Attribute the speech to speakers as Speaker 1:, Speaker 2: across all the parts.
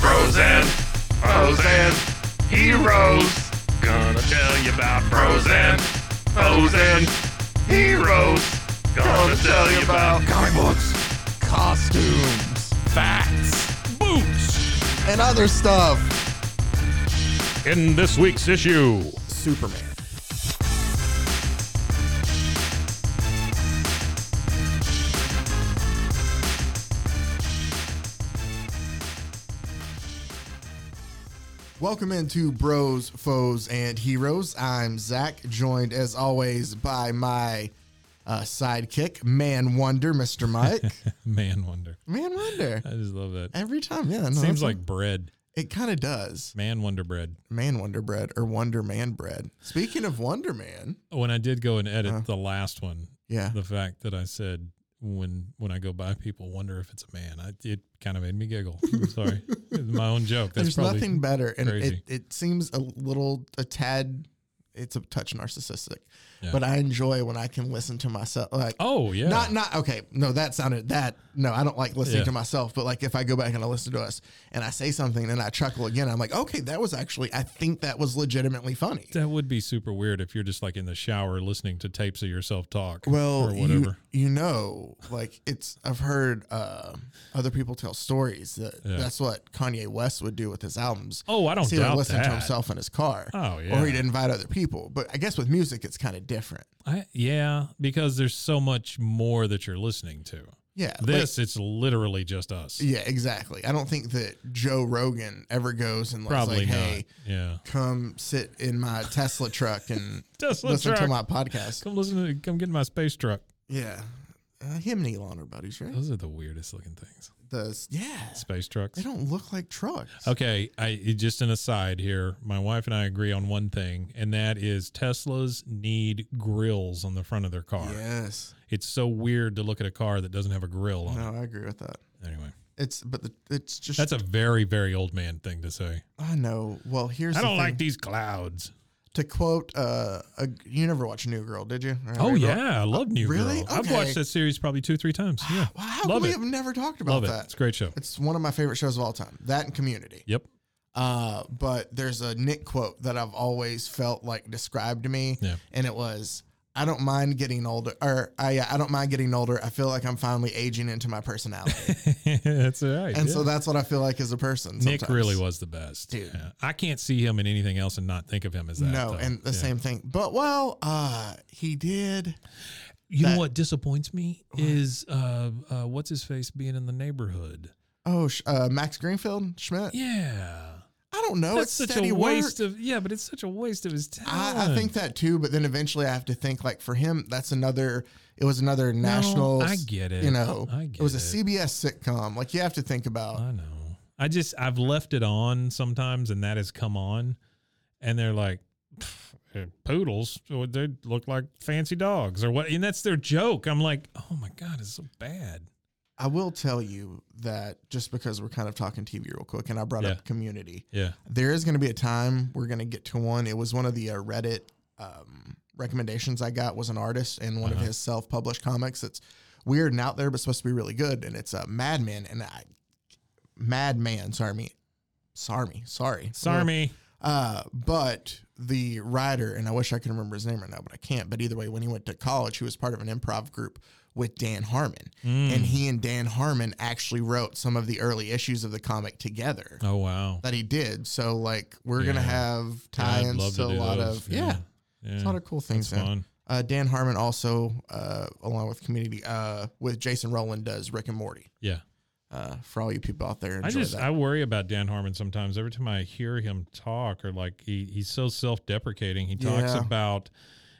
Speaker 1: Frozen, frozen, heroes. Gonna tell you about frozen, frozen, heroes. Gonna tell you about
Speaker 2: comic books, costumes, facts, boots, and other stuff.
Speaker 3: In this week's issue,
Speaker 2: Superman.
Speaker 4: Welcome into Bros, Foes, and Heroes. I'm Zach, joined as always by my uh, sidekick, Man Wonder, Mr. Mike.
Speaker 3: Man Wonder.
Speaker 4: Man Wonder.
Speaker 3: I just love that.
Speaker 4: Every time, yeah. no,
Speaker 3: Seems
Speaker 4: that's-
Speaker 3: like bread.
Speaker 4: it kind of does.
Speaker 3: Man Wonder bread.
Speaker 4: Man Wonder bread or Wonder Man bread. Speaking of Wonder Man,
Speaker 3: When I did go and edit
Speaker 4: Huh.
Speaker 3: the last one,
Speaker 4: Uh-huh. yeah,
Speaker 3: the fact that I said when when I go by, people wonder if it's a man. I, it kind of made me giggle. I'm sorry, It's my own joke. That's
Speaker 4: there's
Speaker 3: probably
Speaker 4: nothing better, and
Speaker 3: crazy.
Speaker 4: it it seems a little a tad. It's a touch narcissistic,
Speaker 3: Yeah.
Speaker 4: but I enjoy when I can listen to myself. Like,
Speaker 3: Oh yeah,
Speaker 4: Not not okay. No, that sounded that. No, I don't like listening
Speaker 3: Yeah.
Speaker 4: to myself. But like if I go back and I listen to us and I say something and I chuckle again, I'm like, okay, that was actually. I think that was legitimately funny.
Speaker 3: that would be super weird if you're just like in the shower listening to tapes of yourself talk.
Speaker 4: Well,
Speaker 3: or
Speaker 4: you,
Speaker 3: whatever.
Speaker 4: you know, like it's. I've heard uh, other people tell stories that
Speaker 3: Yeah.
Speaker 4: that's what Kanye West would do with his albums.
Speaker 3: oh, I don't
Speaker 4: he
Speaker 3: doubt
Speaker 4: would listen
Speaker 3: that.
Speaker 4: to himself in his car,
Speaker 3: Oh yeah,
Speaker 4: or he'd invite other people. But I guess with music, it's kind of different.
Speaker 3: I, yeah, because there's so much more that you're listening to.
Speaker 4: Yeah, like-
Speaker 3: This, it's literally just us.
Speaker 4: Uh, yeah, exactly. I don't think that Joe Rogan ever goes and
Speaker 3: Probably
Speaker 4: like,
Speaker 3: not.
Speaker 4: hey.
Speaker 3: yeah.
Speaker 4: come sit in my Tesla truck and
Speaker 3: Tesla
Speaker 4: listen to
Speaker 3: truck.
Speaker 4: my podcast.
Speaker 3: Come listen to come get in my space truck.
Speaker 4: Yeah. Uh, him and Elon are buddies, right?
Speaker 3: Those are the weirdest looking things.
Speaker 4: The, yeah.
Speaker 3: Space trucks.
Speaker 4: They don't look like trucks.
Speaker 3: Okay, I just an aside here. My wife and I agree on one thing, and that is Teslas need grills on the front of their car.
Speaker 4: Yes.
Speaker 3: It's so weird to look at a car that doesn't have a grill on
Speaker 4: No, I agree with that.
Speaker 3: it. Anyway,
Speaker 4: It's but the, it's just
Speaker 3: that's a very very old man thing to say.
Speaker 4: I know. Well, here's
Speaker 3: I
Speaker 4: the
Speaker 3: don't like
Speaker 4: thing.
Speaker 3: these clouds.
Speaker 4: to quote uh a, you never watched New Girl, did you? Or
Speaker 3: Oh
Speaker 4: New Girl?
Speaker 3: yeah, I love New
Speaker 4: really?
Speaker 3: Girl. I've
Speaker 4: Okay.
Speaker 3: watched that series probably two three times. Yeah,
Speaker 4: Wow, how
Speaker 3: love
Speaker 4: come we
Speaker 3: it.
Speaker 4: have never talked about
Speaker 3: Love it.
Speaker 4: that?
Speaker 3: It's a great show.
Speaker 4: It's one of my favorite shows of all time. That and Community.
Speaker 3: Yep.
Speaker 4: Uh, but there's a Nick quote that I've always felt like described to me,
Speaker 3: Yeah.
Speaker 4: and it was, "I don't mind getting older, or I I don't mind getting older. I feel like I'm finally aging into my personality,
Speaker 3: that's all right.
Speaker 4: and
Speaker 3: yeah.
Speaker 4: so that's what I feel like as a person."
Speaker 3: Nick
Speaker 4: sometimes.
Speaker 3: really was the best.
Speaker 4: Dude.
Speaker 3: Yeah. I can't see him in anything else and not think of him as that.
Speaker 4: No,
Speaker 3: though.
Speaker 4: and the
Speaker 3: Yeah.
Speaker 4: same thing. But well, uh, he did.
Speaker 3: You
Speaker 4: that-
Speaker 3: know what disappoints me is uh, uh, what's his face being in the neighborhood.
Speaker 4: Oh, Sh- uh, Max Greenfield Schmidt.
Speaker 3: Yeah,
Speaker 4: I don't know.
Speaker 3: that's
Speaker 4: Oh, it's
Speaker 3: such
Speaker 4: steady
Speaker 3: a waste
Speaker 4: work.
Speaker 3: of yeah, but it's such a waste of his time.
Speaker 4: I, I think that too, but then eventually I have to think like for him, that's another. It was another national.
Speaker 3: I get it.
Speaker 4: You know,
Speaker 3: I get
Speaker 4: it was a
Speaker 3: it. Uh,
Speaker 4: CBS sitcom. Like you have to think about.
Speaker 3: I know. I just I've left it on sometimes, and that has come on, and they're like. "Pff, eh, Poodles, oh, they look like fancy dogs, or what? And that's their joke. I'm like, oh my god, it's so bad.
Speaker 4: I will tell you that just because we're kind of talking TV real quick, and I brought
Speaker 3: Yeah.
Speaker 4: up community,
Speaker 3: Yeah,
Speaker 4: there is going to be a time we're going to get to one. It was one of the uh, Reddit um, recommendations I got was an artist and one
Speaker 3: Uh-huh.
Speaker 4: of his self-published comics. It's weird and out there, but supposed to be really good. And it's a uh, Madman and I, Madman. Sorry me, sorry me, sorry,
Speaker 3: Sarmy.
Speaker 4: Uh, but the writer, and I wish I could remember his name right now, but I can't. But either way, when he went to college, he was part of an improv group with Dan Harmon. And he and Dan Harmon actually wrote some of the early issues of the comic together
Speaker 3: Oh wow.
Speaker 4: that he did. So, like, we're going to
Speaker 3: Yeah.
Speaker 4: have
Speaker 3: Yeah,
Speaker 4: tie
Speaker 3: I'd
Speaker 4: ins
Speaker 3: love
Speaker 4: to, a
Speaker 3: do
Speaker 4: lot
Speaker 3: those.
Speaker 4: of, yeah,
Speaker 3: yeah.
Speaker 4: it's a lot of cool things.
Speaker 3: That's
Speaker 4: in.
Speaker 3: fun.
Speaker 4: Uh, Dan Harmon also, uh, along with Community, uh, with Jason Rowland, does Rick and Morty.
Speaker 3: Yeah.
Speaker 4: Uh, for all you people out there, enjoy
Speaker 3: I just
Speaker 4: that.
Speaker 3: I worry about Dan Harmon sometimes. Every time I hear him talk, or like he, he's so self deprecating. He talks
Speaker 4: Yeah.
Speaker 3: about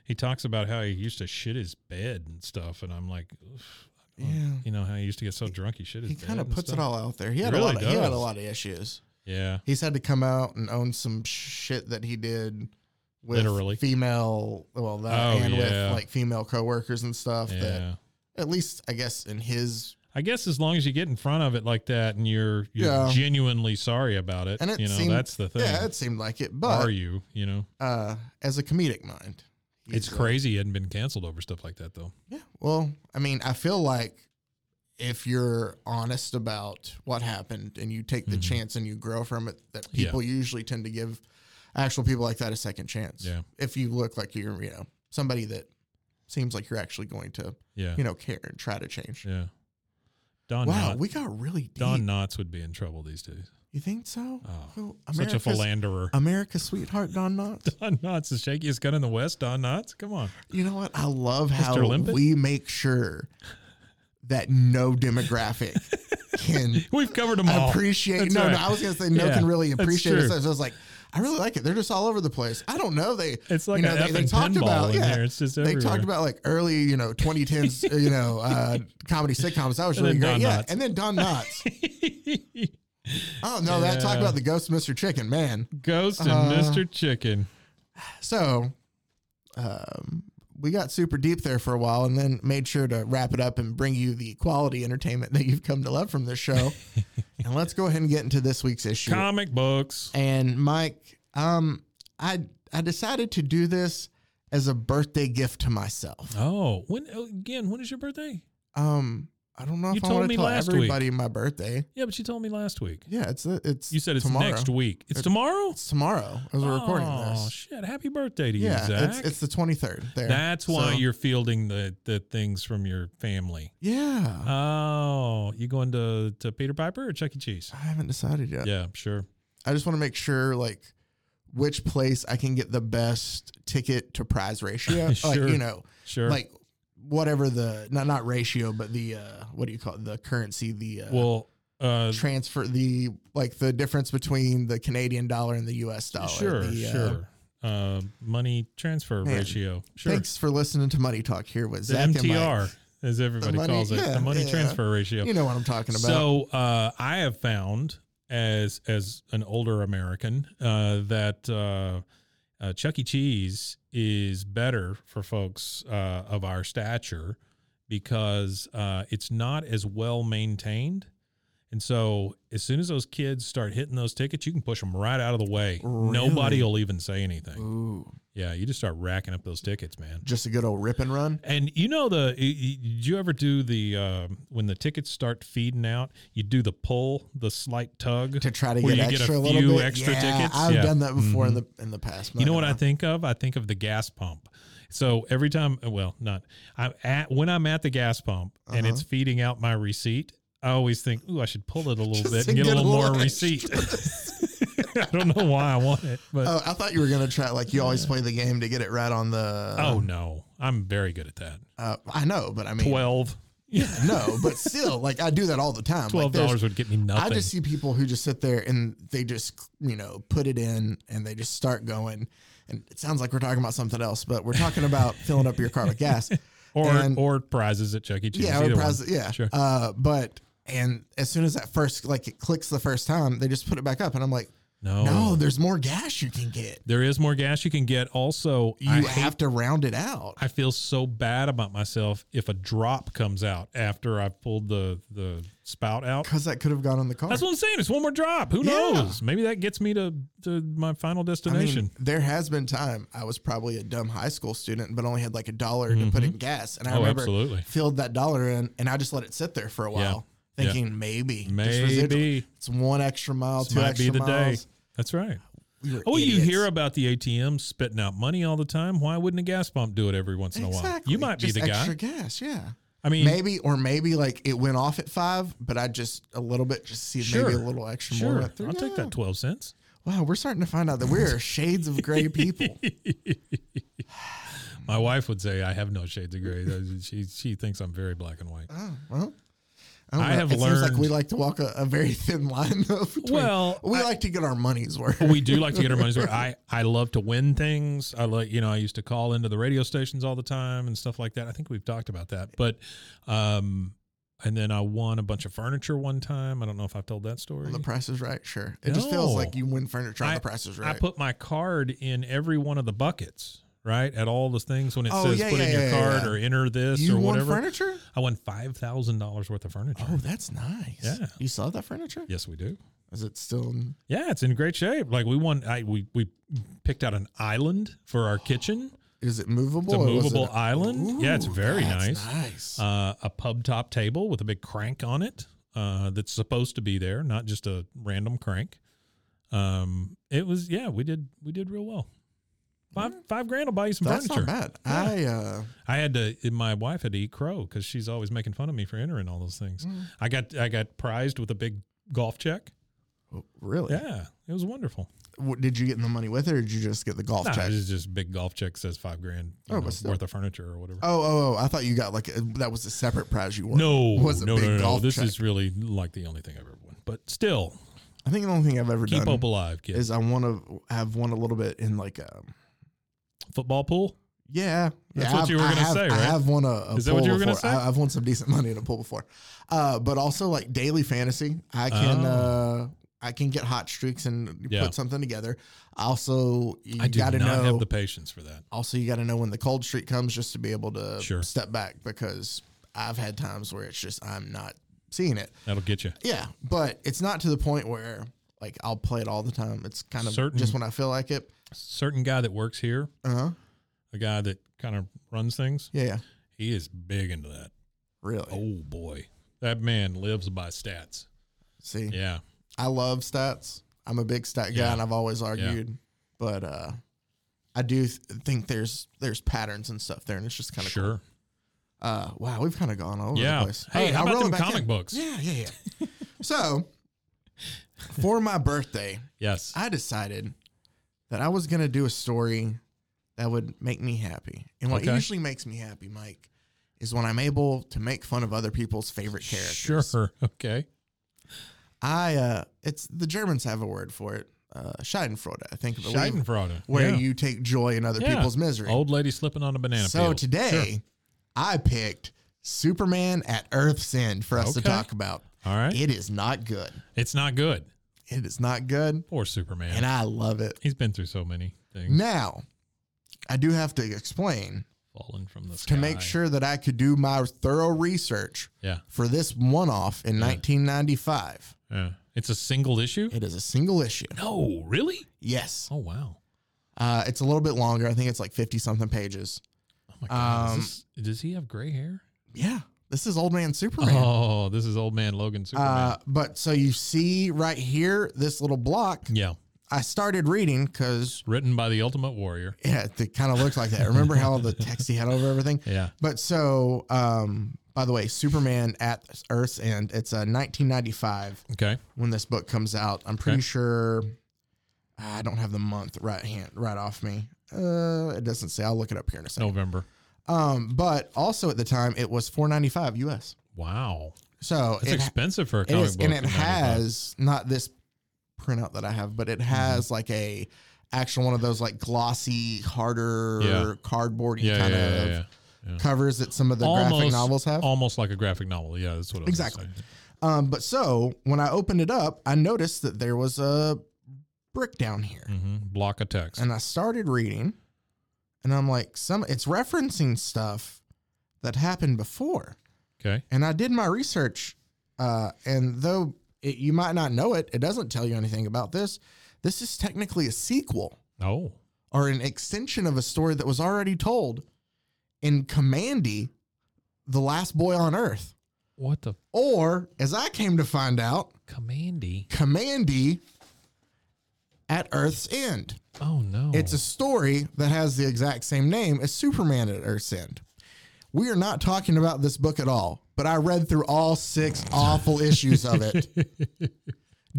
Speaker 3: he talks about how he used to shit his bed and stuff, and I'm like, oof.
Speaker 4: yeah,
Speaker 3: you know how he used to get so drunk he shit his
Speaker 4: he
Speaker 3: bed.
Speaker 4: kind of
Speaker 3: and
Speaker 4: puts it
Speaker 3: stuff?
Speaker 4: all out there. He had
Speaker 3: He
Speaker 4: a lot.
Speaker 3: really
Speaker 4: Of, he had a
Speaker 3: does.
Speaker 4: lot of issues.
Speaker 3: Yeah,
Speaker 4: He's had to come out and own some shit that he did with
Speaker 3: Literally.
Speaker 4: female, well, that
Speaker 3: Oh,
Speaker 4: and
Speaker 3: yeah.
Speaker 4: with like female coworkers and stuff. That
Speaker 3: yeah.
Speaker 4: at least I guess in his
Speaker 3: I guess as long as you get in front of it like that and you're you're
Speaker 4: Yeah.
Speaker 3: genuinely sorry about it,
Speaker 4: and it
Speaker 3: you know
Speaker 4: seemed
Speaker 3: that's the thing.
Speaker 4: Yeah, it seemed like it.
Speaker 3: Are
Speaker 4: But
Speaker 3: you? You know,
Speaker 4: uh, as a comedic mind,
Speaker 3: it's
Speaker 4: he's, uh,
Speaker 3: crazy. He hadn't been canceled over stuff like that though.
Speaker 4: Yeah. Well, I mean, I feel like if you're honest about what happened and you take the
Speaker 3: Mhm.
Speaker 4: chance and you grow from it, that
Speaker 3: Yeah.
Speaker 4: people usually tend to give actual people like that a second chance.
Speaker 3: Yeah.
Speaker 4: If you look like you're, you know, somebody that seems like you're actually going to,
Speaker 3: Yeah,
Speaker 4: you know, care and try to change.
Speaker 3: yeah. Don
Speaker 4: wow,
Speaker 3: Knotts,
Speaker 4: we got really deep.
Speaker 3: Don Knotts would be in trouble these days.
Speaker 4: you think so?
Speaker 3: Oh,
Speaker 4: Who-
Speaker 3: Such a philanderer.
Speaker 4: America's sweetheart, Don Knotts.
Speaker 3: Don Knotts, the shakiest gun in the West. Don Knotts, come on.
Speaker 4: You know what? I love how
Speaker 3: Limpet?
Speaker 4: we make sure that no demographic can
Speaker 3: We've covered them all.
Speaker 4: appreciate.
Speaker 3: That's
Speaker 4: no,
Speaker 3: right.
Speaker 4: no, I was gonna say no
Speaker 3: Yeah,
Speaker 4: can really
Speaker 3: that's
Speaker 4: appreciate it.
Speaker 3: true.
Speaker 4: So I was like, I really like it. They're just all over the place. I don't know. They
Speaker 3: It's like
Speaker 4: you know,
Speaker 3: an
Speaker 4: they, they
Speaker 3: effing
Speaker 4: talked
Speaker 3: pinball
Speaker 4: about
Speaker 3: in
Speaker 4: yeah.
Speaker 3: there. It's just
Speaker 4: they
Speaker 3: everywhere.
Speaker 4: talked about like early you know 2010s uh, you know uh, comedy sitcoms. That was
Speaker 3: And
Speaker 4: really
Speaker 3: then
Speaker 4: great.
Speaker 3: Don
Speaker 4: Yeah,
Speaker 3: Knotts.
Speaker 4: and then Don Knotts. oh no, that talk
Speaker 3: Yeah.
Speaker 4: about the ghost of Mr. Chicken, man.
Speaker 3: Ghost and
Speaker 4: Uh,
Speaker 3: Mr. Chicken.
Speaker 4: So. Um, we got super deep there for a while and then made sure to wrap it up and bring you the quality entertainment that you've come to love from this show. and let's go ahead and get into this week's issue.
Speaker 3: Comic books.
Speaker 4: And Mike, um, I I decided to do this as a birthday gift to myself.
Speaker 3: Oh, when oh, again? When is your birthday?
Speaker 4: Um, I don't know
Speaker 3: You
Speaker 4: if I
Speaker 3: told
Speaker 4: want to
Speaker 3: me
Speaker 4: tell
Speaker 3: last
Speaker 4: everybody my birthday.
Speaker 3: Yeah, but you told me last week.
Speaker 4: Yeah, it's it's.
Speaker 3: You said it's
Speaker 4: tomorrow.
Speaker 3: next week. It's tomorrow.
Speaker 4: It's tomorrow as we're recording
Speaker 3: Oh
Speaker 4: this.
Speaker 3: shit! Happy birthday to you,
Speaker 4: Yeah,
Speaker 3: Zach.
Speaker 4: it's, it's the twenty third. There.
Speaker 3: That's why
Speaker 4: So-
Speaker 3: you're fielding the the things from your family.
Speaker 4: Yeah,
Speaker 3: Oh, you going to to Peter Piper or Chuck E. Cheese?
Speaker 4: I haven't decided yet.
Speaker 3: Yeah, sure.
Speaker 4: I just want to make sure like which place I can get the best ticket to prize ratio. Like
Speaker 3: Sure.
Speaker 4: you know,
Speaker 3: Sure.
Speaker 4: like whatever the not not ratio, but the uh, what do you call it? The currency, the uh,
Speaker 3: well, uh,
Speaker 4: transfer the like the difference between the Canadian dollar and the US dollar.
Speaker 3: Sure,
Speaker 4: The, uh,
Speaker 3: sure. Uh, money transfer
Speaker 4: Man,
Speaker 3: ratio. Sure.
Speaker 4: Thanks for listening to Money Talk here with
Speaker 3: the
Speaker 4: Zach and
Speaker 3: MTR, as everybody
Speaker 4: The money-
Speaker 3: calls it,
Speaker 4: yeah,
Speaker 3: the money
Speaker 4: yeah.
Speaker 3: transfer ratio.
Speaker 4: Mike. You know what I'm talking about.
Speaker 3: So uh, I have found, as as an older American, uh, that uh, uh, Chuck E. Cheese is better for folks uh, of our stature because uh, it's not as well maintained. And so, as soon as those kids start hitting those tickets, you can push them right out of the way. Nobody
Speaker 4: Really?
Speaker 3: will even say anything.
Speaker 4: Ooh,
Speaker 3: Yeah, you just start racking up those tickets, man.
Speaker 4: just a good old rip and run.
Speaker 3: And you know the y- y- did you ever do the um, when the tickets start feeding out, you do the pull, the slight tug
Speaker 4: To try to
Speaker 3: where
Speaker 4: get
Speaker 3: you
Speaker 4: extra a,
Speaker 3: get a
Speaker 4: little
Speaker 3: few
Speaker 4: bit,
Speaker 3: extra
Speaker 4: Yeah,
Speaker 3: tickets.
Speaker 4: I've
Speaker 3: Yeah.
Speaker 4: done that before
Speaker 3: Mhm.
Speaker 4: in the in the past.
Speaker 3: You know what
Speaker 4: Mike.
Speaker 3: I think of? I think of the gas pump. So every time, well, not I'm at when I'm at the gas pump and
Speaker 4: Uh-huh.
Speaker 3: it's feeding out my receipt. I always think, ooh, I should pull it a little
Speaker 4: Just
Speaker 3: bit
Speaker 4: to
Speaker 3: and get,
Speaker 4: get
Speaker 3: a
Speaker 4: a
Speaker 3: little more
Speaker 4: little
Speaker 3: receipt. I don't know why I want it, but
Speaker 4: Oh, I thought you were gonna try like you always play the game to get it right on the.
Speaker 3: oh no, I'm very good at that.
Speaker 4: uh, I know, but I mean,
Speaker 3: Twelve,
Speaker 4: no, but still, like I do that all the time.
Speaker 3: twelve
Speaker 4: Like, there's-
Speaker 3: dollars would get me nothing.
Speaker 4: I just see people who just sit there and they just, you know, put it in and they just start going. And it sounds like we're talking about something else, but we're talking about filling up your car with gas.
Speaker 3: or
Speaker 4: And-
Speaker 3: or prizes at Chuck E. Cheese.
Speaker 4: yeah,
Speaker 3: either
Speaker 4: or
Speaker 3: one.
Speaker 4: pres- yeah.
Speaker 3: Sure.
Speaker 4: Uh, but and as soon as that first, like, it clicks the first time, they just put it back up, and I'm like,
Speaker 3: No,
Speaker 4: no, there's more gas you can get.
Speaker 3: there is more gas you can get. Also,
Speaker 4: You
Speaker 3: I hate-
Speaker 4: have to round it out.
Speaker 3: I feel so bad about myself if a drop comes out after I've pulled the the spout out.
Speaker 4: Because that could have gone on the car.
Speaker 3: That's what I'm saying. It's one more drop. Who
Speaker 4: Yeah.
Speaker 3: knows? Maybe that gets me to, to my final
Speaker 4: I
Speaker 3: destination.
Speaker 4: mean, there has been time I was probably a dumb high school student, but only had like a dollar to put in gas, and I
Speaker 3: oh,
Speaker 4: remember
Speaker 3: absolutely.
Speaker 4: filled that dollar in, and I just let it sit there for a while,
Speaker 3: Yeah.
Speaker 4: thinking maybe, just residual.
Speaker 3: Maybe
Speaker 4: it's one extra mile,
Speaker 3: this
Speaker 4: two
Speaker 3: might
Speaker 4: extra
Speaker 3: be the
Speaker 4: miles.
Speaker 3: day. That's right.
Speaker 4: You're
Speaker 3: Oh, you
Speaker 4: idiots.
Speaker 3: hear about the ATM spitting out money all the time. Why wouldn't a gas pump do it every once in a while?
Speaker 4: Exactly.
Speaker 3: You might
Speaker 4: Just
Speaker 3: be the
Speaker 4: extra
Speaker 3: guy.
Speaker 4: gas, yeah.
Speaker 3: I mean,
Speaker 4: maybe or maybe like it went off at five, but I just a little bit just see
Speaker 3: sure,
Speaker 4: maybe a little extra
Speaker 3: Sure,
Speaker 4: more. about three.
Speaker 3: I'll take
Speaker 4: Yeah.
Speaker 3: that twelve cents.
Speaker 4: Wow, we're starting to find out that we're shades of gray people.
Speaker 3: My wife would say I have no shades of gray. Though she she thinks I'm very black and white.
Speaker 4: Oh, well, I, don't
Speaker 3: I
Speaker 4: know.
Speaker 3: have
Speaker 4: it Seems
Speaker 3: learned-
Speaker 4: like we like to walk a, a very thin line. Though, between-
Speaker 3: Well,
Speaker 4: we
Speaker 3: I-
Speaker 4: like to get our money's worth.
Speaker 3: we do like to get our money's worth. I I love to win things. I like you know I used to call into the radio stations all the time and stuff like that. I think we've talked about that. But um, and then I won a bunch of furniture one time. I don't know if I've told that story.
Speaker 4: On the Price is Right, sure. It just feels
Speaker 3: No.
Speaker 4: like you win furniture on
Speaker 3: I-
Speaker 4: the Price is
Speaker 3: I
Speaker 4: Right.
Speaker 3: put my card in every one of the buckets, right? At all the things when it
Speaker 4: Oh,
Speaker 3: says
Speaker 4: yeah,
Speaker 3: put
Speaker 4: yeah,
Speaker 3: in your
Speaker 4: yeah,
Speaker 3: card
Speaker 4: yeah.
Speaker 3: or enter this
Speaker 4: you
Speaker 3: or
Speaker 4: won
Speaker 3: whatever.
Speaker 4: furniture?
Speaker 3: I won five thousand dollars worth of furniture.
Speaker 4: Oh, that's nice.
Speaker 3: Yeah.
Speaker 4: You saw that furniture?
Speaker 3: Yes, we do.
Speaker 4: Is it still? in-
Speaker 3: Yeah, it's in great shape. Like we won, I, we we picked out an island for our kitchen.
Speaker 4: Is it movable?
Speaker 3: It's a
Speaker 4: or was it
Speaker 3: movable island. yeah, it's
Speaker 4: Ooh,
Speaker 3: very
Speaker 4: that's
Speaker 3: nice.
Speaker 4: Nice.
Speaker 3: Uh, a pub top table with a big crank on it uh, that's supposed to be there, not just a random crank. Um, it was yeah, we did we did real well. Five five grand will buy you some
Speaker 4: that's
Speaker 3: furniture.
Speaker 4: not bad. I uh,
Speaker 3: I had to. My wife had to eat crow because she's always making fun of me for entering all those things.
Speaker 4: Mm.
Speaker 3: I got I got prized with a big golf check. Oh,
Speaker 4: really.
Speaker 3: Yeah, it was wonderful.
Speaker 4: What, did you get the money with it, or did you just get the golf
Speaker 3: Nah,
Speaker 4: check?
Speaker 3: it was just a big golf check says five grand
Speaker 4: Oh,
Speaker 3: you know,
Speaker 4: but still.
Speaker 3: worth of furniture or whatever.
Speaker 4: Oh, oh, oh! I thought you got like a, that was a separate prize you won.
Speaker 3: no,
Speaker 4: It was a
Speaker 3: no,
Speaker 4: big
Speaker 3: no, no, no.
Speaker 4: golf
Speaker 3: This
Speaker 4: check.
Speaker 3: is really like the only thing I've ever won. But still,
Speaker 4: I think the only thing I've ever
Speaker 3: keep
Speaker 4: done
Speaker 3: hope alive, kid.
Speaker 4: is I want to have one a little bit in like um
Speaker 3: Football pool.
Speaker 4: yeah.
Speaker 3: That's
Speaker 4: yeah,
Speaker 3: what
Speaker 4: I've-
Speaker 3: you were
Speaker 4: I
Speaker 3: gonna
Speaker 4: have-
Speaker 3: say,
Speaker 4: I
Speaker 3: right?
Speaker 4: have won a, a
Speaker 3: Is that
Speaker 4: pool
Speaker 3: what you were
Speaker 4: before.
Speaker 3: gonna say?
Speaker 4: I, I've won some decent money in a pool before, uh, but also like daily fantasy. I can uh, I can get hot streaks and
Speaker 3: Oh. Yeah.
Speaker 4: put something together. Also, you
Speaker 3: I do
Speaker 4: got
Speaker 3: not
Speaker 4: to know.
Speaker 3: have the patience for that.
Speaker 4: also, you got to know when the cold streak comes just to be able to
Speaker 3: Sure.
Speaker 4: step back because I've had times where it's just I'm not seeing it.
Speaker 3: That'll get you.
Speaker 4: Yeah, but it's not to the point where like I'll play it all the time. It's kind of
Speaker 3: Certain-
Speaker 4: just when I feel like it.
Speaker 3: Certain guy that works here,
Speaker 4: Uh huh.
Speaker 3: a guy that kind of runs things.
Speaker 4: Yeah, yeah.
Speaker 3: He is big into that.
Speaker 4: Really.
Speaker 3: Oh boy, that man lives by stats.
Speaker 4: See,
Speaker 3: Yeah.
Speaker 4: I love stats. I'm a big stat guy,
Speaker 3: Yeah.
Speaker 4: and I've always argued. But uh, I do th- think there's there's patterns and stuff there, and it's just kind of
Speaker 3: sure.
Speaker 4: Cool. Uh, wow, we've kind of gone all over
Speaker 3: Yeah.
Speaker 4: the place.
Speaker 3: Hey, how
Speaker 4: I'll
Speaker 3: about
Speaker 4: roll it
Speaker 3: them
Speaker 4: back
Speaker 3: comic
Speaker 4: in.
Speaker 3: books?
Speaker 4: Yeah, yeah, yeah. so, for my birthday,
Speaker 3: Yes.
Speaker 4: I decided that I was going to do a story that would make me happy. And what
Speaker 3: Okay.
Speaker 4: usually makes me happy, Mike, is when I'm able to make fun of other people's favorite characters.
Speaker 3: Sure. Okay.
Speaker 4: I uh it's the Germans have a word for it. Uh Schadenfreude, I think believe,
Speaker 3: Schadenfreude.
Speaker 4: Where
Speaker 3: Yeah.
Speaker 4: you take joy in other
Speaker 3: Yeah.
Speaker 4: people's misery.
Speaker 3: Old lady slipping on a banana
Speaker 4: so
Speaker 3: peel.
Speaker 4: today
Speaker 3: Sure.
Speaker 4: I picked Superman at Earth's End for us to
Speaker 3: Okay.
Speaker 4: talk about.
Speaker 3: All right.
Speaker 4: It is not good.
Speaker 3: it's not good.
Speaker 4: It is not good.
Speaker 3: Poor Superman.
Speaker 4: And I love it.
Speaker 3: He's been through so many things.
Speaker 4: Now, I do have to explain
Speaker 3: Fallen from the sky.
Speaker 4: to make sure that I could do my thorough research
Speaker 3: Yeah.
Speaker 4: for this one off in 1995.
Speaker 3: Yeah. It's a single issue?
Speaker 4: It is a single issue.
Speaker 3: No, really?
Speaker 4: Yes.
Speaker 3: Oh wow.
Speaker 4: Uh, it's a little bit longer. I think it's like 50 something pages.
Speaker 3: Oh my god.
Speaker 4: Um,
Speaker 3: is this, does he have gray hair?
Speaker 4: Yeah. This is Old Man Superman.
Speaker 3: Oh, this is old man Logan Superman.
Speaker 4: Uh, but so you see right here, this little block.
Speaker 3: yeah.
Speaker 4: I started reading because
Speaker 3: Written by the Ultimate Warrior.
Speaker 4: yeah, it kind of looked like that. Remember how the text he had over everything?
Speaker 3: Yeah.
Speaker 4: But so, um, by the way, Superman at Earth's End. It's uh, 1995
Speaker 3: Okay.
Speaker 4: when this book comes out. I'm pretty
Speaker 3: Okay.
Speaker 4: sure. I don't have the month right hand right off me. Uh, it doesn't say. I'll look it up here in a second.
Speaker 3: November.
Speaker 4: Um, but also at the time it was 4.95 US.
Speaker 3: Wow.
Speaker 4: So
Speaker 3: It's
Speaker 4: it,
Speaker 3: expensive for a
Speaker 4: it
Speaker 3: comic
Speaker 4: is,
Speaker 3: book.
Speaker 4: and it
Speaker 3: in 95.
Speaker 4: has not this printout that I have, but it
Speaker 3: Mm-hmm.
Speaker 4: has like a actual one of those like glossy, harder
Speaker 3: Yeah.
Speaker 4: cardboardy
Speaker 3: yeah,
Speaker 4: kind
Speaker 3: yeah, yeah,
Speaker 4: of
Speaker 3: yeah, yeah.
Speaker 4: covers that some of the graphic novels have.
Speaker 3: Almost like a graphic novel. Yeah, that's what I was
Speaker 4: Exactly.
Speaker 3: saying.
Speaker 4: Um, but so when I opened it up, I noticed that there was a brick down here.
Speaker 3: Mhm. Block of text.
Speaker 4: and I started reading, and I'm like, some it's referencing stuff that happened before.
Speaker 3: okay.
Speaker 4: And I did my research, uh, and though it, you might not know it, it doesn't tell you anything about this. This is technically a sequel
Speaker 3: Oh.
Speaker 4: or an extension of a story that was already told in Commandy, The Last Boy on Earth.
Speaker 3: What the
Speaker 4: Or, as I came to find out,
Speaker 3: commandy?
Speaker 4: Commandy at Earth's End.
Speaker 3: Oh no.
Speaker 4: It's a story that has the exact same name as Superman at Earth's End. We are not talking about this book at all, but I read through all six awful issues of it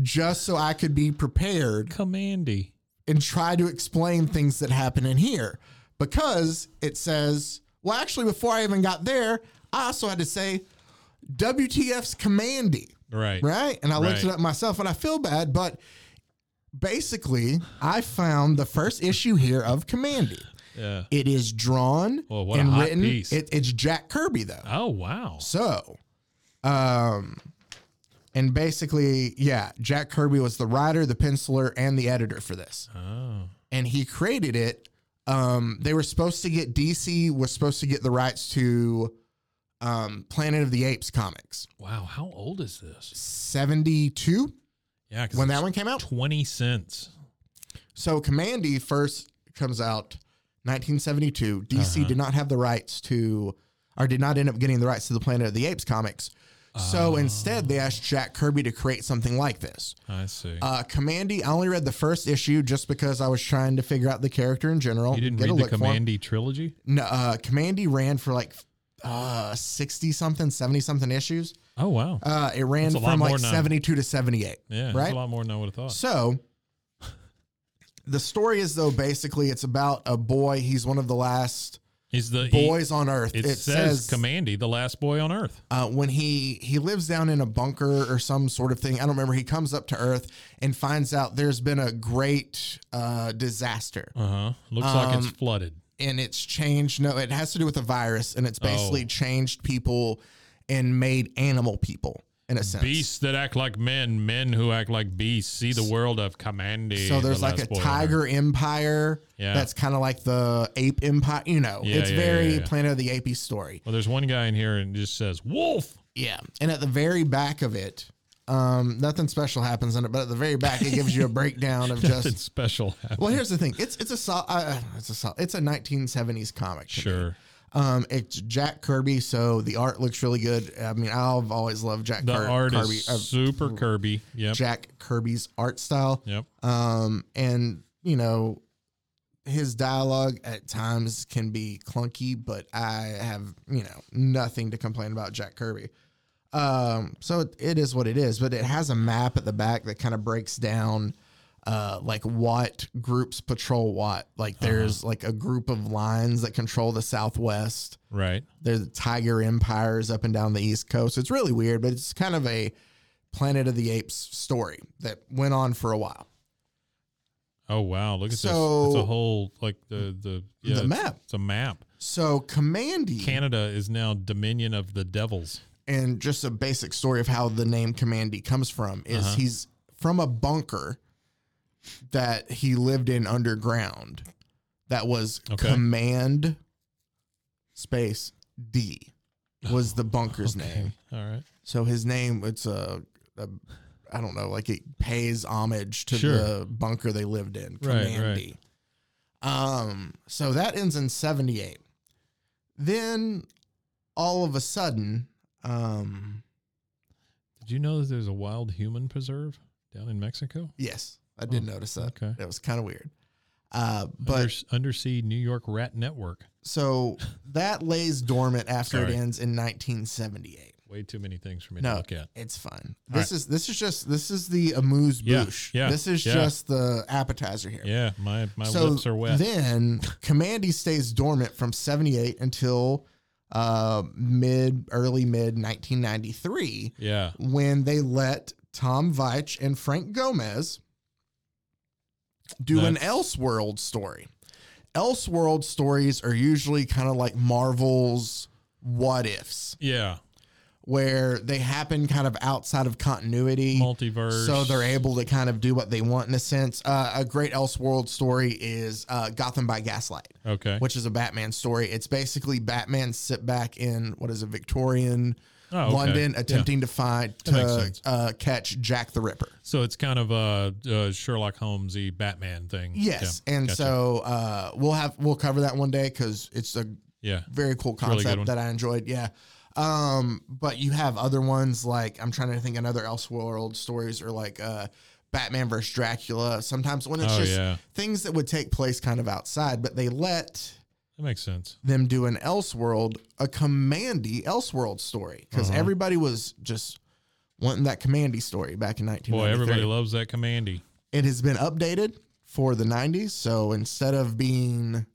Speaker 4: just so I could be prepared
Speaker 3: commandy.
Speaker 4: and try to explain things that happen in here because it says, well, actually, before I even got there, I also had to say WTF's commandy,
Speaker 3: Right.
Speaker 4: right? And I looked it
Speaker 3: Right.
Speaker 4: up myself and I feel bad, but basically, I found the first issue here of commandy.
Speaker 3: Yeah.
Speaker 4: It is drawn
Speaker 3: Well, Oh, what a
Speaker 4: and
Speaker 3: hot
Speaker 4: written.
Speaker 3: piece.
Speaker 4: It, it's Jack Kirby, though.
Speaker 3: Oh wow.
Speaker 4: So, um, and basically, yeah, Jack Kirby was the writer, the penciler, and the editor for this.
Speaker 3: Oh.
Speaker 4: And he created it. Um, they were supposed to get DC was supposed to get the rights to um, Planet of the Apes comics.
Speaker 3: Wow. How old is this?
Speaker 4: 72
Speaker 3: Yeah. 'cause
Speaker 4: when
Speaker 3: it's
Speaker 4: that one came out.
Speaker 3: twenty cents.
Speaker 4: So Commandy first comes out 1972. DC
Speaker 3: Uh-huh.
Speaker 4: did not have the rights to, or did not end up getting the rights to the Planet of the Apes comics.
Speaker 3: Oh.
Speaker 4: So instead, they asked Jack Kirby to create something like this.
Speaker 3: I see.
Speaker 4: Uh, Commandy, I only read the first issue just because I was trying to figure out the character in general.
Speaker 3: you didn't
Speaker 4: get a
Speaker 3: read
Speaker 4: look
Speaker 3: the
Speaker 4: for him.
Speaker 3: Commandy trilogy?
Speaker 4: No, uh, Commandy ran for like uh 60 something 70 something issues
Speaker 3: Oh wow.
Speaker 4: uh it ran
Speaker 3: That's a lot
Speaker 4: from like
Speaker 3: more than I-
Speaker 4: 72 to 78
Speaker 3: yeah. That's
Speaker 4: right
Speaker 3: a lot more than I would have thought.
Speaker 4: so the story is though basically it's about a boy. He's one of the last
Speaker 3: Is the
Speaker 4: boys on Earth.
Speaker 3: It, says, Commandy, the last boy on Earth.
Speaker 4: uh, when he he lives down in a bunker or some sort of thing. I don't remember. He comes up to Earth and finds out there's been a great uh, disaster
Speaker 3: Uh huh. Looks like it's
Speaker 4: Um,
Speaker 3: flooded.
Speaker 4: and it's changed. No, it has to do with a virus and it's basically
Speaker 3: Oh.
Speaker 4: changed people and made animal people in a sense.
Speaker 3: Beasts that act like men, men who act like beasts, see the world of Commandy.
Speaker 4: So there's
Speaker 3: the
Speaker 4: like
Speaker 3: last
Speaker 4: a
Speaker 3: boy on Earth.
Speaker 4: tiger empire
Speaker 3: Yeah.
Speaker 4: that's kind of like the ape empire. You know,
Speaker 3: Yeah,
Speaker 4: it's
Speaker 3: yeah,
Speaker 4: very
Speaker 3: yeah, yeah.
Speaker 4: Planet of the Apes story.
Speaker 3: Well, there's one guy in here and it just says wolf.
Speaker 4: Yeah. And at the very back of it, um, nothing special happens in it, but at the very back, it gives you a breakdown of
Speaker 3: Nothing
Speaker 4: just.
Speaker 3: special. happened.
Speaker 4: Well, here's the thing. It's it's a sol- uh, it's a sol- it's a 1970s comic. to me.
Speaker 3: sure.
Speaker 4: Um, it's Jack Kirby, so the art looks really good. I mean, I've always loved Jack
Speaker 3: The
Speaker 4: Kir-
Speaker 3: art
Speaker 4: Kirby.
Speaker 3: is
Speaker 4: uh,
Speaker 3: super Kirby. Yep.
Speaker 4: Jack Kirby's art style.
Speaker 3: Yep.
Speaker 4: Um, and you know, his dialogue at times can be clunky, but I have you know nothing to complain about Jack Kirby. Um, so it, it is what it is, but it has a map at the back that kind of breaks down. Uh, like what groups patrol what? Like there's like a group of lines that control the Southwest.
Speaker 3: Right.
Speaker 4: There's the Tiger Empires up and down the East Coast. It's really weird, but it's kind of a Planet of the Apes story that went on for a while.
Speaker 3: Oh wow! Look at this. It's
Speaker 4: So-
Speaker 3: a whole like the the yeah,
Speaker 4: The
Speaker 3: it's-
Speaker 4: map.
Speaker 3: It's a map.
Speaker 4: So Commandy
Speaker 3: Canada is now Dominion of the Devils.
Speaker 4: and just a basic story of how the name Commandy comes from is
Speaker 3: Uh-huh.
Speaker 4: he's from a bunker that he lived in underground that was
Speaker 3: Okay.
Speaker 4: command space D was the bunker's name.
Speaker 3: All right.
Speaker 4: So his name it's a, a I don't know, like it pays homage to
Speaker 3: Sure.
Speaker 4: the bunker they lived in,
Speaker 3: Right,
Speaker 4: Commandy. Um so that ends in 78. Then all of a sudden um
Speaker 3: Did you know that there's a wild human preserve down in Mexico?
Speaker 4: yes, I did notice that.
Speaker 3: Oh, okay.
Speaker 4: That was kind of weird. Uh but
Speaker 3: Unders- undersea New York rat network.
Speaker 4: so that lays dormant after it
Speaker 3: Sorry.
Speaker 4: ends in 1978.
Speaker 3: Way too many things for me to
Speaker 4: No,
Speaker 3: look at.
Speaker 4: it's fine.
Speaker 3: All
Speaker 4: This is this is just this is the amuse
Speaker 3: Yeah,
Speaker 4: bouche.
Speaker 3: yeah,
Speaker 4: this is
Speaker 3: yeah.
Speaker 4: just the appetizer here.
Speaker 3: Yeah, my my lips are wet.
Speaker 4: Then Commandy stays dormant from 78 until uh, mid, early mid 1993
Speaker 3: yeah.
Speaker 4: when they let Tom Veitch and Frank Gomez do an
Speaker 3: That's-
Speaker 4: Elseworld story. Elseworld stories are usually kind of like Marvel's what ifs,
Speaker 3: Yeah.
Speaker 4: where they happen kind of outside of continuity.
Speaker 3: Multiverse.
Speaker 4: So they're able to kind of do what they want in a sense. Uh, a great Elseworld story is uh, Gotham by Gaslight,
Speaker 3: Okay.
Speaker 4: which is a Batman story. It's basically Batman sit back in what is it, Victorian
Speaker 3: Oh, okay.
Speaker 4: London,
Speaker 3: Yeah.
Speaker 4: attempting to find
Speaker 3: That makes
Speaker 4: to
Speaker 3: sense.
Speaker 4: uh, catch Jack the Ripper.
Speaker 3: So it's kind of a, uh Sherlock Holmesy Batman thing.
Speaker 4: Yes,
Speaker 3: Yeah,
Speaker 4: and
Speaker 3: gotcha.
Speaker 4: so uh, we'll have we'll cover that one day because it's a
Speaker 3: yeah,
Speaker 4: very cool
Speaker 3: a really
Speaker 4: concept
Speaker 3: good one.
Speaker 4: that I enjoyed. Yeah. Um, but you have other ones like I'm trying to think another Elseworld stories or like uh Batman versus Dracula. Sometimes when it's
Speaker 3: Oh,
Speaker 4: just
Speaker 3: yeah.
Speaker 4: things that would take place kind of outside, but they let
Speaker 3: That makes sense.
Speaker 4: them do an Elseworld, a commandy Elseworld story because
Speaker 3: Uh-huh.
Speaker 4: everybody was just wanting that commandy story back in 1993.
Speaker 3: Boy, everybody loves that commandy.
Speaker 4: it has been updated for the 90s. So instead of being,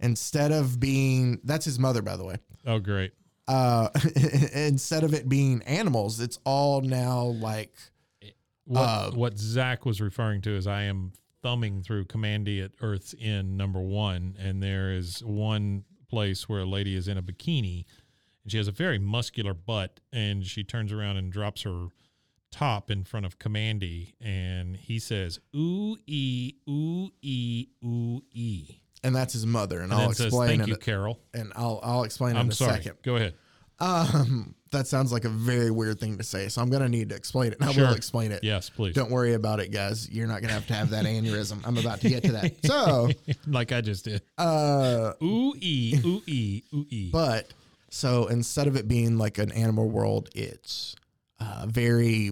Speaker 4: instead of being, that's his mother, by the way.
Speaker 3: Oh, great.
Speaker 4: Uh, instead of it being animals, it's all now like
Speaker 3: What,
Speaker 4: Uh,
Speaker 3: what Zach was referring to is I am thumbing through Commandy at Earth's End number one, and there is one place where a lady is in a bikini, and she has a very muscular butt, and she turns around and drops her top in front of Commandy, and he says, "Ooh ee, ooh ee, ooh ee,"
Speaker 4: and that's his mother, and,
Speaker 3: and
Speaker 4: I'll
Speaker 3: then says,
Speaker 4: explain
Speaker 3: "Thank
Speaker 4: it.
Speaker 3: you, Carol."
Speaker 4: and I'll I'll explain in
Speaker 3: I'm
Speaker 4: a
Speaker 3: sorry.
Speaker 4: second.
Speaker 3: Go ahead.
Speaker 4: Um, that sounds like a very weird thing to say, so I'm gonna need to explain it. and I
Speaker 3: Sure.
Speaker 4: will explain it.
Speaker 3: Yes, please.
Speaker 4: Don't worry about it, guys. You're not gonna have to have that aneurysm. I'm about to get to that. So,
Speaker 3: like I just did.
Speaker 4: uh,
Speaker 3: Ooh ee, ooh ee, ooh ee.
Speaker 4: but so instead of it being like an animal world, it's uh, very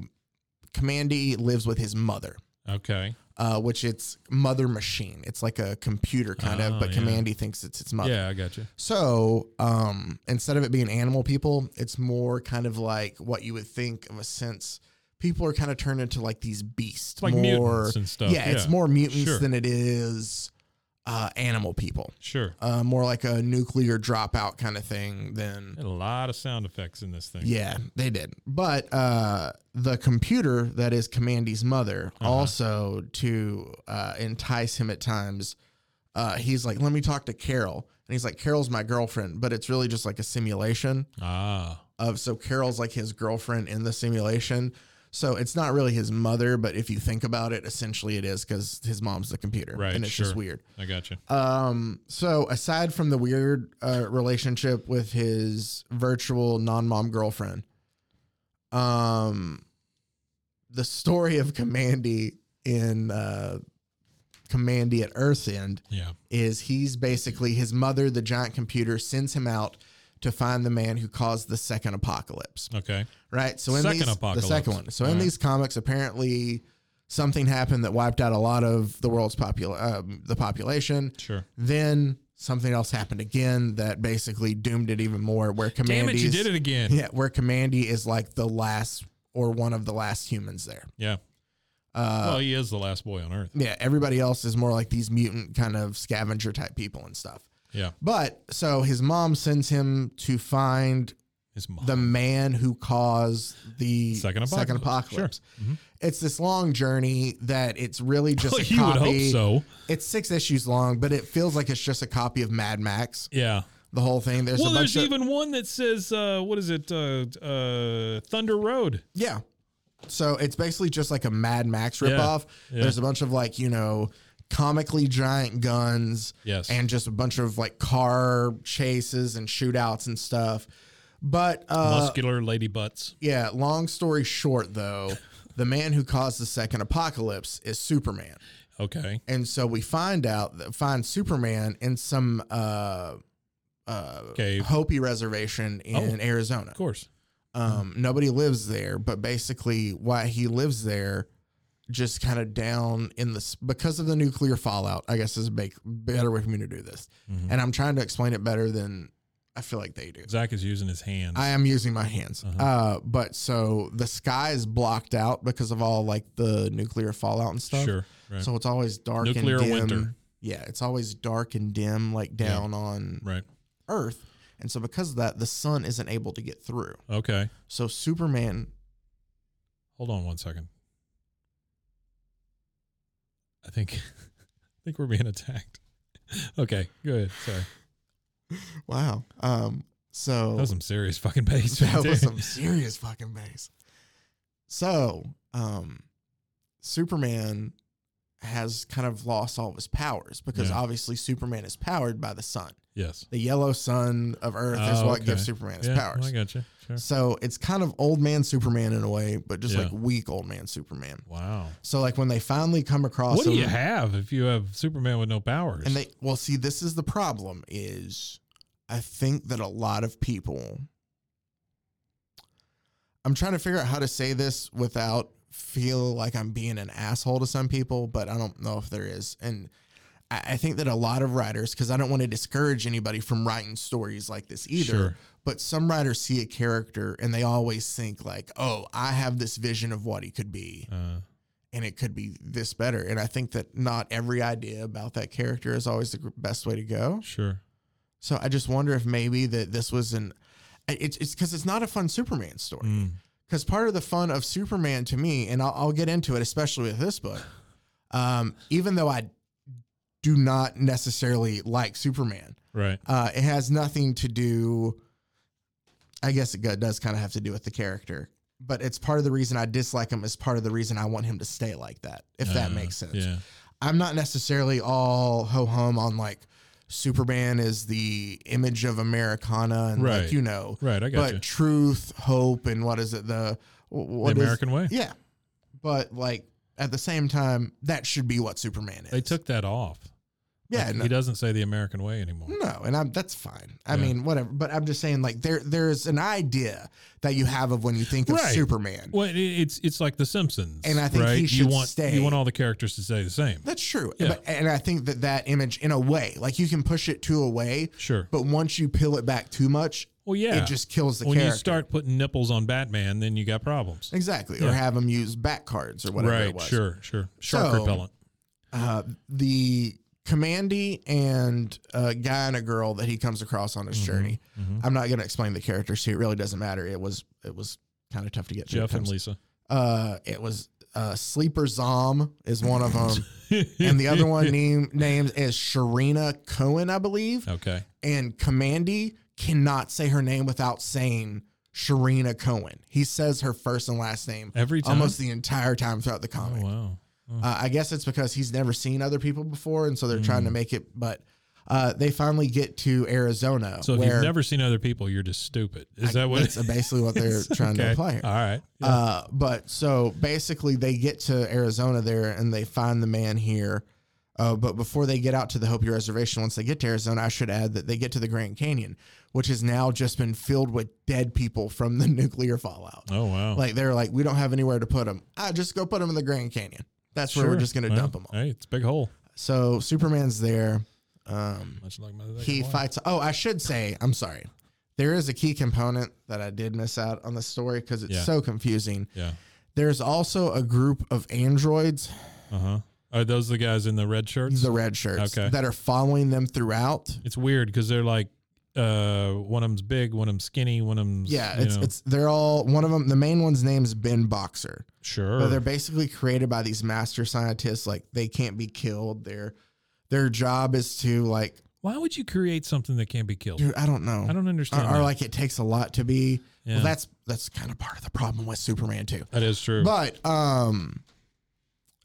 Speaker 4: Commandy lives with his mother.
Speaker 3: okay.
Speaker 4: Uh, which it's mother machine. It's like a computer kind
Speaker 3: Ah,
Speaker 4: of, but
Speaker 3: yeah.
Speaker 4: Commandy thinks it's its mother.
Speaker 3: Yeah, I got you.
Speaker 4: So um, instead of it being animal people, it's more kind of like what you would think of a sense. People are kind of turned into like these beasts,
Speaker 3: Like
Speaker 4: more,
Speaker 3: mutants and stuff,
Speaker 4: Yeah, it's
Speaker 3: yeah.
Speaker 4: more mutants
Speaker 3: Sure.
Speaker 4: than it is uh, animal people.
Speaker 3: Sure.
Speaker 4: Uh, more like a nuclear dropout kind of thing than
Speaker 3: Had a lot of sound effects in this thing.
Speaker 4: yeah, they did. But uh, the computer that is Commandy's mother
Speaker 3: Uh-huh.
Speaker 4: also to uh, entice him at times. Uh, he's like, "Let me talk to Carol," and he's like, "Carol's my girlfriend," but it's really just like a simulation
Speaker 3: Ah.
Speaker 4: of so Carol's like his girlfriend in the simulation. So it's not really his mother, but if you think about it, essentially it is because his mom's the computer,
Speaker 3: Right,
Speaker 4: and it's
Speaker 3: sure.
Speaker 4: just weird.
Speaker 3: I got you.
Speaker 4: Um, so aside from the weird uh, relationship with his virtual non-mom girlfriend, um, the story of Commandy in uh, Commandy at Earth's End
Speaker 3: Yeah.
Speaker 4: is he's basically his mother, the giant computer, sends him out to find the man who caused the second apocalypse.
Speaker 3: Okay.
Speaker 4: Right. So in
Speaker 3: Second
Speaker 4: these,
Speaker 3: apocalypse.
Speaker 4: the second one. So in
Speaker 3: Alright.
Speaker 4: these comics, apparently something happened that wiped out a lot of the world's popul- um, the population.
Speaker 3: Sure.
Speaker 4: Then something else happened again that basically doomed it even more. Where Commandy,
Speaker 3: Damn it, you did it again.
Speaker 4: Yeah, where Commandy is like the last or one of the last humans there.
Speaker 3: Yeah.
Speaker 4: Uh,
Speaker 3: well, he is the last boy on Earth.
Speaker 4: Yeah, everybody else is more like these mutant kind of scavenger type people and stuff.
Speaker 3: Yeah.
Speaker 4: But so his mom sends him to find
Speaker 3: His mom.
Speaker 4: the man who caused the
Speaker 3: Second apocalypse. Sure. Mm-hmm.
Speaker 4: apocalypse. It's this long journey that it's really just a
Speaker 3: Oh, you would
Speaker 4: copy.
Speaker 3: hope so.
Speaker 4: It's six issues long, but it feels like it's just a copy of Mad Max.
Speaker 3: Yeah.
Speaker 4: The whole thing. There's
Speaker 3: well,
Speaker 4: a bunch
Speaker 3: there's
Speaker 4: of
Speaker 3: even one that says, uh, what is it? Uh, uh, Thunder Road.
Speaker 4: yeah. So it's basically just like a Mad Max ripoff.
Speaker 3: Yeah.
Speaker 4: There's a bunch of like you know comically giant guns.
Speaker 3: Yes.
Speaker 4: And just a bunch of like car chases and shootouts and stuff. But uh,
Speaker 3: Muscular lady butts.
Speaker 4: Yeah, long story short, though, the man who caused the second apocalypse is Superman.
Speaker 3: Okay.
Speaker 4: And so we find out that find Superman in some uh, uh,
Speaker 3: Cave. Oh.
Speaker 4: Hopi reservation in Arizona.
Speaker 3: Of course.
Speaker 4: Um, nobody lives there, but basically, why he lives there, just kind of down in the s- because of the nuclear fallout. I guess is a big, better way for me to do this,
Speaker 3: Mm-hmm.
Speaker 4: and I'm trying to explain it better than I feel like they do.
Speaker 3: Zach is using his hands.
Speaker 4: I am using my hands.
Speaker 3: Uh-huh.
Speaker 4: uh but so the sky is blocked out because of all like the nuclear fallout and stuff.
Speaker 3: sure. Right.
Speaker 4: So it's always dark
Speaker 3: Nuclear
Speaker 4: and dim.
Speaker 3: winter.
Speaker 4: Yeah, it's always dark and dim, like down on
Speaker 3: right.
Speaker 4: Earth. And so because of that, the sun isn't able to get through.
Speaker 3: Okay.
Speaker 4: So Superman,
Speaker 3: Hold on one second. I think, I think we're being attacked. Okay. Good. Sorry.
Speaker 4: wow. Um, so
Speaker 3: That was some serious fucking bass.
Speaker 4: that
Speaker 3: right
Speaker 4: was
Speaker 3: there.
Speaker 4: some serious fucking bass. So, um, Superman has kind of lost all of his powers because
Speaker 3: Yeah.
Speaker 4: obviously Superman is powered by the sun.
Speaker 3: Yes.
Speaker 4: The yellow sun of Earth is
Speaker 3: Oh,
Speaker 4: what gives
Speaker 3: okay.
Speaker 4: Superman his
Speaker 3: Yeah,
Speaker 4: powers.
Speaker 3: I gotcha. Sure.
Speaker 4: So it's kind of old man Superman in a way, but just
Speaker 3: Yeah.
Speaker 4: like weak old man Superman.
Speaker 3: Wow.
Speaker 4: So like when they finally come across
Speaker 3: What do
Speaker 4: him-
Speaker 3: you have if you have Superman with no powers?
Speaker 4: and they well see this is the problem is I think that a lot of people I'm trying to figure out how to say this without feel like I'm being an asshole to some people, but I don't know if there is. And I, I think that a lot of writers, because I don't want to discourage anybody from writing stories like this either,
Speaker 3: Sure.
Speaker 4: but some writers see a character and they always think like, "Oh, I have this vision of what he could be."
Speaker 3: Uh,
Speaker 4: and it could be this better. And I think that not every idea about that character is always the gr- best way to go.
Speaker 3: sure.
Speaker 4: So I just wonder if maybe that this was an I- it's it's because it's not a fun Superman story.
Speaker 3: Mm.
Speaker 4: Because part of the fun of Superman to me, and I'll, I'll get into it, especially with this book, um, even though I do not necessarily like Superman,
Speaker 3: Right.
Speaker 4: uh, it has nothing to do. I guess it go- does kind of have to do with the character, but it's part of the reason I dislike him. Is part of the reason I want him to stay like that. If that
Speaker 3: Uh,
Speaker 4: makes sense.
Speaker 3: Yeah.
Speaker 4: I'm not necessarily all ho hum on like Superman is the image of Americana and
Speaker 3: Right.
Speaker 4: like you know,
Speaker 3: Right. I got
Speaker 4: but
Speaker 3: you.
Speaker 4: truth, hope, and what is it the wh- what
Speaker 3: the
Speaker 4: is-
Speaker 3: American way.
Speaker 4: yeah, but like at the same time, that should be what Superman is.
Speaker 3: They took that off.
Speaker 4: yeah,
Speaker 3: Like,
Speaker 4: no-
Speaker 3: he doesn't say the American way anymore.
Speaker 4: no, and I'm that's fine. I
Speaker 3: Yeah.
Speaker 4: mean, whatever. But I'm just saying, like there there's an idea that you have of when you think of
Speaker 3: Right.
Speaker 4: Superman.
Speaker 3: Well, it, it's it's like The Simpsons,
Speaker 4: And I think
Speaker 3: right?
Speaker 4: he
Speaker 3: you
Speaker 4: should
Speaker 3: want
Speaker 4: stay.
Speaker 3: you want all the characters to stay the same.
Speaker 4: That's true.
Speaker 3: Yeah.
Speaker 4: But, and I think that that image, in a way, like you can push it to a way,
Speaker 3: Sure.
Speaker 4: but once you peel it back too much,
Speaker 3: well, yeah.
Speaker 4: it just kills the
Speaker 3: when
Speaker 4: character.
Speaker 3: you start putting nipples on Batman, then you got problems.
Speaker 4: exactly,
Speaker 3: Yeah.
Speaker 4: or have them use back cards or whatever it
Speaker 3: Right.
Speaker 4: was.
Speaker 3: Sure. Sure. Shark
Speaker 4: So-
Speaker 3: repellent.
Speaker 4: Uh, the Commandy and a guy and a girl that he comes across on his journey.
Speaker 3: Mhm.
Speaker 4: I'm not going to explain the characters. here. It really doesn't matter. It was it was kind of tough to get. through.
Speaker 3: Jeff
Speaker 4: It
Speaker 3: and
Speaker 4: comes-
Speaker 3: Lisa.
Speaker 4: Uh, it was uh, Sleeper Zom is one of them, and the other one named named is Sharina Cohen, I believe.
Speaker 3: Okay.
Speaker 4: And Commandy cannot say her name without saying Sharina Cohen. He says her first and last name
Speaker 3: Every time.
Speaker 4: almost the entire time throughout the
Speaker 3: Oh,
Speaker 4: comic.
Speaker 3: wow.
Speaker 4: Uh, I guess it's because he's never seen other people before, and so they're trying
Speaker 3: Mm.
Speaker 4: to make it. But uh, they finally get to Arizona,
Speaker 3: So if
Speaker 4: where
Speaker 3: you've never seen other people, you're just stupid. Is that what?
Speaker 4: that's basically what they're trying to
Speaker 3: Okay.
Speaker 4: imply. Here.
Speaker 3: All right. Yeah.
Speaker 4: Uh, but so basically, they get to Arizona there, and they find the man here. Uh, but before they get out to the Hopi Reservation, once they get to Arizona, I should add that they get to the Grand Canyon, which has now just been filled with dead people from the nuclear fallout.
Speaker 3: oh wow.
Speaker 4: Like they're like, we don't have anywhere to put them. Ah, just go put them in the Grand Canyon. That's where
Speaker 3: Sure.
Speaker 4: we're just gonna
Speaker 3: Well,
Speaker 4: dump them all.
Speaker 3: Hey, it's a big hole.
Speaker 4: So Superman's there. Um,
Speaker 3: Much like my
Speaker 4: he fights. Oh, I should say, I'm sorry. There is a key component that I did miss out on the story because it's
Speaker 3: Yeah.
Speaker 4: so confusing.
Speaker 3: Yeah.
Speaker 4: There's also a group of androids,
Speaker 3: Uh huh. Are those the guys in the red shirts?
Speaker 4: the red shirts,
Speaker 3: Okay.
Speaker 4: that are following them throughout.
Speaker 3: it's weird because they're like, uh, one of them's big, one of them's skinny, one of them's
Speaker 4: Yeah,
Speaker 3: you
Speaker 4: it's
Speaker 3: know.
Speaker 4: it's they're all one of them. The main one's name's Ben Boxer.
Speaker 3: sure.
Speaker 4: But they're basically created by these master scientists. Like they can't be killed. Their their job is to like,
Speaker 3: Why would you create something that can't be killed?
Speaker 4: dude, I don't know.
Speaker 3: I don't understand.
Speaker 4: Or, or
Speaker 3: that.
Speaker 4: like it takes a lot to be.
Speaker 3: Yeah.
Speaker 4: Well, that's that's kind of part of the problem with Superman too.
Speaker 3: that is true.
Speaker 4: But um,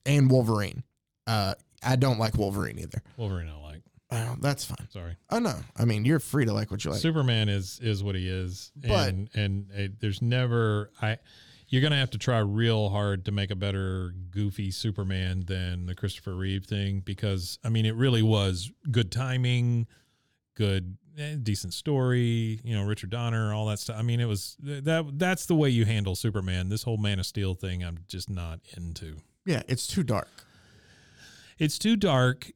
Speaker 4: and Wolverine. Uh, I don't like Wolverine either.
Speaker 3: Wolverine, I like.
Speaker 4: Oh, that's fine.
Speaker 3: Sorry,
Speaker 4: Oh no, I mean you're free to like what you like.
Speaker 3: Superman is is what he is,
Speaker 4: But-
Speaker 3: and and uh, there's never I. You're gonna have to try real hard to make a better goofy Superman than the Christopher Reeve thing because I mean it really was good timing, good eh, decent story. You know Richard Donner, all that stuff. I mean it was that that's the way you handle Superman. This whole Man of Steel thing, I'm just not into.
Speaker 4: yeah, it's too dark.
Speaker 3: It's too dark.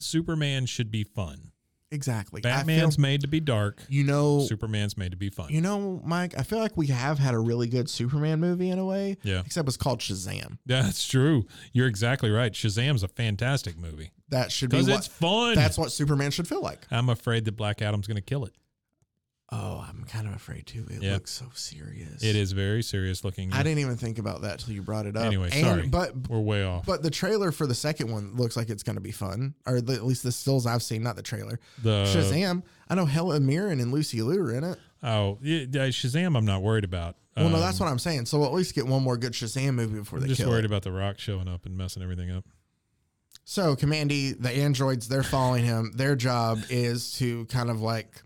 Speaker 3: Superman should be fun.
Speaker 4: Exactly. I feel-
Speaker 3: Batman's made to be dark.
Speaker 4: you know.
Speaker 3: Superman's made to be fun.
Speaker 4: You know, Mike. I feel like we have had a really good Superman movie in a way.
Speaker 3: Yeah.
Speaker 4: Except it's called Shazam.
Speaker 3: That's true. You're exactly right. Shazam's a fantastic movie
Speaker 4: That should be
Speaker 3: because
Speaker 4: what.
Speaker 3: it's fun.
Speaker 4: that's what Superman should feel like.
Speaker 3: I'm afraid that Black Adam's going to kill it.
Speaker 4: Oh, I'm kind of afraid too. It
Speaker 3: Yeah.
Speaker 4: looks so serious.
Speaker 3: It is very serious looking.
Speaker 4: I didn't even think about that till you brought it up.
Speaker 3: Anyway,
Speaker 4: And-
Speaker 3: sorry.
Speaker 4: But
Speaker 3: We're way off.
Speaker 4: But the trailer for the second one looks like it's going to be fun, or the, at least the stills I've seen, not the trailer.
Speaker 3: the
Speaker 4: Shazam! I know Helen Mirren and Lucy Liu are in it.
Speaker 3: Oh, yeah, yeah, Shazam! I'm not worried about.
Speaker 4: Well, no,
Speaker 3: Um,
Speaker 4: that's what I'm saying. So we'll at least get one more good Shazam movie before
Speaker 3: I'm
Speaker 4: they
Speaker 3: just
Speaker 4: kill
Speaker 3: worried
Speaker 4: it.
Speaker 3: about the Rock showing up and messing everything up.
Speaker 4: So Commandy, the androids, they're following him. Their job is to kind of like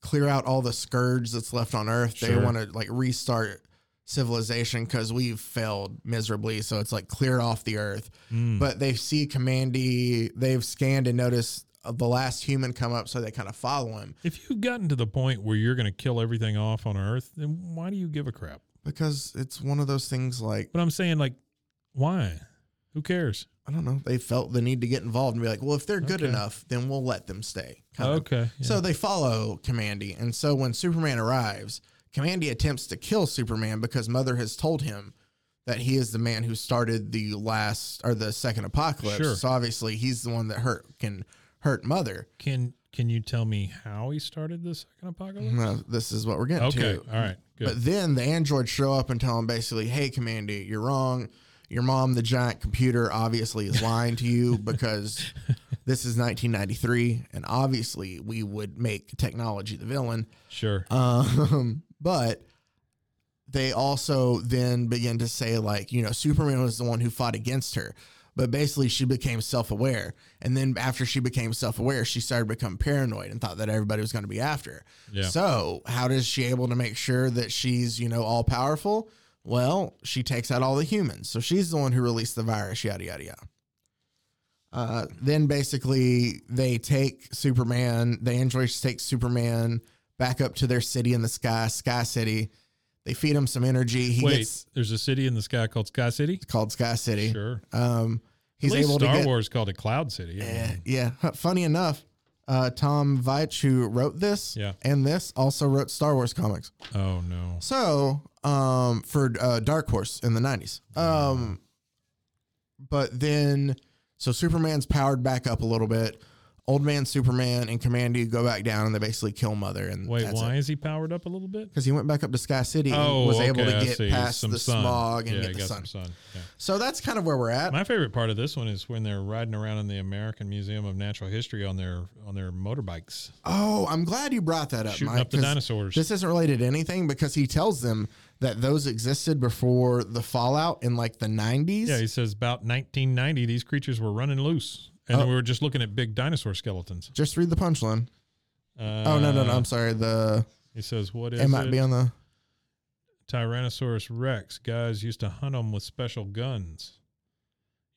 Speaker 4: clear out all the scourge that's left on Earth. They
Speaker 3: Sure.
Speaker 4: want to like restart civilization because we've failed miserably. So it's like clear off the Earth.
Speaker 3: Mm.
Speaker 4: but they see Commandy. They've scanned and noticed uh, the last human come up, so they kind of follow him.
Speaker 3: if you've gotten to the point where you're going to kill everything off on Earth, then why do you give a crap?
Speaker 4: because it's one of those things like
Speaker 3: But I'm saying, like, why? Who cares?
Speaker 4: I don't know. They felt the need to get involved and be like, well, if they're good
Speaker 3: Okay.
Speaker 4: enough, then we'll let them stay. kind of.
Speaker 3: Okay. yeah.
Speaker 4: So they follow Commandy. And so when Superman arrives, Commandy attempts to kill Superman because Mother has told him that he is the man who started the last or the second apocalypse.
Speaker 3: Sure.
Speaker 4: So obviously he's the one that hurt can hurt Mother.
Speaker 3: can can you tell me how he started the second apocalypse?
Speaker 4: No, this is what we're getting
Speaker 3: Okay.
Speaker 4: to.
Speaker 3: All right. Good.
Speaker 4: Mm, But then the androids show up and tell him basically, "Hey, Commandy, you're wrong. Your mom, the giant computer, obviously is lying to you because this is 1993, and obviously we would make technology the villain."
Speaker 3: sure.
Speaker 4: Um, but they also then begin to say like, you know, Superman was the one who fought against her. But basically, she became self aware. And then, after she became self aware, she started to become paranoid and thought that everybody was going to be after her.
Speaker 3: Yeah.
Speaker 4: So, how does she able to make sure that she's, you know, all powerful? Well, she takes out all the humans. So, she's the one who released the virus, yada, yada, yada. Uh, then basically they take Superman, the androids take Superman back up to their city in the sky, Sky City. They feed him some energy. He
Speaker 3: Wait.
Speaker 4: gets
Speaker 3: there's a city in the sky called Sky City.
Speaker 4: called Sky City.
Speaker 3: Sure.
Speaker 4: Um, he's
Speaker 3: At least
Speaker 4: able
Speaker 3: Star
Speaker 4: to get. Eh.
Speaker 3: Wars called it Cloud City. I
Speaker 4: Yeah,
Speaker 3: mean,
Speaker 4: yeah. Funny enough, uh, Tom Veitch, who wrote this
Speaker 3: Yeah.
Speaker 4: and this, also wrote Star Wars comics.
Speaker 3: Oh no.
Speaker 4: So, um, for uh, Dark Horse in the nineties. Um, but then, so Superman's powered back up a little bit. Old man Superman and Commandy go back down, and they basically kill Mother. And
Speaker 3: Wait. Why is he powered up a little bit?
Speaker 4: Because he went back up to Sky City and
Speaker 3: Oh,
Speaker 4: was able
Speaker 3: okay, I
Speaker 4: to get
Speaker 3: see.
Speaker 4: past
Speaker 3: Some
Speaker 4: the
Speaker 3: sun.
Speaker 4: smog and
Speaker 3: Yeah,
Speaker 4: get
Speaker 3: he
Speaker 4: the
Speaker 3: got
Speaker 4: sun.
Speaker 3: some sun. Yeah.
Speaker 4: So that's kind of where we're at.
Speaker 3: My favorite part of this one is when they're riding around in the American Museum of Natural History on their on their motorbikes,
Speaker 4: Oh, I'm glad you brought that up,
Speaker 3: shooting
Speaker 4: Mike.
Speaker 3: up the
Speaker 4: 'cause
Speaker 3: dinosaurs.
Speaker 4: This isn't related to anything because he tells them that those existed before the fallout in like the 90s.
Speaker 3: yeah, he says about 1990, these creatures were running loose, and
Speaker 4: Oh.
Speaker 3: we were just looking at big dinosaur skeletons.
Speaker 4: Just read the punchline.
Speaker 3: Uh,
Speaker 4: oh, no, no, no. I'm sorry. The
Speaker 3: He says, "What is
Speaker 4: it might be on the.
Speaker 3: Tyrannosaurus Rex? Guys used to hunt them with special guns."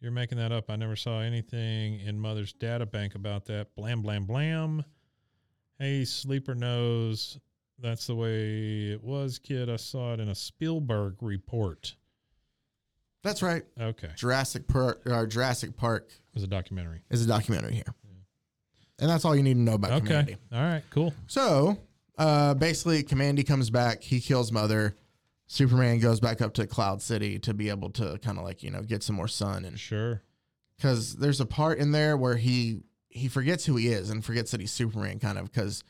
Speaker 3: You're making that up. I never saw anything in Mother's data bank about that. Blam, blam, blam. Hey, sleeper knows that's the way it was, kid. I saw it in a Spielberg report.
Speaker 4: That's right.
Speaker 3: Okay. It
Speaker 4: Jurassic Park. Uh, Jurassic Park
Speaker 3: was a documentary.
Speaker 4: is a documentary here, and that's all you need to know about.
Speaker 3: Hmm. Okay.
Speaker 4: Commandy.
Speaker 3: All right. Cool.
Speaker 4: So uh, basically, Commandy comes back. He kills Mother. Superman goes back up to Cloud City to be able to kind of like you know get some more sun and
Speaker 3: Sure.
Speaker 4: because there's a part in there where he he forgets who he is and forgets that he's Superman kind of because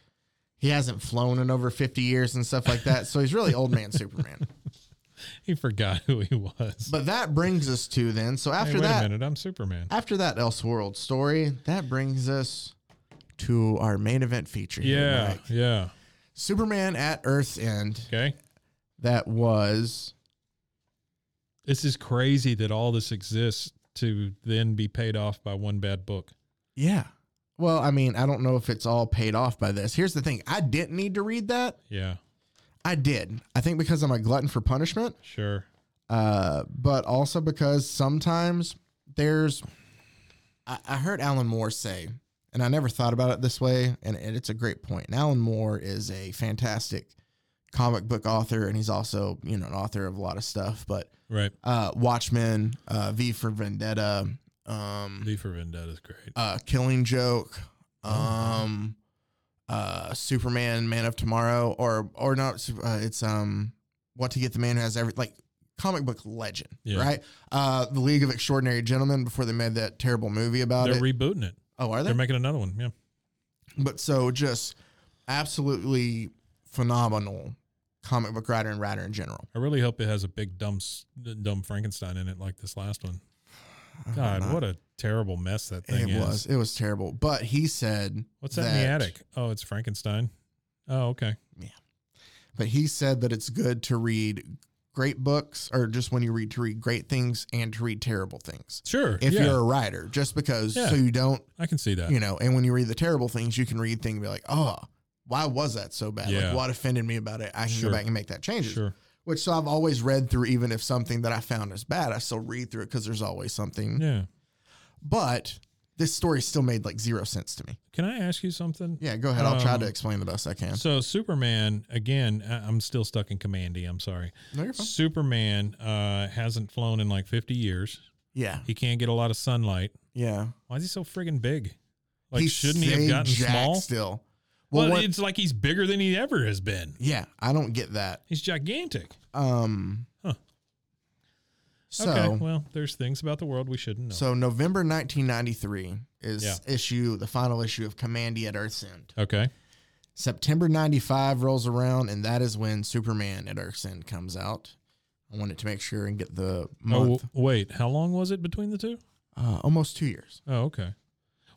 Speaker 4: he hasn't flown in over 50 years and stuff like that. So he's really old man Superman.
Speaker 3: He forgot who he was.
Speaker 4: But that brings us to then. So
Speaker 3: Hey,
Speaker 4: after
Speaker 3: wait
Speaker 4: that,
Speaker 3: a minute. I'm Superman.
Speaker 4: after that Elseworld story, that brings us to our main event feature. here,
Speaker 3: yeah.
Speaker 4: Mike.
Speaker 3: Yeah.
Speaker 4: Superman at Earth's End.
Speaker 3: Okay.
Speaker 4: That was
Speaker 3: This is crazy that all this exists to then be paid off by one bad book.
Speaker 4: yeah. Well, I mean, I don't know if it's all paid off by this. Here's the thing: I didn't need to read that.
Speaker 3: Yeah.
Speaker 4: I did. I think because I'm a glutton for punishment,
Speaker 3: Sure.
Speaker 4: uh, but also because sometimes there's. I, I heard Alan Moore say, and I never thought about it this way, and, and it's a great point. And Alan Moore is a fantastic comic book author, and he's also you know an author of a lot of stuff. But
Speaker 3: Right.
Speaker 4: uh, Watchmen, uh, V for Vendetta, um,
Speaker 3: V for Vendetta is great.
Speaker 4: uh, Killing Joke, um, uh, Superman, Man of Tomorrow, or or not? Sup- Uh, it's um, What to Get the Man Who Has Every like comic book legend,
Speaker 3: Yeah.
Speaker 4: right? Uh, the League of Extraordinary Gentlemen before they made that terrible movie about
Speaker 3: They're
Speaker 4: it.
Speaker 3: rebooting it.
Speaker 4: oh, are they?
Speaker 3: They're making another one. Yeah.
Speaker 4: but so just absolutely phenomenal comic book writer and writer in general.
Speaker 3: I really hope it has a big dumb, s- dumb Frankenstein in it like this last one. God, what a terrible mess that thing
Speaker 4: Uh, It
Speaker 3: is.
Speaker 4: was it was terrible, but he said
Speaker 3: What's that, in the attic? Oh, it's Frankenstein. Oh, okay.
Speaker 4: but he said that it's good to read great books or just when you read to read great things and to read terrible things
Speaker 3: Sure.
Speaker 4: if
Speaker 3: yeah,
Speaker 4: you're a writer just because
Speaker 3: Yeah.
Speaker 4: so you don't
Speaker 3: I can see that.
Speaker 4: you know and when you read the terrible things you can read things and be like oh why was that so bad
Speaker 3: Yeah.
Speaker 4: like what offended me about it i can
Speaker 3: Sure.
Speaker 4: go back and make that change
Speaker 3: Sure.
Speaker 4: which so i've always read through even if something that i found is bad i still read through it because there's always something
Speaker 3: Yeah.
Speaker 4: but this story still made like zero sense to me.
Speaker 3: Can I ask you something?
Speaker 4: Yeah, go ahead. I'll try
Speaker 3: Um,
Speaker 4: to explain the best I can.
Speaker 3: So Superman again. I- I'm still stuck in Commandy. I'm sorry.
Speaker 4: No, you're fine.
Speaker 3: Superman uh, hasn't flown in like 50 years.
Speaker 4: Yeah,
Speaker 3: He can't get a lot of sunlight.
Speaker 4: yeah.
Speaker 3: Why is he so friggin' big? Like,
Speaker 4: He's
Speaker 3: shouldn't he have
Speaker 4: stayed
Speaker 3: gotten
Speaker 4: jacked
Speaker 3: small?
Speaker 4: Still, well,
Speaker 3: Well,
Speaker 4: what-
Speaker 3: it's like he's bigger than he ever has been.
Speaker 4: yeah. I don't get that.
Speaker 3: He's gigantic.
Speaker 4: Um,
Speaker 3: Huh.
Speaker 4: So,
Speaker 3: okay, well, there's things about the world we shouldn't know.
Speaker 4: so November 1993 is
Speaker 3: Yeah.
Speaker 4: issue the final issue of Commandy at Earth's End.
Speaker 3: okay,
Speaker 4: September 95 rolls around, and that is when Superman at Earth's End comes out. I wanted to make sure and get the
Speaker 3: oh
Speaker 4: month.
Speaker 3: wait, how long was it between the two?
Speaker 4: Uh, almost two years.
Speaker 3: Oh, okay.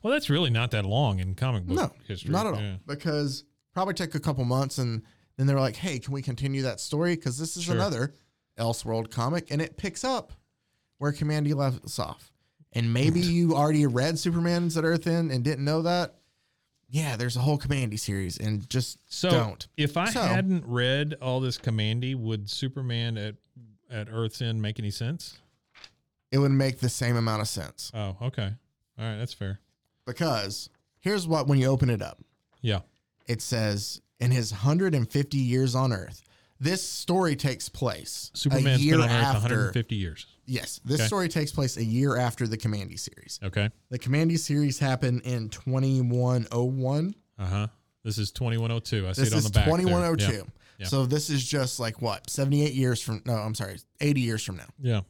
Speaker 3: Well, that's really not that long in comic book
Speaker 4: No,
Speaker 3: history.
Speaker 4: not at all.
Speaker 3: Yeah.
Speaker 4: Because probably took a couple months, and then they were like, "Hey, can we continue that story? Because this is
Speaker 3: Sure.
Speaker 4: another Elseworld comic, and it picks up where Commandy left us off. And maybe you already read Superman's at Earth End and didn't know that. Yeah, there's a whole Commandy series, and just
Speaker 3: So,
Speaker 4: don't.
Speaker 3: if I
Speaker 4: So-
Speaker 3: hadn't read all this Commandy, would Superman at at Earth's End make any sense?
Speaker 4: It would make the same amount of sense
Speaker 3: Oh, okay. All right, that's fair.
Speaker 4: because here's what when you open it up.
Speaker 3: Yeah.
Speaker 4: it says in his 150 years on earth this story takes place
Speaker 3: Superman's
Speaker 4: a year
Speaker 3: been on Earth
Speaker 4: after
Speaker 3: 150 years.
Speaker 4: yes this
Speaker 3: Okay.
Speaker 4: story takes place a year after the commandy series
Speaker 3: Okay.
Speaker 4: the commandy series happened in 2101
Speaker 3: Uh huh. This is 2102. I see
Speaker 4: this
Speaker 3: it on
Speaker 4: is
Speaker 3: the back. there.
Speaker 4: 2102
Speaker 3: Yeah. Yeah.
Speaker 4: so this is just like what 78 years from no i'm sorry 80 years from now
Speaker 3: Yeah.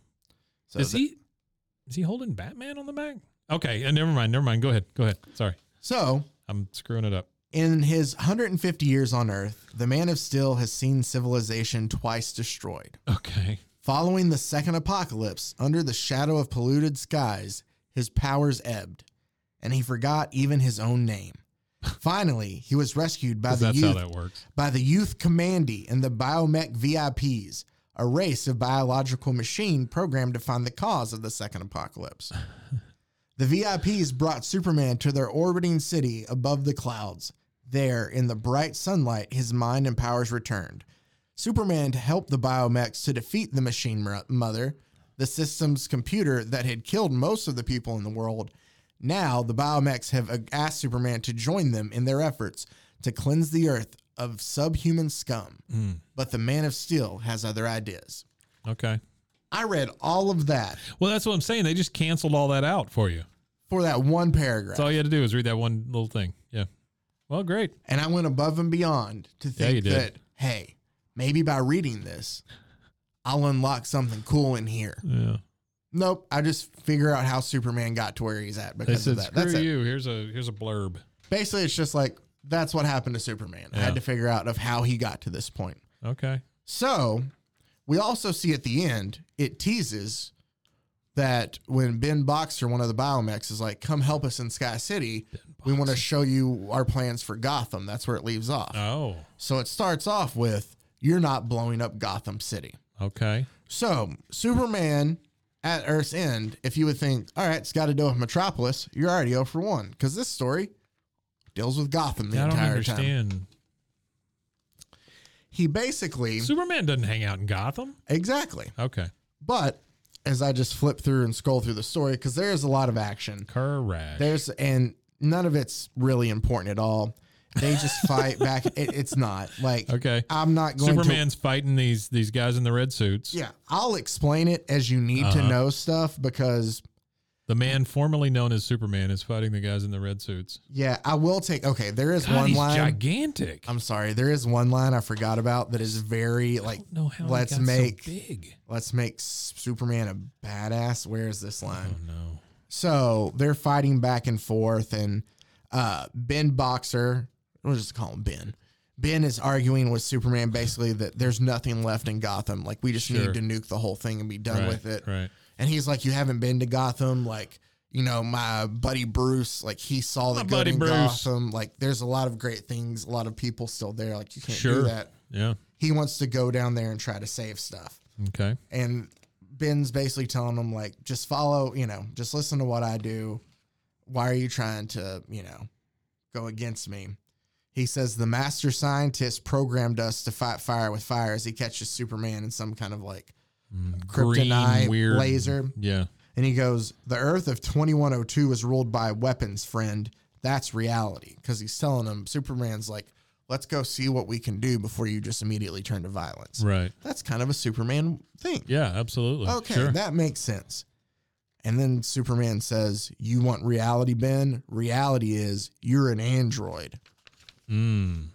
Speaker 4: so
Speaker 3: is
Speaker 4: the-
Speaker 3: he is he holding Batman on the back? Okay. Uh, never mind. Never mind. Go ahead. Go ahead. Sorry,
Speaker 4: so
Speaker 3: I'm screwing it up.
Speaker 4: in his 150 years on earth the man of steel has seen civilization twice destroyed
Speaker 3: Okay.
Speaker 4: Following the second apocalypse, under the shadow of polluted skies, his powers ebbed, and he forgot even his own name. Finally, he was rescued by
Speaker 3: 'Cause
Speaker 4: the
Speaker 3: that's how
Speaker 4: youth
Speaker 3: that works.
Speaker 4: by the youth commandy and the biomech VIPs, a race of biological machine programmed to find the cause of the second apocalypse. the VIPs brought Superman to their orbiting city above the clouds. There, in the bright sunlight, his mind and powers returned. Superman helped the biomechs to defeat the machine mo- mother, the system's computer that had killed most of the people in the world. Now, the biomechs have uh, asked Superman to join them in their efforts to cleanse the Earth of subhuman scum.
Speaker 3: Hmm.
Speaker 4: But the Man of Steel has other ideas.
Speaker 3: Okay.
Speaker 4: I read all of that
Speaker 3: Well, that's what I'm saying. They just canceled all that out for you.
Speaker 4: for that one paragraph.
Speaker 3: That's all you had to do is read that one little thing. Yeah. Well, great.
Speaker 4: and I went above and beyond to
Speaker 3: Yeah, you
Speaker 4: think
Speaker 3: did.
Speaker 4: that, hey, maybe by reading this, I'll unlock something cool in here.
Speaker 3: Yeah.
Speaker 4: Nope. I just figure out how Superman got to where he's at
Speaker 3: They
Speaker 4: because
Speaker 3: said,
Speaker 4: of that.
Speaker 3: screw
Speaker 4: That's it.
Speaker 3: you. Here's a here's a blurb.
Speaker 4: Basically, it's just like that's what happened to Superman. I
Speaker 3: Yeah.
Speaker 4: had to figure out of how he got to this point.
Speaker 3: Okay.
Speaker 4: So we also see at the end, it teases that when Ben Boxer, one of the biomechs, is like, come help us in Sky City, we want to show you our plans for Gotham. That's where it leaves off.
Speaker 3: Oh.
Speaker 4: so it starts off with, you're not blowing up Gotham City.
Speaker 3: Okay.
Speaker 4: So Superman at Earth's End, if you would think, all right, it's got to deal with Metropolis, you're already 0 for 1 because this story deals with Gotham the
Speaker 3: I don't
Speaker 4: entire time.
Speaker 3: understand.
Speaker 4: He basically,
Speaker 3: Superman doesn't hang out in Gotham.
Speaker 4: exactly.
Speaker 3: Okay.
Speaker 4: But as I just flip through and scroll through the story, because there is a lot of action.
Speaker 3: Correct.
Speaker 4: There's and none of it's really important at all. They just fight back. It, it's not like
Speaker 3: Okay.
Speaker 4: I'm not going
Speaker 3: Superman's fighting these these guys in the red suits.
Speaker 4: to. Yeah, I'll explain it as you need to
Speaker 3: Uh-huh.
Speaker 4: know stuff because
Speaker 3: The man formerly known as Superman is fighting the guys in the red suits.
Speaker 4: yeah, I will take. Okay, there is
Speaker 3: God,
Speaker 4: one
Speaker 3: he's
Speaker 4: line.
Speaker 3: gigantic.
Speaker 4: I'm sorry, there is one line I forgot about that is very like
Speaker 3: no, how he
Speaker 4: let's
Speaker 3: got so
Speaker 4: make
Speaker 3: big.
Speaker 4: let's make Superman a badass. Where is this line?
Speaker 3: Oh no.
Speaker 4: So they're fighting back and forth, and uh, Ben Boxer, we'll just call him Ben. Ben is arguing with Superman basically that there's nothing left in Gotham. Like, we just
Speaker 3: Sure.
Speaker 4: need to nuke the whole thing and be done
Speaker 3: Right,
Speaker 4: with it.
Speaker 3: Right.
Speaker 4: And he's like, You haven't been to Gotham? Like, you know, my buddy Bruce, like, he saw
Speaker 3: My
Speaker 4: the good
Speaker 3: buddy
Speaker 4: in
Speaker 3: Bruce.
Speaker 4: Gotham. Like, there's a lot of great things, a lot of people still there. Like, you can't
Speaker 3: Sure.
Speaker 4: do that.
Speaker 3: Yeah.
Speaker 4: He wants to go down there and try to save stuff
Speaker 3: Okay.
Speaker 4: and Ben's basically telling him like, just follow, you know, just listen to what I do. Why are you trying to, you know, go against me? He says the master scientist programmed us to fight fire with fire as he catches Superman in some kind of like
Speaker 3: Mm,
Speaker 4: kryptonite
Speaker 3: weird
Speaker 4: laser.
Speaker 3: Yeah.
Speaker 4: And he goes, The Earth of 2102 is ruled by weapons, friend. That's reality. Because he's telling him, Superman's like, let's go see what we can do before you just immediately turn to violence.
Speaker 3: Right.
Speaker 4: That's kind of a Superman thing.
Speaker 3: Yeah, absolutely.
Speaker 4: Okay,
Speaker 3: Sure.
Speaker 4: that makes sense. And then Superman says, You want reality, Ben? Reality is you're an android.
Speaker 3: mm.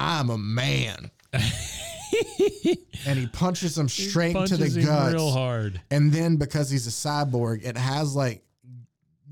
Speaker 4: I'm a man. and he punches him straight
Speaker 3: Punches
Speaker 4: to the
Speaker 3: him
Speaker 4: guts.
Speaker 3: real hard.
Speaker 4: And then because he's a cyborg, it has like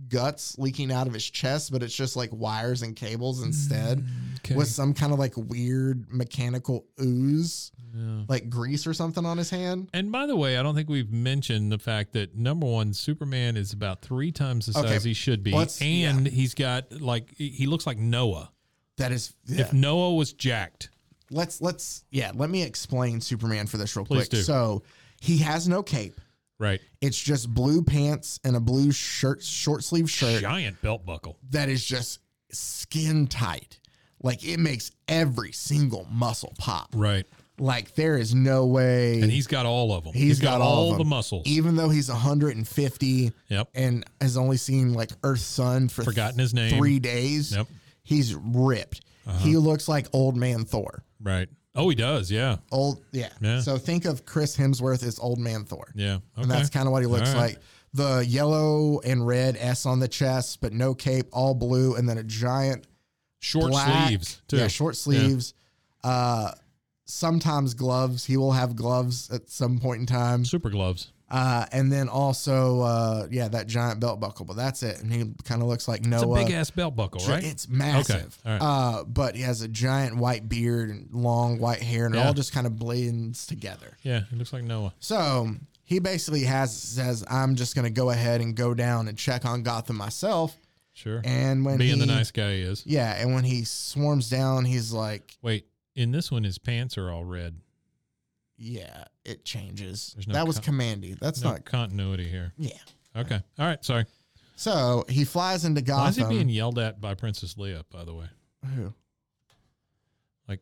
Speaker 4: guts leaking out of his chest, but it's just like wires and cables instead
Speaker 3: Mm, Okay.
Speaker 4: with some kind of like weird mechanical ooze,
Speaker 3: Yeah.
Speaker 4: like grease or something on his hand.
Speaker 3: And by the way, I don't think we've mentioned the fact that number one, Superman is about three times the
Speaker 4: Okay.
Speaker 3: size he should be,
Speaker 4: Let's-
Speaker 3: and he's got like he- he looks like Noah.
Speaker 4: That is, yeah.
Speaker 3: If Noah was jacked,
Speaker 4: let's, let's, yeah, let me explain Superman for this real
Speaker 3: Please
Speaker 4: quick.
Speaker 3: do.
Speaker 4: So he has no cape.
Speaker 3: right?
Speaker 4: It's just blue pants and a blue shirt, short sleeve shirt.
Speaker 3: Giant belt buckle.
Speaker 4: that is just skin tight. Like it makes every single muscle pop.
Speaker 3: Right.
Speaker 4: Like there is no way.
Speaker 3: And he's got all of them.
Speaker 4: he's got, all, of
Speaker 3: the
Speaker 4: them.
Speaker 3: muscles.
Speaker 4: Even though he's 150
Speaker 3: Yep.
Speaker 4: and has only seen like Earth Sun for
Speaker 3: Forgotten his name.
Speaker 4: three days,
Speaker 3: Yep. Uh-huh.
Speaker 4: he's ripped. He looks like old man Thor.
Speaker 3: Right. Oh, he does. Yeah.
Speaker 4: Old, yeah.
Speaker 3: Yeah.
Speaker 4: So think of Chris Hemsworth as old man Thor.
Speaker 3: Yeah. Okay.
Speaker 4: And that's kind of what he looks
Speaker 3: All right.
Speaker 4: like. The yellow and red S on the chest, but no cape, all blue, and then a giant
Speaker 3: Short
Speaker 4: black-
Speaker 3: sleeves too.
Speaker 4: Yeah, short sleeves. Uh, sometimes gloves. He will have gloves at some point in time.
Speaker 3: Super gloves.
Speaker 4: Uh, and then also, uh, yeah, that giant belt buckle. But that's it. And he kind of looks like
Speaker 3: It's
Speaker 4: Noah.
Speaker 3: a big ass belt buckle,
Speaker 4: Ju-
Speaker 3: right?
Speaker 4: It's massive.
Speaker 3: Okay, all right.
Speaker 4: uh, but he has a giant white beard and long white hair, and it
Speaker 3: Yeah.
Speaker 4: all just kind of blends together.
Speaker 3: yeah. It looks like Noah.
Speaker 4: So he basically has says, "I'm just going to go ahead and go down and check on Gotham myself."
Speaker 3: Sure.
Speaker 4: And when
Speaker 3: Being
Speaker 4: he,
Speaker 3: the nice guy he is.
Speaker 4: yeah, and when he swarms down, he's like,
Speaker 3: Wait. In this one, his pants are all red.
Speaker 4: Yeah, it changes.
Speaker 3: There's no
Speaker 4: that was
Speaker 3: con-
Speaker 4: Commandy. That's
Speaker 3: no
Speaker 4: not.
Speaker 3: continuity here.
Speaker 4: Yeah.
Speaker 3: Okay. All right. Sorry.
Speaker 4: So he flies into Gotham.
Speaker 3: Why is he being yelled at by Princess Leia? By the way,
Speaker 4: Who?
Speaker 3: like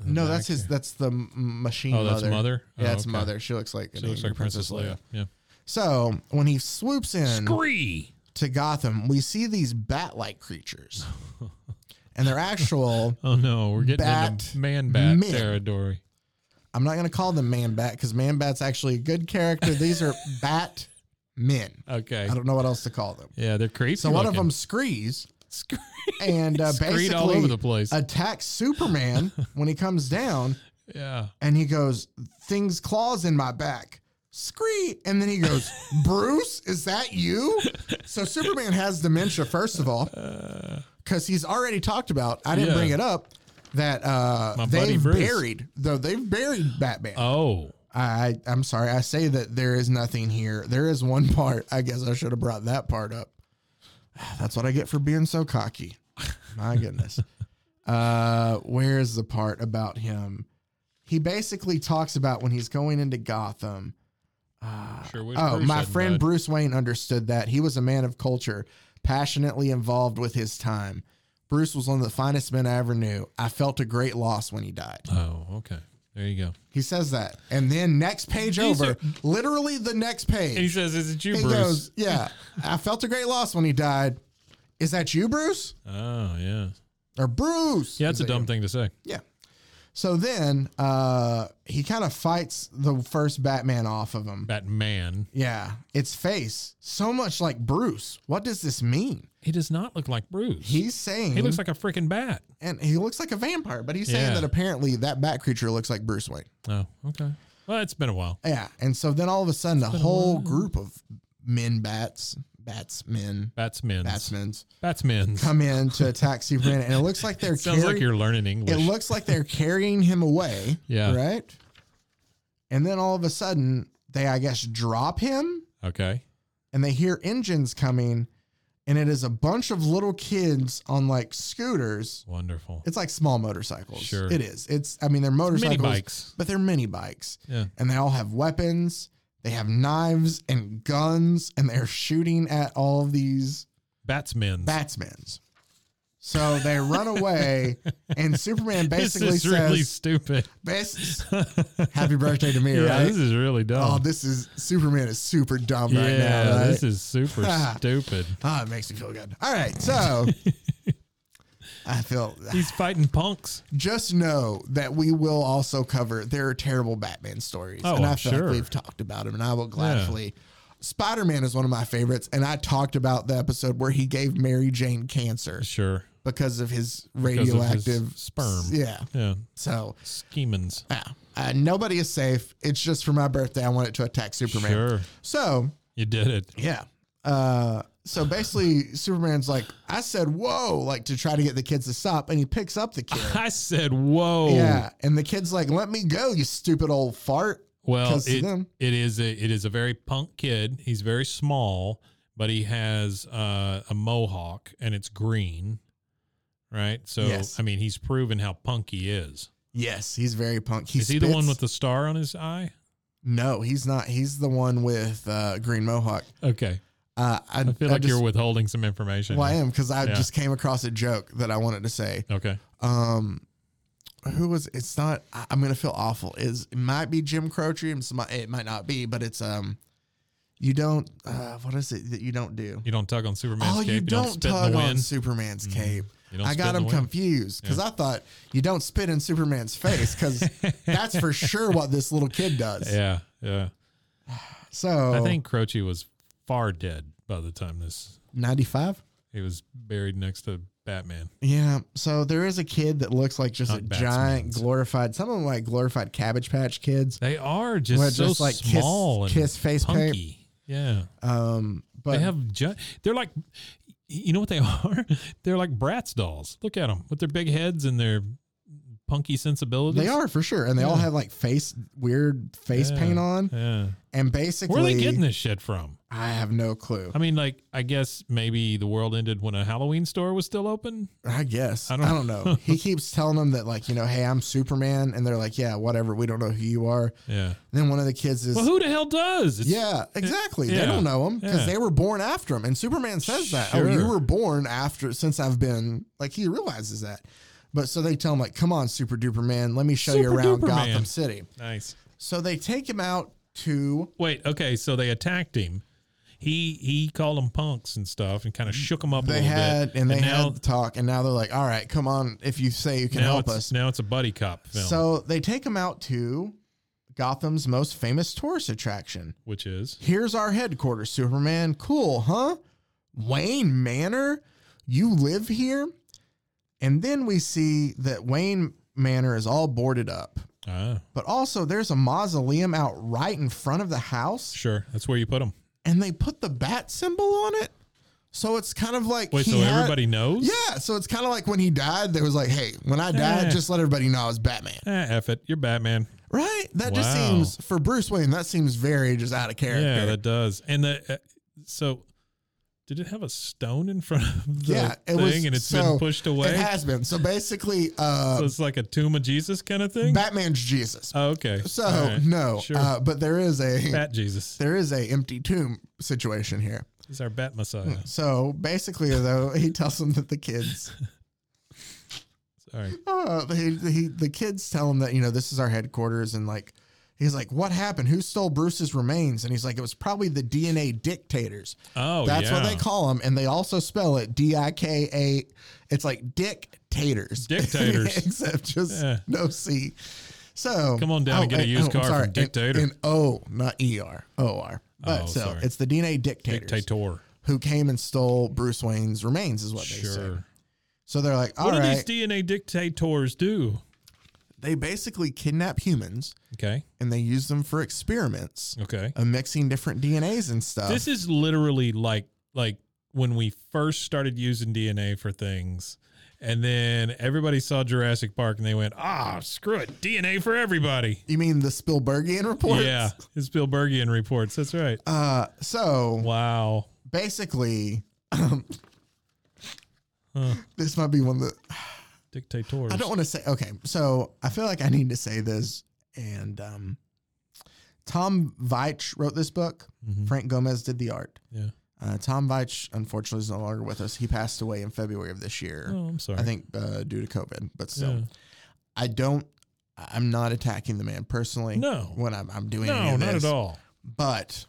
Speaker 3: in the
Speaker 4: No,
Speaker 3: back
Speaker 4: that's his.
Speaker 3: here?
Speaker 4: That's the m- machine.
Speaker 3: Oh, that's mother.
Speaker 4: Yeah,
Speaker 3: Oh,
Speaker 4: that's
Speaker 3: okay.
Speaker 4: mother. She looks like
Speaker 3: She looks like Princess Leia. Yeah.
Speaker 4: So when he swoops in
Speaker 3: Scree.
Speaker 4: to Gotham, we see these bat-like creatures, and they're actual.
Speaker 3: Oh no, we're getting
Speaker 4: Bat
Speaker 3: into man bat
Speaker 4: men.
Speaker 3: territory.
Speaker 4: I'm not going to call them man bat because man bat's actually a good character. These are bat men.
Speaker 3: Okay.
Speaker 4: I don't know what else to call them.
Speaker 3: Yeah, they're creepy.
Speaker 4: So one of
Speaker 3: looking.
Speaker 4: them screes
Speaker 3: Scree.
Speaker 4: and uh,
Speaker 3: Screed
Speaker 4: basically
Speaker 3: all over the place.
Speaker 4: attacks Superman when he comes down
Speaker 3: yeah.
Speaker 4: and he goes, Things claws in my back. Scree. And then he goes, Bruce, is that you? So Superman has dementia, first of all, because he's already talked about, I didn't
Speaker 3: Uh, Yeah.
Speaker 4: bring it up, that uh,
Speaker 3: My buddy
Speaker 4: they've
Speaker 3: Bruce.
Speaker 4: buried, though they've buried Batman.
Speaker 3: Oh.
Speaker 4: I, I'm sorry. I say that there is nothing here. There is one part. I guess I should have brought that part up. That's what I get for being so cocky. My goodness. Uh, where is the part about him? He basically talks about when he's going into Gotham.
Speaker 3: Sure. wish
Speaker 4: Oh,
Speaker 3: Bruce
Speaker 4: my
Speaker 3: hadn't
Speaker 4: friend
Speaker 3: died.
Speaker 4: Bruce Wayne understood that. He was a man of culture, passionately involved with his time. Bruce was one of the finest men I ever knew. I felt a great loss when he died.
Speaker 3: Oh, okay. There you go.
Speaker 4: He says that. And then next page
Speaker 3: These
Speaker 4: over,
Speaker 3: are-
Speaker 4: literally the next page.
Speaker 3: He says, "Is it you,
Speaker 4: He
Speaker 3: Bruce?"
Speaker 4: goes, Yeah, I felt a great loss when he died. Is that you, Bruce?
Speaker 3: oh, yeah.
Speaker 4: Or Bruce?
Speaker 3: Yeah, it's
Speaker 4: Is
Speaker 3: a
Speaker 4: that
Speaker 3: dumb
Speaker 4: you?
Speaker 3: thing to say.
Speaker 4: Yeah. So then uh, he kind of fights the first Batman off of him.
Speaker 3: Batman.
Speaker 4: Yeah. Its face, so much like Bruce. What does this mean?
Speaker 3: He does not look like Bruce.
Speaker 4: He's saying
Speaker 3: he looks like a freaking bat.
Speaker 4: and he looks like a vampire, but he's saying
Speaker 3: Yeah.
Speaker 4: that apparently that bat creature looks like Bruce Wayne.
Speaker 3: Oh, okay. Well, it's been a while.
Speaker 4: Yeah. And so then all of a sudden a whole group of men bats, bats, men,
Speaker 3: Batsmen's.
Speaker 4: batsmen's
Speaker 3: Batsmen's.
Speaker 4: come in to attack Superman, and it looks like they're
Speaker 3: Sounds like
Speaker 4: carrying-
Speaker 3: you're learning English.
Speaker 4: It looks like they're carrying him away.
Speaker 3: Yeah.
Speaker 4: Right. And then all of a sudden, they I guess drop him,
Speaker 3: okay.
Speaker 4: and they hear engines coming, and it is a bunch of little kids on like scooters.
Speaker 3: Wonderful.
Speaker 4: It's like small motorcycles.
Speaker 3: Sure.
Speaker 4: It is. It's. I mean, they're motorcycles,
Speaker 3: bikes.
Speaker 4: but they're mini bikes,
Speaker 3: Yeah.
Speaker 4: and they all have weapons. They have knives and guns, and they're shooting at all of these
Speaker 3: Batsmen's.
Speaker 4: batsmans. So they run away, and Superman basically
Speaker 3: this is
Speaker 4: says,
Speaker 3: really stupid.
Speaker 4: "Bas- "Happy birthday to me,
Speaker 3: Yeah,
Speaker 4: right?"
Speaker 3: this is really dumb.
Speaker 4: oh, this is Superman is super dumb right
Speaker 3: yeah,
Speaker 4: now. Right?
Speaker 3: this is super stupid.
Speaker 4: Ah, it makes me feel good. All right, so I feel
Speaker 3: He's fighting punks.
Speaker 4: just know that we will also cover there are terrible Batman stories,
Speaker 3: Oh,
Speaker 4: and I
Speaker 3: I'm
Speaker 4: feel
Speaker 3: sure.
Speaker 4: like we've talked about them, and I will gladly. Spider Man is one of my favorites, and I talked about the episode where he gave Mary Jane cancer
Speaker 3: Sure.
Speaker 4: because of his
Speaker 3: Because of his
Speaker 4: radioactive
Speaker 3: sperm.
Speaker 4: Yeah,
Speaker 3: Yeah.
Speaker 4: so
Speaker 3: Schemans.
Speaker 4: yeah, uh, nobody is safe. It's just for my birthday. I want it to attack Superman.
Speaker 3: Sure.
Speaker 4: So
Speaker 3: You did it.
Speaker 4: yeah. Uh, so basically, Superman's like, I said, whoa, like to try to get the kids to stop, and he picks up the kid.
Speaker 3: I said, whoa.
Speaker 4: Yeah, and the kid's like, "Let me go, you stupid old fart."
Speaker 3: Well,
Speaker 4: 'Cause
Speaker 3: it,
Speaker 4: then-
Speaker 3: it is a it is a very punk kid. He's very small, but he has uh, a mohawk and it's green, right? So
Speaker 4: Yes.
Speaker 3: I mean, he's proven how punk he is.
Speaker 4: Yes, he's very punk. He
Speaker 3: is he the one
Speaker 4: spits-
Speaker 3: with the star on his eye?
Speaker 4: No, he's not. He's the one with uh, green mohawk.
Speaker 3: Okay,
Speaker 4: Uh, I,
Speaker 3: I feel
Speaker 4: I
Speaker 3: like
Speaker 4: just,
Speaker 3: you're withholding some information.
Speaker 4: Well, I am because I
Speaker 3: Yeah.
Speaker 4: just came across a joke that I wanted to say.
Speaker 3: Okay,
Speaker 4: Um, who was? It's not. I, I'm gonna feel awful. Is it might be Jim Croce. and some- It might not be, but it's um, you don't. Uh, what is it that you don't do?
Speaker 3: you don't tug on Superman's
Speaker 4: Oh,
Speaker 3: cape.
Speaker 4: you don't
Speaker 3: spit in
Speaker 4: tug
Speaker 3: the
Speaker 4: on
Speaker 3: wind. Mm-hmm.
Speaker 4: Superman's cape.
Speaker 3: You don't
Speaker 4: I
Speaker 3: spit
Speaker 4: got
Speaker 3: in the
Speaker 4: him
Speaker 3: wind.
Speaker 4: confused because
Speaker 3: Yeah.
Speaker 4: I thought you don't spit in Superman's face because that's for sure what this little kid does.
Speaker 3: Yeah, yeah.
Speaker 4: So
Speaker 3: I
Speaker 4: Oh.
Speaker 3: think Croce was far dead by the time this.
Speaker 4: ninety five.
Speaker 3: He was buried next to Batman.
Speaker 4: Yeah. So there is a kid that looks like just
Speaker 3: Not
Speaker 4: a
Speaker 3: Batman's.
Speaker 4: giant glorified, some of them like glorified Cabbage Patch kids.
Speaker 3: They are just
Speaker 4: Well,
Speaker 3: so
Speaker 4: just like Kiss-
Speaker 3: small and
Speaker 4: Kiss face paint.
Speaker 3: punky. Yeah.
Speaker 4: Um, but
Speaker 3: they have ju- they're like you know what they are they're like bratz dolls look at them with their big heads and their punky sensibilities
Speaker 4: they are for sure, and they all
Speaker 3: Yeah.
Speaker 4: have like face weird face
Speaker 3: Yeah,
Speaker 4: paint on,
Speaker 3: yeah
Speaker 4: and basically,
Speaker 3: where are they getting this shit from
Speaker 4: I have no clue.
Speaker 3: i mean like i guess maybe the world ended when a halloween store was still open
Speaker 4: I guess. I
Speaker 3: I
Speaker 4: don't,
Speaker 3: don't-
Speaker 4: know. he keeps telling them that, like, you know, hey, I'm Superman. And they're like, yeah, whatever. We don't know who you are.
Speaker 3: yeah
Speaker 4: And then one of the kids is,
Speaker 3: well who the hell does It's-
Speaker 4: yeah, exactly. They
Speaker 3: yeah,
Speaker 4: don't know him because
Speaker 3: yeah.
Speaker 4: they were born after him. And Superman says that, oh, you
Speaker 3: Sure.
Speaker 4: were born after, since I've been, like, he realizes that. But so they tell him, like, come on, Super Duper Man, let me show you
Speaker 3: Super
Speaker 4: around
Speaker 3: Duper
Speaker 4: Gotham
Speaker 3: Man."
Speaker 4: City.
Speaker 3: nice
Speaker 4: So they take him out to,
Speaker 3: wait okay so they attacked him he he called them punks and stuff and kind of shook them up a
Speaker 4: they
Speaker 3: little
Speaker 4: had,
Speaker 3: bit
Speaker 4: and they
Speaker 3: now
Speaker 4: had the talk. And now they're like, all right, come on, if you say you can
Speaker 3: now
Speaker 4: help
Speaker 3: it's,
Speaker 4: us.
Speaker 3: now it's a buddy cop film
Speaker 4: So they take him out to Gotham's most famous tourist attraction.
Speaker 3: which is
Speaker 4: Here's our headquarters, Superman. Cool, huh? Wayne Manor? You live here? And then we see that Wayne Manor is all boarded up.
Speaker 3: ah
Speaker 4: But also, there's a mausoleum out right in front of the house,
Speaker 3: sure that's where you put them
Speaker 4: and they put the bat symbol on it. So it's kind of like
Speaker 3: wait
Speaker 4: he
Speaker 3: so
Speaker 4: had-
Speaker 3: everybody knows
Speaker 4: Yeah, so it's kind of like when he died, there was like, "Hey, when I died,
Speaker 3: Yeah.
Speaker 4: just let everybody know I was Batman."
Speaker 3: Eh, F it. You're Batman.
Speaker 4: Right? That just
Speaker 3: Wow.
Speaker 4: seems for Bruce Wayne. That seems very just out of character.
Speaker 3: Yeah, that does. And the uh, so did it have a stone in front of the
Speaker 4: Yeah,
Speaker 3: thing and it's
Speaker 4: so-
Speaker 3: been pushed away?
Speaker 4: It has been. So basically, uh,
Speaker 3: so it's like a tomb of Jesus kind of thing.
Speaker 4: Batman's Jesus.
Speaker 3: oh, okay.
Speaker 4: so
Speaker 3: All right.
Speaker 4: no,
Speaker 3: sure.
Speaker 4: uh, but there is a
Speaker 3: Bat Jesus
Speaker 4: there is a empty tomb situation here.
Speaker 3: He's our Bat Messiah.
Speaker 4: So basically, though, he tells them that the kids,
Speaker 3: Sorry.
Speaker 4: uh, he, he, the kids tell him that you know this is our headquarters and like. He's like, what happened? Who stole Bruce's remains? And he's like, it was probably the DNA dictators.
Speaker 3: Oh,
Speaker 4: That's
Speaker 3: yeah.
Speaker 4: what they call them, and they also spell it D I K A. It's like dictators.
Speaker 3: Dictators.
Speaker 4: except just
Speaker 3: Yeah.
Speaker 4: no C. So
Speaker 3: Come on down and get a used
Speaker 4: I'm
Speaker 3: car from
Speaker 4: and-
Speaker 3: dictator.
Speaker 4: And, O, not E R, O R. But
Speaker 3: Oh,
Speaker 4: so
Speaker 3: sorry.
Speaker 4: it's the DNA dictators
Speaker 3: Dictator.
Speaker 4: who came and stole Bruce Wayne's remains, is what they say.
Speaker 3: Sure.
Speaker 4: So they're like, all
Speaker 3: What
Speaker 4: right.
Speaker 3: do these DNA dictators do?
Speaker 4: they basically kidnap humans
Speaker 3: Okay.
Speaker 4: and they use them for experiments
Speaker 3: Okay.
Speaker 4: of mixing different DNAs and stuff.
Speaker 3: This is literally like like when we first started using DNA for things, and then everybody saw Jurassic Park and they went, "Ah, screw it, DNA for everybody."
Speaker 4: you mean the Spielbergian reports?
Speaker 3: Yeah, it's Spielbergian reports. That's right.
Speaker 4: Uh, so
Speaker 3: Wow.
Speaker 4: basically, um,
Speaker 3: Huh.
Speaker 4: this might be one that
Speaker 3: Dictators.
Speaker 4: I don't want to say. Okay, so I feel like I need to say this. And um, Tom Veitch wrote this book.
Speaker 3: Mhm.
Speaker 4: Frank Gomez did the art.
Speaker 3: Yeah.
Speaker 4: Uh, Tom Veitch, unfortunately, is no longer with us. He passed away in February of this year.
Speaker 3: Oh, I'm sorry.
Speaker 4: I think uh, due to COVID, but still,
Speaker 3: Yeah.
Speaker 4: I don't. I'm not attacking the man personally.
Speaker 3: No.
Speaker 4: when I'm, I'm doing any
Speaker 3: no,
Speaker 4: of
Speaker 3: not
Speaker 4: this,
Speaker 3: at all.
Speaker 4: But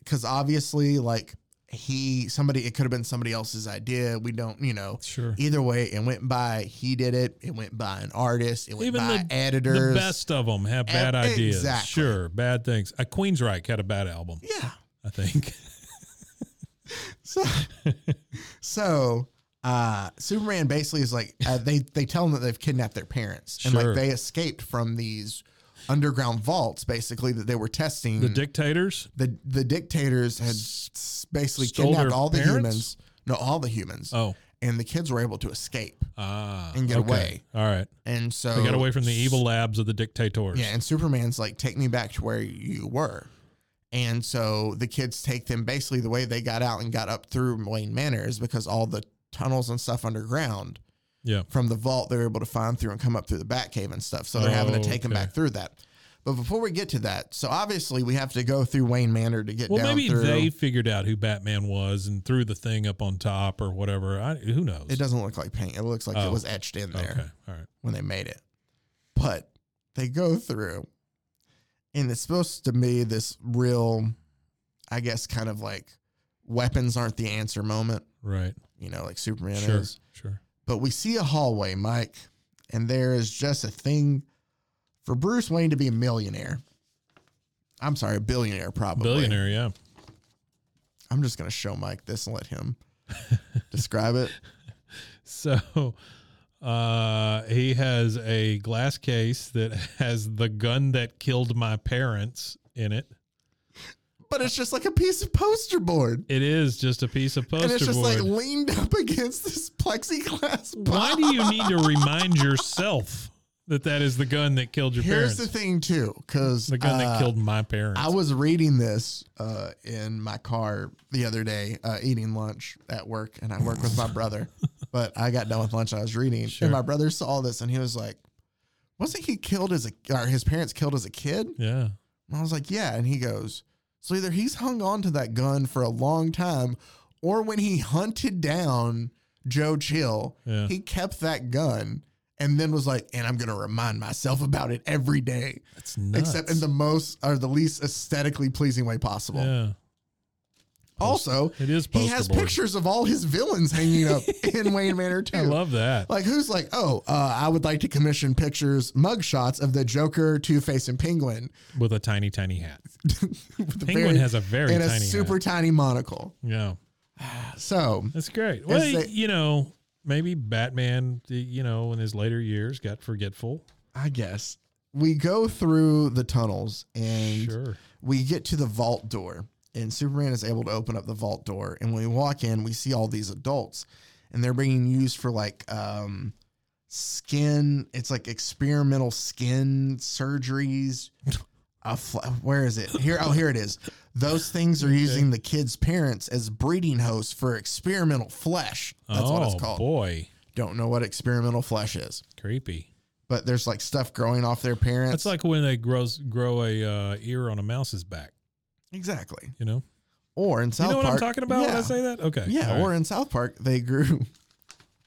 Speaker 4: because obviously, like he, somebody, it could have been somebody else's idea. We don't, you know.
Speaker 3: Sure.
Speaker 4: Either way, it went by. He did it. It went by an artist. It went
Speaker 3: Even
Speaker 4: by
Speaker 3: the,
Speaker 4: editors.
Speaker 3: the best of them have
Speaker 4: Ev-
Speaker 3: bad ideas.
Speaker 4: exactly.
Speaker 3: Sure, bad things. A Queensryche had a bad album,
Speaker 4: Yeah.
Speaker 3: I think.
Speaker 4: So, so uh, Superman basically is like uh, they they tell them that they've kidnapped their parents and
Speaker 3: Sure.
Speaker 4: like they escaped from these underground vaults basically that they were testing.
Speaker 3: the Dictators.
Speaker 4: the, the dictators had s- basically
Speaker 3: Stole
Speaker 4: kidnapped
Speaker 3: their
Speaker 4: all the
Speaker 3: parents?
Speaker 4: humans. No, all the humans.
Speaker 3: Oh,
Speaker 4: And the kids were able to escape
Speaker 3: ah,
Speaker 4: and get
Speaker 3: okay.
Speaker 4: away.
Speaker 3: All right,
Speaker 4: And so
Speaker 3: they got away from the evil labs of the dictators.
Speaker 4: Yeah, and Superman's like, take me back to where you were. And so the kids take them basically the way they got out and got up through Wayne Manor is because all the tunnels and stuff underground
Speaker 3: yeah.
Speaker 4: from the vault they're able to find through and come up through the Batcave and stuff. So they're having to take them
Speaker 3: Oh, Okay.
Speaker 4: back through that. But before we get to that, so obviously we have to go through Wayne Manor to get
Speaker 3: Well,
Speaker 4: down
Speaker 3: maybe
Speaker 4: through.
Speaker 3: they figured out who Batman was and threw the thing up on top or whatever. I, who knows?
Speaker 4: it doesn't look like paint. It looks like
Speaker 3: Oh.
Speaker 4: it was etched in there.
Speaker 3: Okay, all right.
Speaker 4: when they made it. But they go through, and it's supposed to be this real, I guess, kind of like weapons aren't the answer moment,
Speaker 3: Right.
Speaker 4: you know, like Superman
Speaker 3: sure.
Speaker 4: is.
Speaker 3: Sure.
Speaker 4: But we see a hallway, Mike, and there is just a thing for Bruce Wayne to be a millionaire. I'm sorry, a billionaire, probably.
Speaker 3: Billionaire. Yeah.
Speaker 4: I'm just going to show Mike this and let him describe it.
Speaker 3: So uh, he has a glass case that has the gun that killed my parents in it.
Speaker 4: But it's just like a piece of poster board.
Speaker 3: It is just a piece of poster
Speaker 4: and it's just
Speaker 3: board.
Speaker 4: like leaned up against this plexiglass
Speaker 3: Why do you need to remind yourself that that is the gun that killed your
Speaker 4: Here's
Speaker 3: parents?
Speaker 4: the thing too, because
Speaker 3: the gun that killed my parents.
Speaker 4: I was reading this uh, in my car the other day, uh, eating lunch at work, and I work with my brother. But I got done with lunch, I was reading,
Speaker 3: Sure.
Speaker 4: and my brother saw this, and he was like, "Wasn't he killed as a or his parents killed as a kid?"
Speaker 3: yeah.
Speaker 4: And I was like, "Yeah," and he goes, "So either he's hung on to that gun for a long time, or when he hunted down Joe Chill,
Speaker 3: Yeah.
Speaker 4: he kept that gun." And then was like, and I'm gonna remind myself about it every day
Speaker 3: It's nuts.
Speaker 4: except in the most or the least aesthetically pleasing way possible.
Speaker 3: yeah.
Speaker 4: Also,
Speaker 3: It is
Speaker 4: he
Speaker 3: poster
Speaker 4: has
Speaker 3: board.
Speaker 4: pictures of all his villains hanging up in Wayne Manor too.
Speaker 3: I love that.
Speaker 4: like who's like, oh, uh, I would like to commission pictures, mugshots of the Joker, Two Face, and Penguin.
Speaker 3: With a tiny, tiny hat.
Speaker 4: With the
Speaker 3: Penguin has a very
Speaker 4: and
Speaker 3: tiny
Speaker 4: a super
Speaker 3: hat.
Speaker 4: tiny monocle.
Speaker 3: Yeah.
Speaker 4: So
Speaker 3: That's great. Well,
Speaker 4: they-
Speaker 3: you know, maybe Batman, the- you know, in his later years got forgetful.
Speaker 4: I guess we go through the tunnels and
Speaker 3: Sure.
Speaker 4: we get to the vault door and superman is able to open up the vault door and when we walk in we see all these adults and they're being used for like um skin it's like experimental skin surgeries A fl- where is it here oh here it is those things are using the kids parents as breeding hosts for experimental flesh that's
Speaker 3: oh,
Speaker 4: what it's called
Speaker 3: boy.
Speaker 4: don't know what experimental flesh is
Speaker 3: Creepy.
Speaker 4: but there's like stuff growing off their parents
Speaker 3: That's like when they grows, grow a uh, ear on a mouse's back,
Speaker 4: exactly
Speaker 3: you know?
Speaker 4: or in south
Speaker 3: you know what
Speaker 4: park
Speaker 3: I'm talking about when I
Speaker 4: Yeah.
Speaker 3: say that? Okay.
Speaker 4: Yeah,
Speaker 3: All right.
Speaker 4: or in South Park, they grew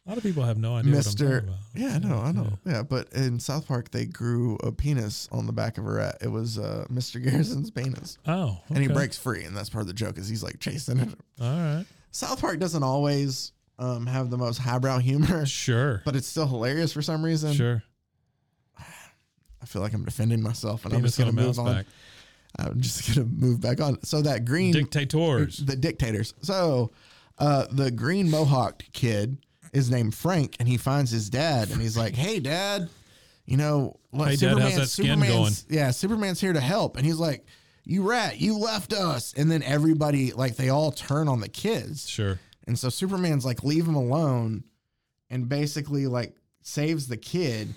Speaker 3: a lot of people have no idea what I'm
Speaker 4: Mr.
Speaker 3: talking about.
Speaker 4: Yeah, no, I know. Yeah. but in South Park, they grew a penis on the back of a rat. It was uh, Mr. Garrison's penis.
Speaker 3: Oh.
Speaker 4: And he
Speaker 3: okay.
Speaker 4: breaks free, and that's part of the joke is he's like chasing it.
Speaker 3: All right.
Speaker 4: South Park doesn't always um, have the most highbrow humor,
Speaker 3: Sure.
Speaker 4: but it's still hilarious for some reason.
Speaker 3: sure.
Speaker 4: I feel like I'm defending myself, and I'm
Speaker 3: Penis
Speaker 4: just
Speaker 3: on
Speaker 4: gonna
Speaker 3: a mouse
Speaker 4: move on.
Speaker 3: back.
Speaker 4: I'm just gonna move back on. So that green
Speaker 3: Dictators.
Speaker 4: the dictators. So uh, the green mohawked kid is named Frank, and he finds his dad, and he's like, "Hey, dad, you know, like
Speaker 3: Hey, Dad, how's that skin
Speaker 4: Superman's- Yeah, Superman's here to help." And he's like, "You rat, you left us." And then everybody, like, they all turn on the kids,
Speaker 3: Sure.
Speaker 4: and so Superman's like, "Leave him alone," and basically like saves the kid.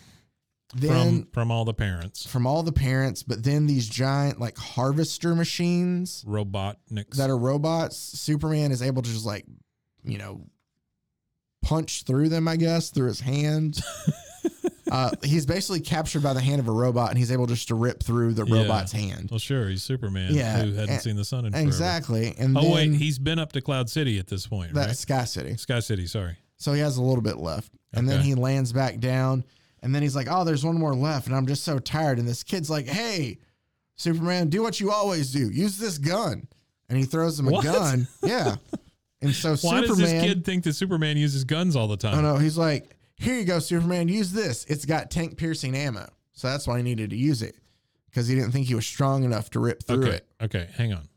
Speaker 4: Then
Speaker 3: From from all the parents.
Speaker 4: from all the parents, but then these giant like harvester machines
Speaker 3: Robotniks.
Speaker 4: that are robots, Superman is able to just like, you know, punch through them, I guess, through his hand. Uh, he's basically captured by the hand of a robot, and he's able just to rip through the
Speaker 3: Yeah.
Speaker 4: robot's hand.
Speaker 3: Well, sure, he's Superman.
Speaker 4: Yeah,
Speaker 3: who hadn't
Speaker 4: and-
Speaker 3: seen the sun in forever.
Speaker 4: Exactly. And
Speaker 3: Oh
Speaker 4: then
Speaker 3: wait, he's been up to Cloud City at this point,
Speaker 4: that
Speaker 3: right?
Speaker 4: Sky City.
Speaker 3: Sky City. Sorry.
Speaker 4: So he has a little bit left. And then
Speaker 3: Okay.
Speaker 4: he lands back down. And then he's like, oh, there's one more left. And I'm just so tired. And this kid's like, hey, Superman, do what you always do use this gun. And he throws him
Speaker 3: What?
Speaker 4: a gun. Yeah. And so
Speaker 3: Why does this
Speaker 4: Superman.
Speaker 3: kid think that Superman uses guns all the
Speaker 4: oh,
Speaker 3: time?
Speaker 4: no. He's like, here you go, Superman. Use this. It's got tank piercing ammo. So that's why he needed to use it because he didn't think he was strong enough to rip through
Speaker 3: okay.
Speaker 4: it.
Speaker 3: Okay. Hang on.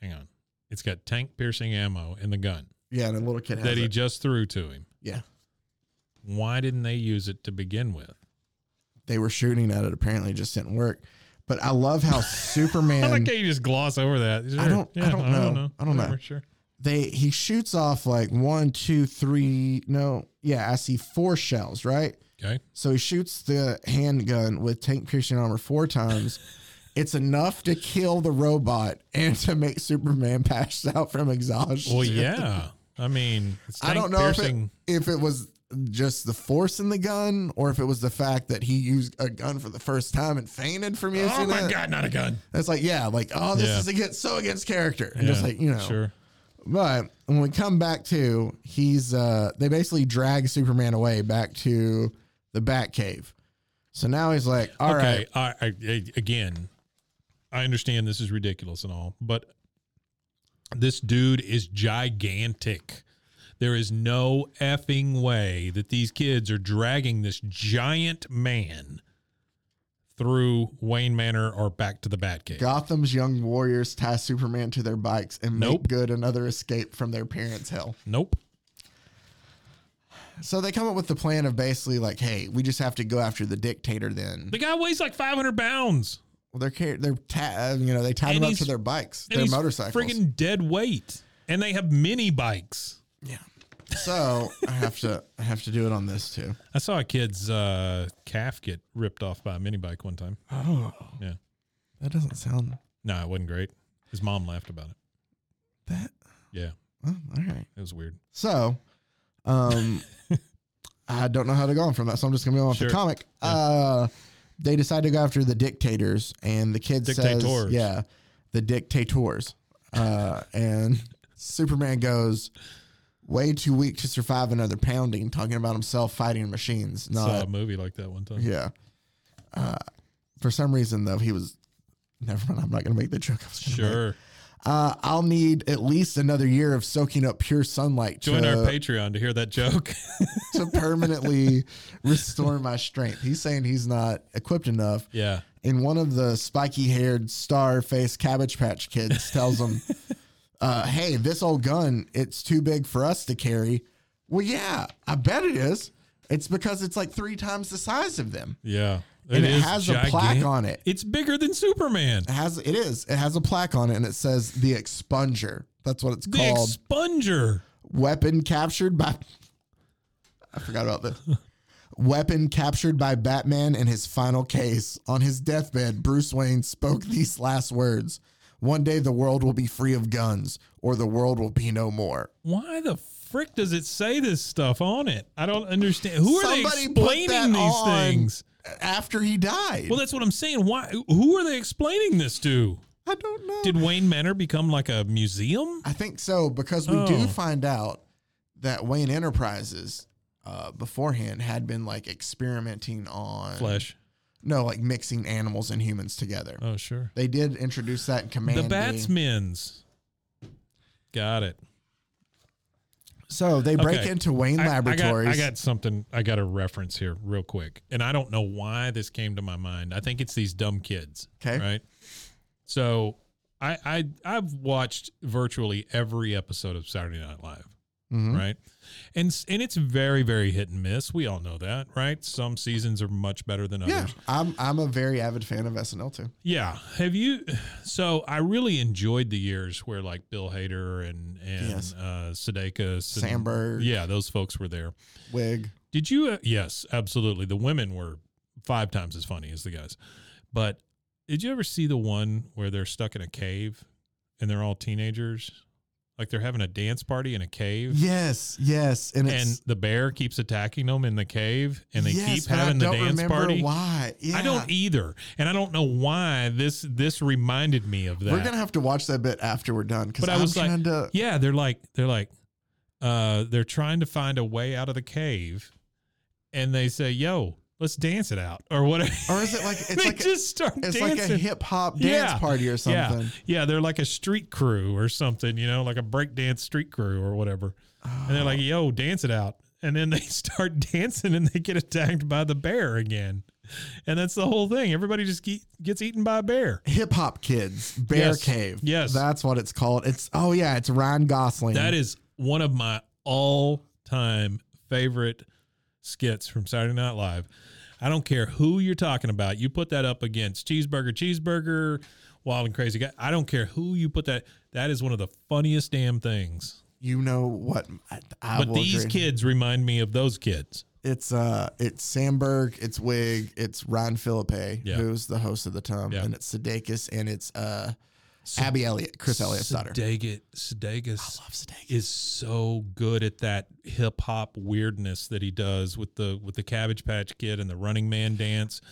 Speaker 3: Hang on. It's got tank piercing ammo in the gun
Speaker 4: Yeah. And the little kid has
Speaker 3: that he
Speaker 4: it.
Speaker 3: just threw to him.
Speaker 4: yeah.
Speaker 3: Why didn't they use it to begin with?
Speaker 4: They were shooting at it. Apparently, it just didn't work. But I love how Superman.
Speaker 3: I like how you just gloss over that. Sure.
Speaker 4: don't- I don't know. I don't know.
Speaker 3: Whatever, Sure.
Speaker 4: they he shoots off like one, two, three. No, yeah, I see four shells, right?
Speaker 3: Okay.
Speaker 4: So he shoots the handgun with tank piercing armor four times. it's enough to kill the robot and to make Superman pass out from exhaustion.
Speaker 3: Well, yeah. I mean, it's
Speaker 4: I
Speaker 3: tank
Speaker 4: don't know if it,
Speaker 3: piercing.
Speaker 4: if it was just the force in the gun or if it was the fact that he used a gun for the first time and fainted from using
Speaker 3: oh my
Speaker 4: it.
Speaker 3: God! Not a gun.
Speaker 4: It's like, yeah, like, oh, this
Speaker 3: Yeah.
Speaker 4: is against so against character. And just
Speaker 3: Yeah,
Speaker 4: like, you know.
Speaker 3: Sure.
Speaker 4: But when we come back to, he's uh they basically drag Superman away back to the Batcave. So now he's like, all right,
Speaker 3: okay. I, I, I- again, I understand this is ridiculous and all, but this dude is gigantic. There is no effing way that these kids are dragging this giant man through Wayne Manor or back to the Batcave.
Speaker 4: Gotham's young warriors tie Superman to their bikes and
Speaker 3: Nope.
Speaker 4: make good another escape from their parents' hell.
Speaker 3: Nope.
Speaker 4: So they come up with the plan of basically like, hey, we just have to go after the dictator. Then
Speaker 3: The guy weighs like 500 pounds.
Speaker 4: well, they're car- they're ta- uh, you know they tie
Speaker 3: And
Speaker 4: them up
Speaker 3: he's-
Speaker 4: to their bikes,
Speaker 3: And
Speaker 4: their
Speaker 3: he's
Speaker 4: motorcycles.
Speaker 3: Freaking dead weight. And they have mini bikes.
Speaker 4: yeah. So I have to I have to do it on this too.
Speaker 3: I saw a kid's uh, calf get ripped off by a mini bike one time.
Speaker 4: Oh,
Speaker 3: Yeah.
Speaker 4: that doesn't sound
Speaker 3: No, it wasn't great. His mom laughed about it.
Speaker 4: that.
Speaker 3: Yeah,
Speaker 4: Well, oh, all right.
Speaker 3: it was weird.
Speaker 4: So, um, I don't know how to go on from that, so I'm just gonna go off
Speaker 3: Sure.
Speaker 4: the comic. Uh, they decide to go after the dictators, and the kid says,
Speaker 3: Dictators.
Speaker 4: "Yeah, the dictators." Uh, and Superman goes, "Way too weak to survive another pounding." Talking about himself fighting machines.
Speaker 3: Saw a
Speaker 4: Not
Speaker 3: movie like that one time.
Speaker 4: yeah. Uh, for some reason though, he was. Never mind. I'm not gonna make the joke. I was gonna make.
Speaker 3: Sure.
Speaker 4: Uh, I'll need at least another year of soaking up pure sunlight.
Speaker 3: Join
Speaker 4: to,
Speaker 3: our Patreon to hear that joke.
Speaker 4: to permanently restore my strength. He's saying he's not equipped enough.
Speaker 3: yeah.
Speaker 4: And one of the spiky haired, star faced Cabbage Patch kids tells him, uh, Hey, this old gun, it's too big for us to carry. Well, yeah, I bet it is. It's because it's like three times the size of them.
Speaker 3: Yeah.
Speaker 4: And it has a plaque
Speaker 3: gigan-
Speaker 4: on it.
Speaker 3: It's bigger than Superman.
Speaker 4: It has it is. It has a plaque on it and it says the expunger. That's what it's
Speaker 3: The
Speaker 4: called.
Speaker 3: expunger.
Speaker 4: weapon captured by I forgot about this. weapon captured by Batman in his final case. On his deathbed, Bruce Wayne spoke these last words. One day the world will be free of guns, or the world will be no more.
Speaker 3: Why the frick does it say this stuff on it? I don't understand. Who are they
Speaker 4: put that
Speaker 3: explaining these
Speaker 4: on
Speaker 3: things?
Speaker 4: after he died.
Speaker 3: Well, that's what I'm saying. Why? Who are they explaining this to?
Speaker 4: I don't know.
Speaker 3: Did Wayne Manor become like a museum?
Speaker 4: I think so because we do
Speaker 3: Oh.
Speaker 4: find out that Wayne Enterprises uh, beforehand had been like experimenting on
Speaker 3: Flesh.
Speaker 4: No, like mixing animals and humans together.
Speaker 3: Oh, sure.
Speaker 4: They did introduce that in Command.
Speaker 3: The Batsmans. Got it.
Speaker 4: So they break
Speaker 3: Okay.
Speaker 4: into Wayne Laboratories.
Speaker 3: I, got, I got something. I got a reference here, real quick, and I don't know why this came to my mind. I think it's these dumb kids.
Speaker 4: 'Kay.
Speaker 3: Right. So I I I've watched virtually every episode of Saturday Night Live.
Speaker 4: Mhm.
Speaker 3: Right. And s- and it's very very hit and miss. We all know that, right? Some seasons are much better than
Speaker 4: yeah,
Speaker 3: others.
Speaker 4: I'm I'm a very avid fan of SNL too.
Speaker 3: Yeah. Have you? So I really enjoyed the years where like Bill Hader and and
Speaker 4: Yes.
Speaker 3: uh, Sudeikis, and-
Speaker 4: Sandberg.
Speaker 3: Yeah, those folks were there.
Speaker 4: Wig.
Speaker 3: Did you? Uh, yes, absolutely. The women were five times as funny as the guys. But did you ever see the one where they're stuck in a cave and they're all teenagers Like they're having a dance party in a cave.
Speaker 4: Yes, yes, and it's,
Speaker 3: And the bear keeps attacking them in the cave, and they
Speaker 4: yes,
Speaker 3: keep
Speaker 4: but
Speaker 3: having
Speaker 4: I
Speaker 3: the
Speaker 4: don't
Speaker 3: dance
Speaker 4: remember
Speaker 3: party.
Speaker 4: Why? Yeah.
Speaker 3: I don't either, and I don't know why this this reminded me of that.
Speaker 4: We're gonna have to watch that bit after we're done because
Speaker 3: but
Speaker 4: I
Speaker 3: I
Speaker 4: am
Speaker 3: was like,
Speaker 4: trying to.
Speaker 3: yeah, they're like, they're like, uh, they're trying to find a way out of the cave, and they say, "Yo, let's dance it out," or whatever.
Speaker 4: Or is it like it's
Speaker 3: they
Speaker 4: like a,
Speaker 3: just start
Speaker 4: it's
Speaker 3: dancing.
Speaker 4: like a hip hop dance
Speaker 3: Yeah,
Speaker 4: party or something?
Speaker 3: Yeah, yeah, they're like a street crew or something, you know, like a breakdance street crew or whatever. And they're like, "Yo, dance it out." And then they start dancing and they get attacked by the bear again. And that's the whole thing. Everybody just ge- gets eaten by a bear.
Speaker 4: Hip hop kids, Bear
Speaker 3: Yes,
Speaker 4: Cave.
Speaker 3: yes.
Speaker 4: that's what it's called. It's oh yeah, it's Ryan Gosling.
Speaker 3: That is one of my all-time favorite skits from Saturday Night Live. I don't care who you're talking about. You put that up against Cheeseburger, Cheeseburger, Wild and Crazy Guy. I don't care who you put that. That is one of the funniest damn things.
Speaker 4: you know what? I, I
Speaker 3: but
Speaker 4: will
Speaker 3: these
Speaker 4: agree.
Speaker 3: kids remind me of those kids.
Speaker 4: it's uh, it's Sandberg, it's Wig, it's Ryan Philippe,
Speaker 3: Yeah.
Speaker 4: who's the host of the time,
Speaker 3: Yeah.
Speaker 4: and it's Sudeikis, and it's uh, Abby Elliott, Chris Elliott's daughter.
Speaker 3: Sudeikis, Sudeikis, is so good at that hip hop weirdness that he does with the with the Cabbage Patch Kid and the Running Man dance.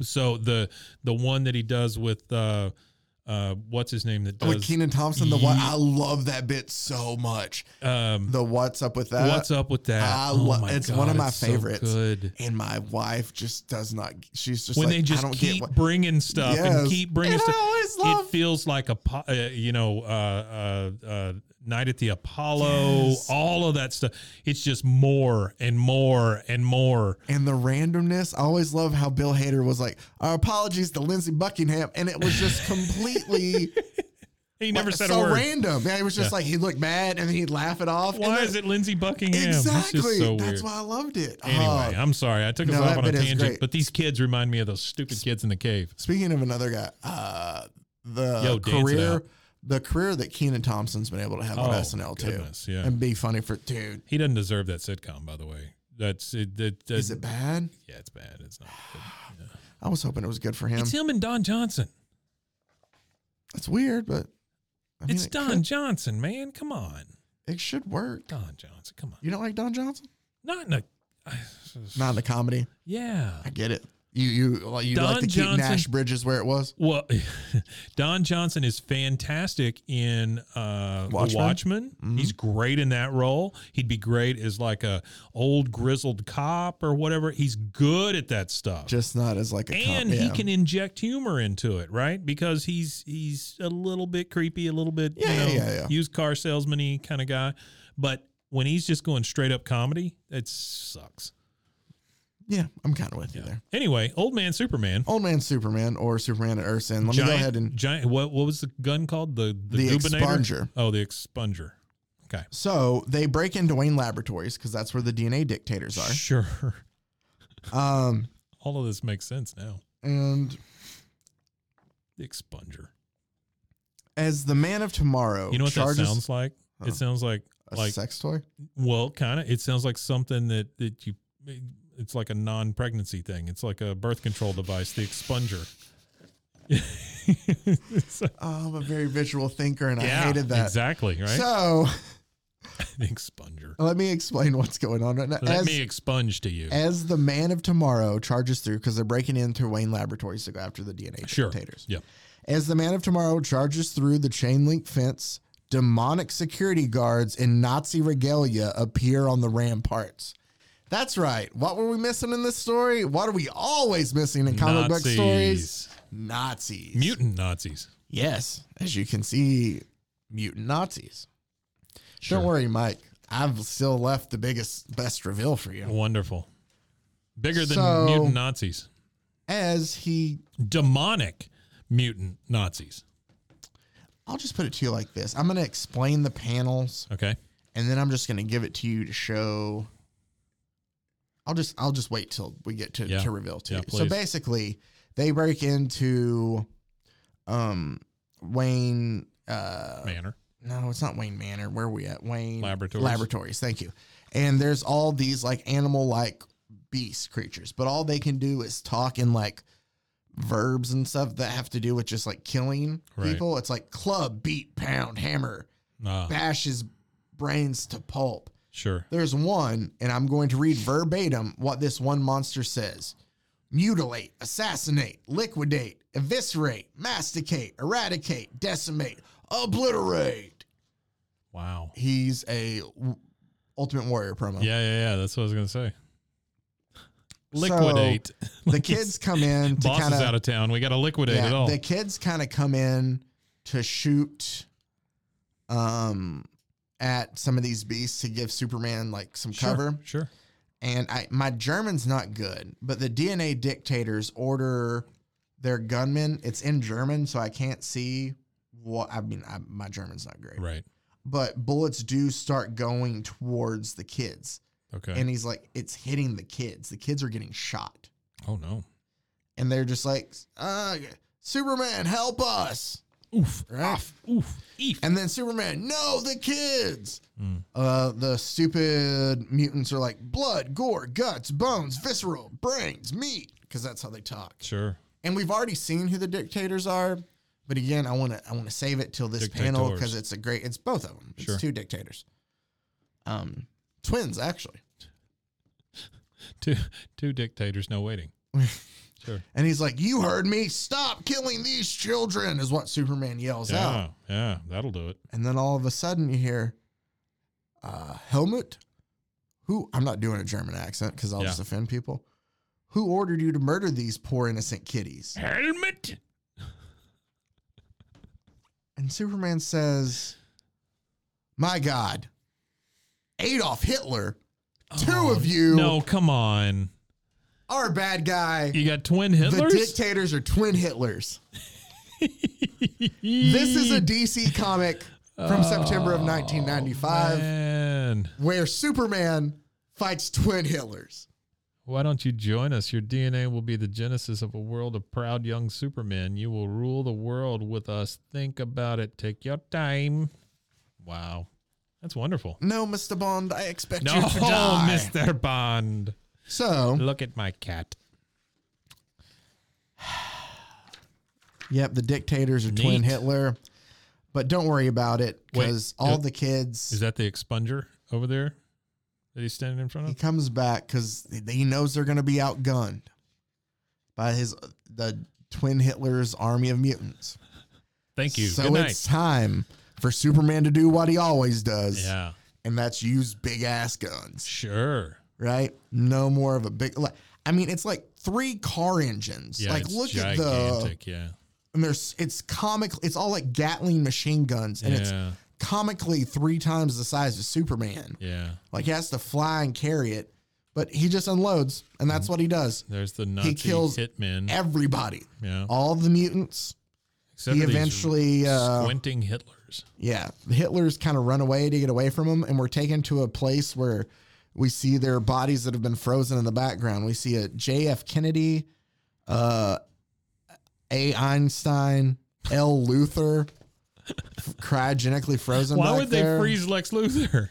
Speaker 3: So the the one that he does with uh, uh, what's his name that
Speaker 4: Oh, With
Speaker 3: does
Speaker 4: Keenan Thompson, the one
Speaker 3: Ye-
Speaker 4: I love that bit so much.
Speaker 3: um,
Speaker 4: The what's up with that?
Speaker 3: what's up with that?
Speaker 4: I
Speaker 3: Oh
Speaker 4: lo-
Speaker 3: my
Speaker 4: uh, it's one of
Speaker 3: God,
Speaker 4: my
Speaker 3: it's so
Speaker 4: favorites.
Speaker 3: good.
Speaker 4: And my wife just does not. She's just
Speaker 3: when
Speaker 4: like,
Speaker 3: they just
Speaker 4: I don't
Speaker 3: keep
Speaker 4: get what.
Speaker 3: bringing stuff
Speaker 4: Yes.
Speaker 3: and keep bringing
Speaker 4: And I
Speaker 3: stuff.
Speaker 4: always love-
Speaker 3: it feels like a po- uh, you know uh, uh, uh, night at the Apollo,
Speaker 4: Yes.
Speaker 3: all of that stuff. It's just more and more and more.
Speaker 4: and the randomness. I always love how Bill Hader was like, "Our apologies to Lindsey Buckingham," and it was just completely
Speaker 3: He never said
Speaker 4: so
Speaker 3: a word.
Speaker 4: random. Yeah, it was just
Speaker 3: Yeah.
Speaker 4: like he'd look mad and then he'd laugh it off.
Speaker 3: Why
Speaker 4: and
Speaker 3: is it Lindsey Buckingham?
Speaker 4: then,
Speaker 3: That's
Speaker 4: exactly?
Speaker 3: just so
Speaker 4: That's
Speaker 3: weird.
Speaker 4: why I loved it. Oh,
Speaker 3: Anyway, I'm sorry. I took us
Speaker 4: No,
Speaker 3: off
Speaker 4: that
Speaker 3: on a
Speaker 4: bit is
Speaker 3: tangent,
Speaker 4: great.
Speaker 3: but these kids remind me of those stupid kids in the cave.
Speaker 4: Speaking of another guy, uh, the
Speaker 3: Yo, dance it
Speaker 4: career
Speaker 3: out.
Speaker 4: the career that Keenan Thompson's been able to have on
Speaker 3: Oh,
Speaker 4: SNL
Speaker 3: goodness,
Speaker 4: too,
Speaker 3: yeah.
Speaker 4: and be funny for dude.
Speaker 3: He doesn't deserve that sitcom, by the way. That's it. That, that,
Speaker 4: Is it bad?
Speaker 3: Yeah, it's bad. It's not good.
Speaker 4: I was hoping it was good for him.
Speaker 3: It's him and Don Johnson.
Speaker 4: That's weird, but I mean,
Speaker 3: it's
Speaker 4: it
Speaker 3: Don
Speaker 4: could-
Speaker 3: Johnson, man. Come on.
Speaker 4: It should work.
Speaker 3: Don Johnson, come on.
Speaker 4: You don't like Don Johnson?
Speaker 3: Not in a.
Speaker 4: Not in the comedy.
Speaker 3: Yeah.
Speaker 4: I get it. You you like you
Speaker 3: Don
Speaker 4: like to
Speaker 3: Johnson-
Speaker 4: keep Nash Bridges where it was.
Speaker 3: Well, Don Johnson is fantastic in uh, The
Speaker 4: Watchmen? Mm-hmm.
Speaker 3: Watchmen. He's great in that role. He'd be great as like a old grizzled cop or whatever. He's good at that stuff.
Speaker 4: Just not as like a com-
Speaker 3: and he
Speaker 4: yeah.
Speaker 3: can inject humor into it, right? Because he's he's a little bit creepy, a little bit you
Speaker 4: Yeah,
Speaker 3: know,
Speaker 4: yeah, yeah.
Speaker 3: used car salesman kind of guy. But when he's just going straight up comedy, it sucks.
Speaker 4: Yeah, I'm kind of with you there.
Speaker 3: Anyway, old man Superman.
Speaker 4: Old man Superman or Superman at Earth's End. Let
Speaker 3: giant,
Speaker 4: me go ahead and
Speaker 3: giant. What what was the gun called? The the,
Speaker 4: The
Speaker 3: Goobinator?
Speaker 4: Expunger.
Speaker 3: Oh, the expunger. Okay,
Speaker 4: so they break into Wayne Laboratories because that's where the DNA dictators are.
Speaker 3: sure.
Speaker 4: Um,
Speaker 3: All of this makes sense now.
Speaker 4: and
Speaker 3: The expunger.
Speaker 4: as the Man of Tomorrow,
Speaker 3: You know what
Speaker 4: Oh, charges
Speaker 3: that sounds like?
Speaker 4: Huh.
Speaker 3: It sounds like
Speaker 4: a
Speaker 3: like
Speaker 4: sex toy.
Speaker 3: well, kind of. It sounds like something that that you. It's like a non-pregnancy thing. It's like a birth control device. The expunger.
Speaker 4: Oh, I'm a very visual thinker, and I hated that.
Speaker 3: exactly right.
Speaker 4: So
Speaker 3: the expunger.
Speaker 4: let me explain what's going on right now.
Speaker 3: Let
Speaker 4: As-
Speaker 3: me expunge to you.
Speaker 4: as the man of tomorrow charges through because they're breaking into Wayne Laboratories to go after the DNA
Speaker 3: Sure.
Speaker 4: dictators.
Speaker 3: Yeah.
Speaker 4: As the man of tomorrow charges through the chain link fence, demonic security guards in Nazi regalia appear on the ramparts. That's right. What were we missing in this story? What are we always missing in comic book stories? Nazis.
Speaker 3: Mutant Nazis.
Speaker 4: Yes, as you can see, mutant Nazis. Don't worry, Mike. I've still left the biggest, best reveal for you.
Speaker 3: Wonderful. Bigger than
Speaker 4: So-
Speaker 3: mutant Nazis.
Speaker 4: As he
Speaker 3: Demonic mutant Nazis.
Speaker 4: I'll just put it to you like this. I'm going to explain the panels
Speaker 3: Okay.
Speaker 4: and then I'm just going to give it to you to show I'll just I'll just wait till we get to
Speaker 3: Yeah.
Speaker 4: to reveal to
Speaker 3: Yeah,
Speaker 4: you. So
Speaker 3: please.
Speaker 4: basically, they break into um Wayne uh
Speaker 3: Manner.
Speaker 4: no, it's not Wayne Manor. Where are we at? Wayne
Speaker 3: Laboratories.
Speaker 4: Laboratories. Thank you. And there's all these like animal like beast creatures, but all they can do is talk in like verbs and stuff that have to do with just like killing
Speaker 3: Right.
Speaker 4: people. It's like club, beat, pound, hammer,
Speaker 3: Ah,
Speaker 4: bashes brains to pulp.
Speaker 3: sure.
Speaker 4: There's one, and I'm going to read verbatim what this one monster says mutilate, assassinate, liquidate, eviscerate, masticate, eradicate, decimate, obliterate.
Speaker 3: Wow.
Speaker 4: He's a w- Ultimate Warrior promo.
Speaker 3: Yeah, yeah, yeah. That's what I was gonna say.
Speaker 4: So,
Speaker 3: Liquidate.
Speaker 4: The kids come in to
Speaker 3: Boss
Speaker 4: kind
Speaker 3: is out
Speaker 4: of
Speaker 3: of town. We got to liquidate it all.
Speaker 4: the kids kind of come in to shoot um at some of these beasts to give Superman like some
Speaker 3: sure,
Speaker 4: cover.
Speaker 3: Sure.
Speaker 4: and I my German's not good, but the DNA dictators order their gunmen. It's in German, so I can't see what I mean. I, my German's not great,
Speaker 3: Right.
Speaker 4: but bullets do start going towards the kids,
Speaker 3: Okay.
Speaker 4: and he's like, it's hitting the kids. The kids are getting shot,
Speaker 3: oh no.
Speaker 4: and they're just like, uh, Superman, help us!
Speaker 3: Oof.
Speaker 4: Right?
Speaker 3: Oof. Eef.
Speaker 4: And then Superman, no, the kids.
Speaker 3: Mm.
Speaker 4: Uh, the stupid mutants are like blood, gore, guts, bones, visceral, brains, meat, because that's how they talk.
Speaker 3: Sure.
Speaker 4: And we've already seen who the dictators are, but again, I want to I want to save it till this panel
Speaker 3: Dictators.
Speaker 4: because it's a great. It's both of them. It's
Speaker 3: Sure.
Speaker 4: two dictators, um, twins actually.
Speaker 3: Two two dictators. No waiting. sure.
Speaker 4: And he's like, "You heard me! Stop killing these children!" is what Superman yells out.
Speaker 3: Yeah. Yeah. That'll do it.
Speaker 4: And then all of a sudden you hear uh, Helmut, who I'm not doing a German accent because I'll
Speaker 3: Yeah.
Speaker 4: just offend people. Who ordered you to murder these poor innocent kitties?
Speaker 3: Helmet.
Speaker 4: And Superman says, My God, Adolf Hitler, two of you
Speaker 3: Oh, No, come on.
Speaker 4: are a bad guy.
Speaker 3: You got twin
Speaker 4: The
Speaker 3: Hitlers.
Speaker 4: dictators are twin Hitlers. this is a DC comic from September of 1995
Speaker 3: Oh, Man,
Speaker 4: where Superman fights twin Hitlers.
Speaker 3: why don't you join us? Your DNA will be the genesis of a world of proud young supermen. You will rule the world with us. Think about it. Take your time. Wow, that's wonderful.
Speaker 4: No, Mr. Bond, I expect
Speaker 3: No,
Speaker 4: you to die.
Speaker 3: Mr. Bond.
Speaker 4: So,
Speaker 3: Look at my cat.
Speaker 4: yep, the dictators are twin
Speaker 3: Neat.
Speaker 4: Hitler, but don't worry about it because
Speaker 3: Wait,
Speaker 4: all
Speaker 3: do-
Speaker 4: the kids.
Speaker 3: Is that the expunger over there that he's standing in front
Speaker 4: he
Speaker 3: of?
Speaker 4: comes back because he knows they're going to be outgunned by his the twin Hitler's army of mutants.
Speaker 3: Thank you.
Speaker 4: So
Speaker 3: Good night.
Speaker 4: it's time for Superman to do what he always does,
Speaker 3: Yeah,
Speaker 4: and that's use big ass guns.
Speaker 3: sure.
Speaker 4: right? No more of a big. Like, I mean, it's like three car engines.
Speaker 3: Yeah,
Speaker 4: like,
Speaker 3: it's
Speaker 4: look at the
Speaker 3: gigantic. Yeah,
Speaker 4: and there's it's comic. It's all like Gatling machine guns, and it's
Speaker 3: Yeah.
Speaker 4: comically three times the size of Superman.
Speaker 3: yeah.
Speaker 4: Like, he has to fly and carry it, but he just unloads, and that's what he does.
Speaker 3: There's the Nazi
Speaker 4: kills
Speaker 3: hitman.
Speaker 4: Everybody,
Speaker 3: yeah,
Speaker 4: all the mutants.
Speaker 3: Except
Speaker 4: he
Speaker 3: for these
Speaker 4: eventually, uh,
Speaker 3: squinting Hitlers.
Speaker 4: Yeah, Hitler's kind of run away to get away from him, and we're taken to a place where we see their bodies that have been frozen in the background. We see a J.F. Kennedy, uh, A. Einstein, L. Luther, f- cryogenically frozen.
Speaker 3: Why
Speaker 4: back
Speaker 3: would they
Speaker 4: there.
Speaker 3: freeze Lex Luthor?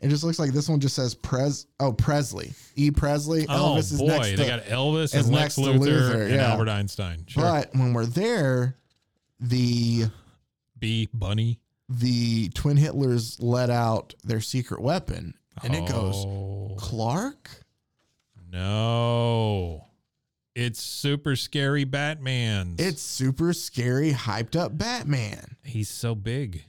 Speaker 4: It just looks like this one just says Pres. Oh, Presley, E. Presley.
Speaker 3: Oh
Speaker 4: Elvis is
Speaker 3: boy,
Speaker 4: next.
Speaker 3: they
Speaker 4: to-
Speaker 3: got Elvis
Speaker 4: is
Speaker 3: and Lex
Speaker 4: next to
Speaker 3: Luthor,
Speaker 4: Luthor,
Speaker 3: and
Speaker 4: yeah.
Speaker 3: Albert Einstein. Sure,
Speaker 4: But when we're there, the
Speaker 3: B Bunny,
Speaker 4: the twin Hitlers let out their secret weapon, and it goes
Speaker 3: Oh. goes.
Speaker 4: Clark.
Speaker 3: No, it's super scary. Batman.
Speaker 4: It's super scary, hyped up Batman,
Speaker 3: he's so big,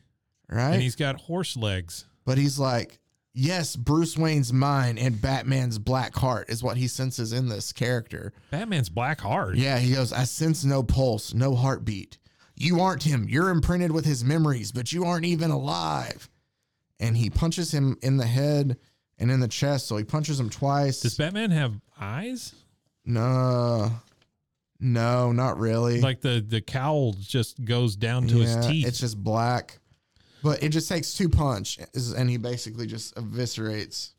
Speaker 4: right?
Speaker 3: and he's got horse legs.
Speaker 4: but he's like, yes, Bruce Wayne's mind and Batman's black heart is what he senses in this character.
Speaker 3: Batman's black heart.
Speaker 4: Yeah, he goes, I sense no pulse, no heartbeat. You aren't him. You're imprinted with his memories, but you aren't even alive. And he punches him in the head and in the chest. So he punches him twice.
Speaker 3: Does Batman have eyes?
Speaker 4: no, no, not really.
Speaker 3: Like the the cowl just goes down to his teeth.
Speaker 4: It's just black. But it just takes two punch, is- and he basically just eviscerates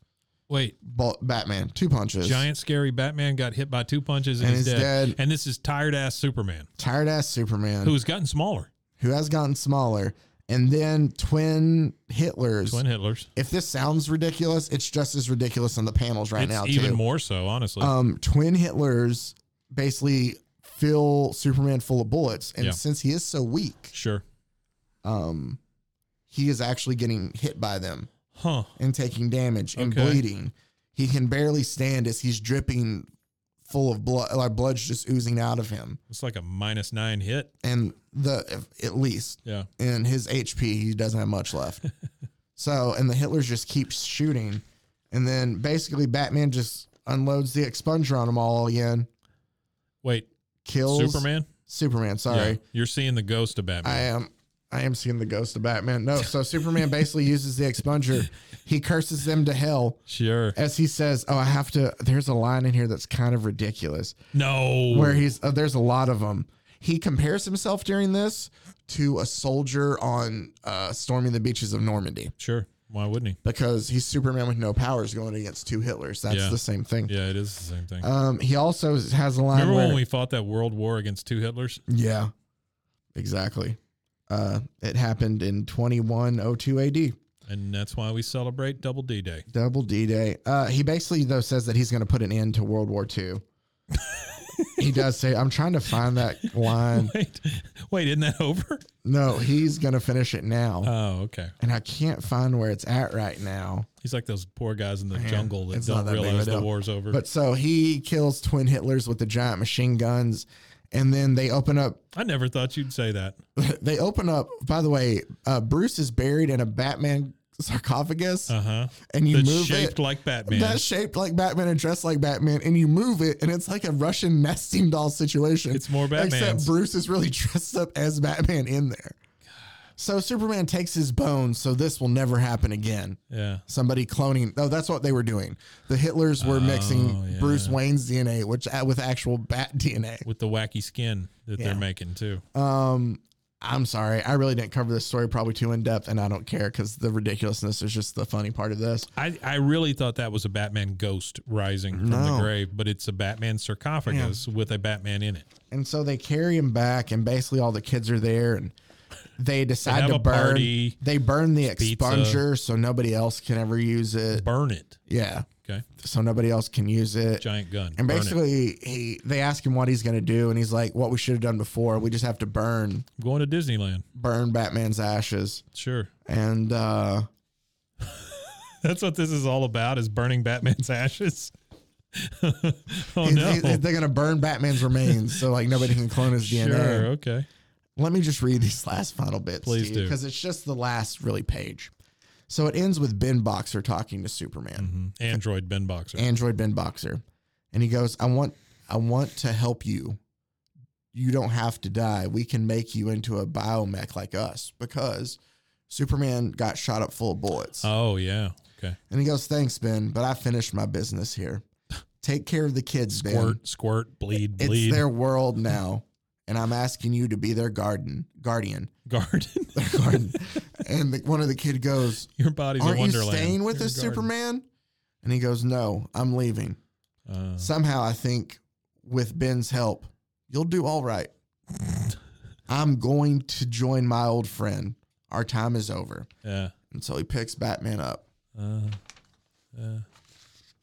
Speaker 3: Wait,
Speaker 4: Bal- Batman. Two punches.
Speaker 3: giant scary Batman got hit by two punches and,
Speaker 4: And
Speaker 3: is
Speaker 4: he's
Speaker 3: dead.
Speaker 4: dead.
Speaker 3: And this is tired ass Superman
Speaker 4: tired ass Superman
Speaker 3: who's gotten smaller.
Speaker 4: who has gotten smaller, and then twin Hitlers.
Speaker 3: Twin Hitlers.
Speaker 4: if this sounds ridiculous, it's just as ridiculous on the panels right
Speaker 3: it's
Speaker 4: now.
Speaker 3: even
Speaker 4: too.
Speaker 3: more so, honestly.
Speaker 4: Um, twin Hitlers basically fill Superman full of bullets, and
Speaker 3: Yeah.
Speaker 4: since he is so weak,
Speaker 3: sure.
Speaker 4: um, he is actually getting hit by them
Speaker 3: Huh.
Speaker 4: and taking damage and
Speaker 3: Okay.
Speaker 4: bleeding. He can barely stand as he's dripping full of blood, like blood's just oozing out of him.
Speaker 3: It's like a minus nine hit.
Speaker 4: And the at least
Speaker 3: Yeah.
Speaker 4: in his HP, he doesn't have much left. so, and the Hitlers just keep shooting, and then basically Batman just unloads the expunger on them all again,
Speaker 3: Wait,
Speaker 4: kills
Speaker 3: Superman?
Speaker 4: Superman, sorry.
Speaker 3: Yeah. You're seeing the ghost of Batman.
Speaker 4: I uh, am I am seeing the ghost of Batman. No, so Superman basically uses the expunger. He curses them to hell
Speaker 3: sure.
Speaker 4: as he says, "Oh, I have to." There's a line in here that's kind of ridiculous
Speaker 3: No.
Speaker 4: where he's. Uh, there's a lot of them. He compares himself during this to a soldier on uh, storming the beaches of Normandy
Speaker 3: Sure. Why wouldn't
Speaker 4: because he's Superman with no powers going against two Hitlers. That's
Speaker 3: Yeah.
Speaker 4: the same thing.
Speaker 3: he? Yeah, it is the same thing.
Speaker 4: Um, he also has a line.
Speaker 3: Remember
Speaker 4: where,
Speaker 3: when we fought that world war against two Hitlers?
Speaker 4: Yeah, exactly. Uh, it happened in 2102 AD.
Speaker 3: And that's why we celebrate Double D Day.
Speaker 4: Double D Day. Uh, he basically though says that he's going to put an end to World War II. he does say, "I'm trying to find that line."
Speaker 3: Wait, wait, isn't that over?
Speaker 4: No, he's going to finish it now,
Speaker 3: Oh, okay.
Speaker 4: and I can't find where it's at right now.
Speaker 3: He's like those poor guys in the jungle that
Speaker 4: it's
Speaker 3: don't
Speaker 4: not that big of a
Speaker 3: realize the
Speaker 4: deal.
Speaker 3: war's over.
Speaker 4: But so he kills twin Hitlers with the giant machine guns, and then they open up.
Speaker 3: I never thought you'd say that.
Speaker 4: They open up. By the way, uh, Bruce is buried in a Batman sarcophagus,
Speaker 3: Uh huh.
Speaker 4: and you
Speaker 3: That's
Speaker 4: move
Speaker 3: shaped
Speaker 4: it.
Speaker 3: like Batman.
Speaker 4: That's shaped like Batman and dressed like Batman, and you move it, and it's like a Russian nesting doll situation.
Speaker 3: It's more Batman's.
Speaker 4: Except Bruce is really dressed up as Batman in there. So Superman takes his bones, so this will never happen again.
Speaker 3: yeah.
Speaker 4: Somebody cloning. Oh, that's what they were doing. The Hitlers were mixing
Speaker 3: Oh, yeah.
Speaker 4: Bruce Wayne's DNA, which uh, with actual bat DNA.
Speaker 3: With the wacky skin that they're
Speaker 4: Yeah.
Speaker 3: making too.
Speaker 4: Um, I'm sorry, I really didn't cover this story probably too in depth, and I don't care because the ridiculousness is just the funny part of this.
Speaker 3: I, I really thought that was a Batman ghost rising from the
Speaker 4: No.
Speaker 3: grave, but it's a Batman sarcophagus with a Batman in it.
Speaker 4: And so they carry him back, and basically all the kids are there, and they decide
Speaker 3: have a
Speaker 4: to burn.
Speaker 3: party.
Speaker 4: They burn the
Speaker 3: pizza.
Speaker 4: expunger so nobody else can ever use it.
Speaker 3: Burn it.
Speaker 4: Yeah,
Speaker 3: Okay.
Speaker 4: so nobody else can use it.
Speaker 3: Giant gun.
Speaker 4: and
Speaker 3: Burn it.
Speaker 4: basically, he they ask him what he's going to do, and he's like, "What we should have done before. We just have to burn,
Speaker 3: I'm going to Disneyland.
Speaker 4: burn Batman's ashes."
Speaker 3: Sure.
Speaker 4: And uh,
Speaker 3: That's what this is all about is burning Batman's ashes. oh
Speaker 4: he-
Speaker 3: no.
Speaker 4: he- they're going to burn Batman's remains, so like nobody can clone his DNA.
Speaker 3: Sure, okay.
Speaker 4: Let me just read these last final bits.
Speaker 3: Please do.
Speaker 4: Because it's just the last really page. So it ends with Ben Boxer talking to Superman,
Speaker 3: Mhm. Android Ben Boxer.
Speaker 4: Android Ben Boxer. And he goes, I want I want to help you. You don't have to die. We can make you into a biomech like us because Superman got shot up full of bullets.
Speaker 3: oh yeah. Okay.
Speaker 4: and he goes, Thanks, Ben, but I finished my business here. Take care of the kids, Ben.
Speaker 3: Squirt, squirt, bleed,
Speaker 4: It's
Speaker 3: bleed.
Speaker 4: their world now. And I'm asking you to be their garden guardian.
Speaker 3: garden.
Speaker 4: their garden. and the, one of the kid goes,
Speaker 3: Your body's a
Speaker 4: "Aren't you
Speaker 3: wonderland.
Speaker 4: staying with
Speaker 3: Your
Speaker 4: us,
Speaker 3: garden.
Speaker 4: Superman?" And he goes, "No, I'm leaving."
Speaker 3: Uh,
Speaker 4: Somehow, I think with Ben's help, you'll do all right. I'm going to join my old friend. Our time is over.
Speaker 3: yeah.
Speaker 4: And so he picks Batman up,
Speaker 3: Uh,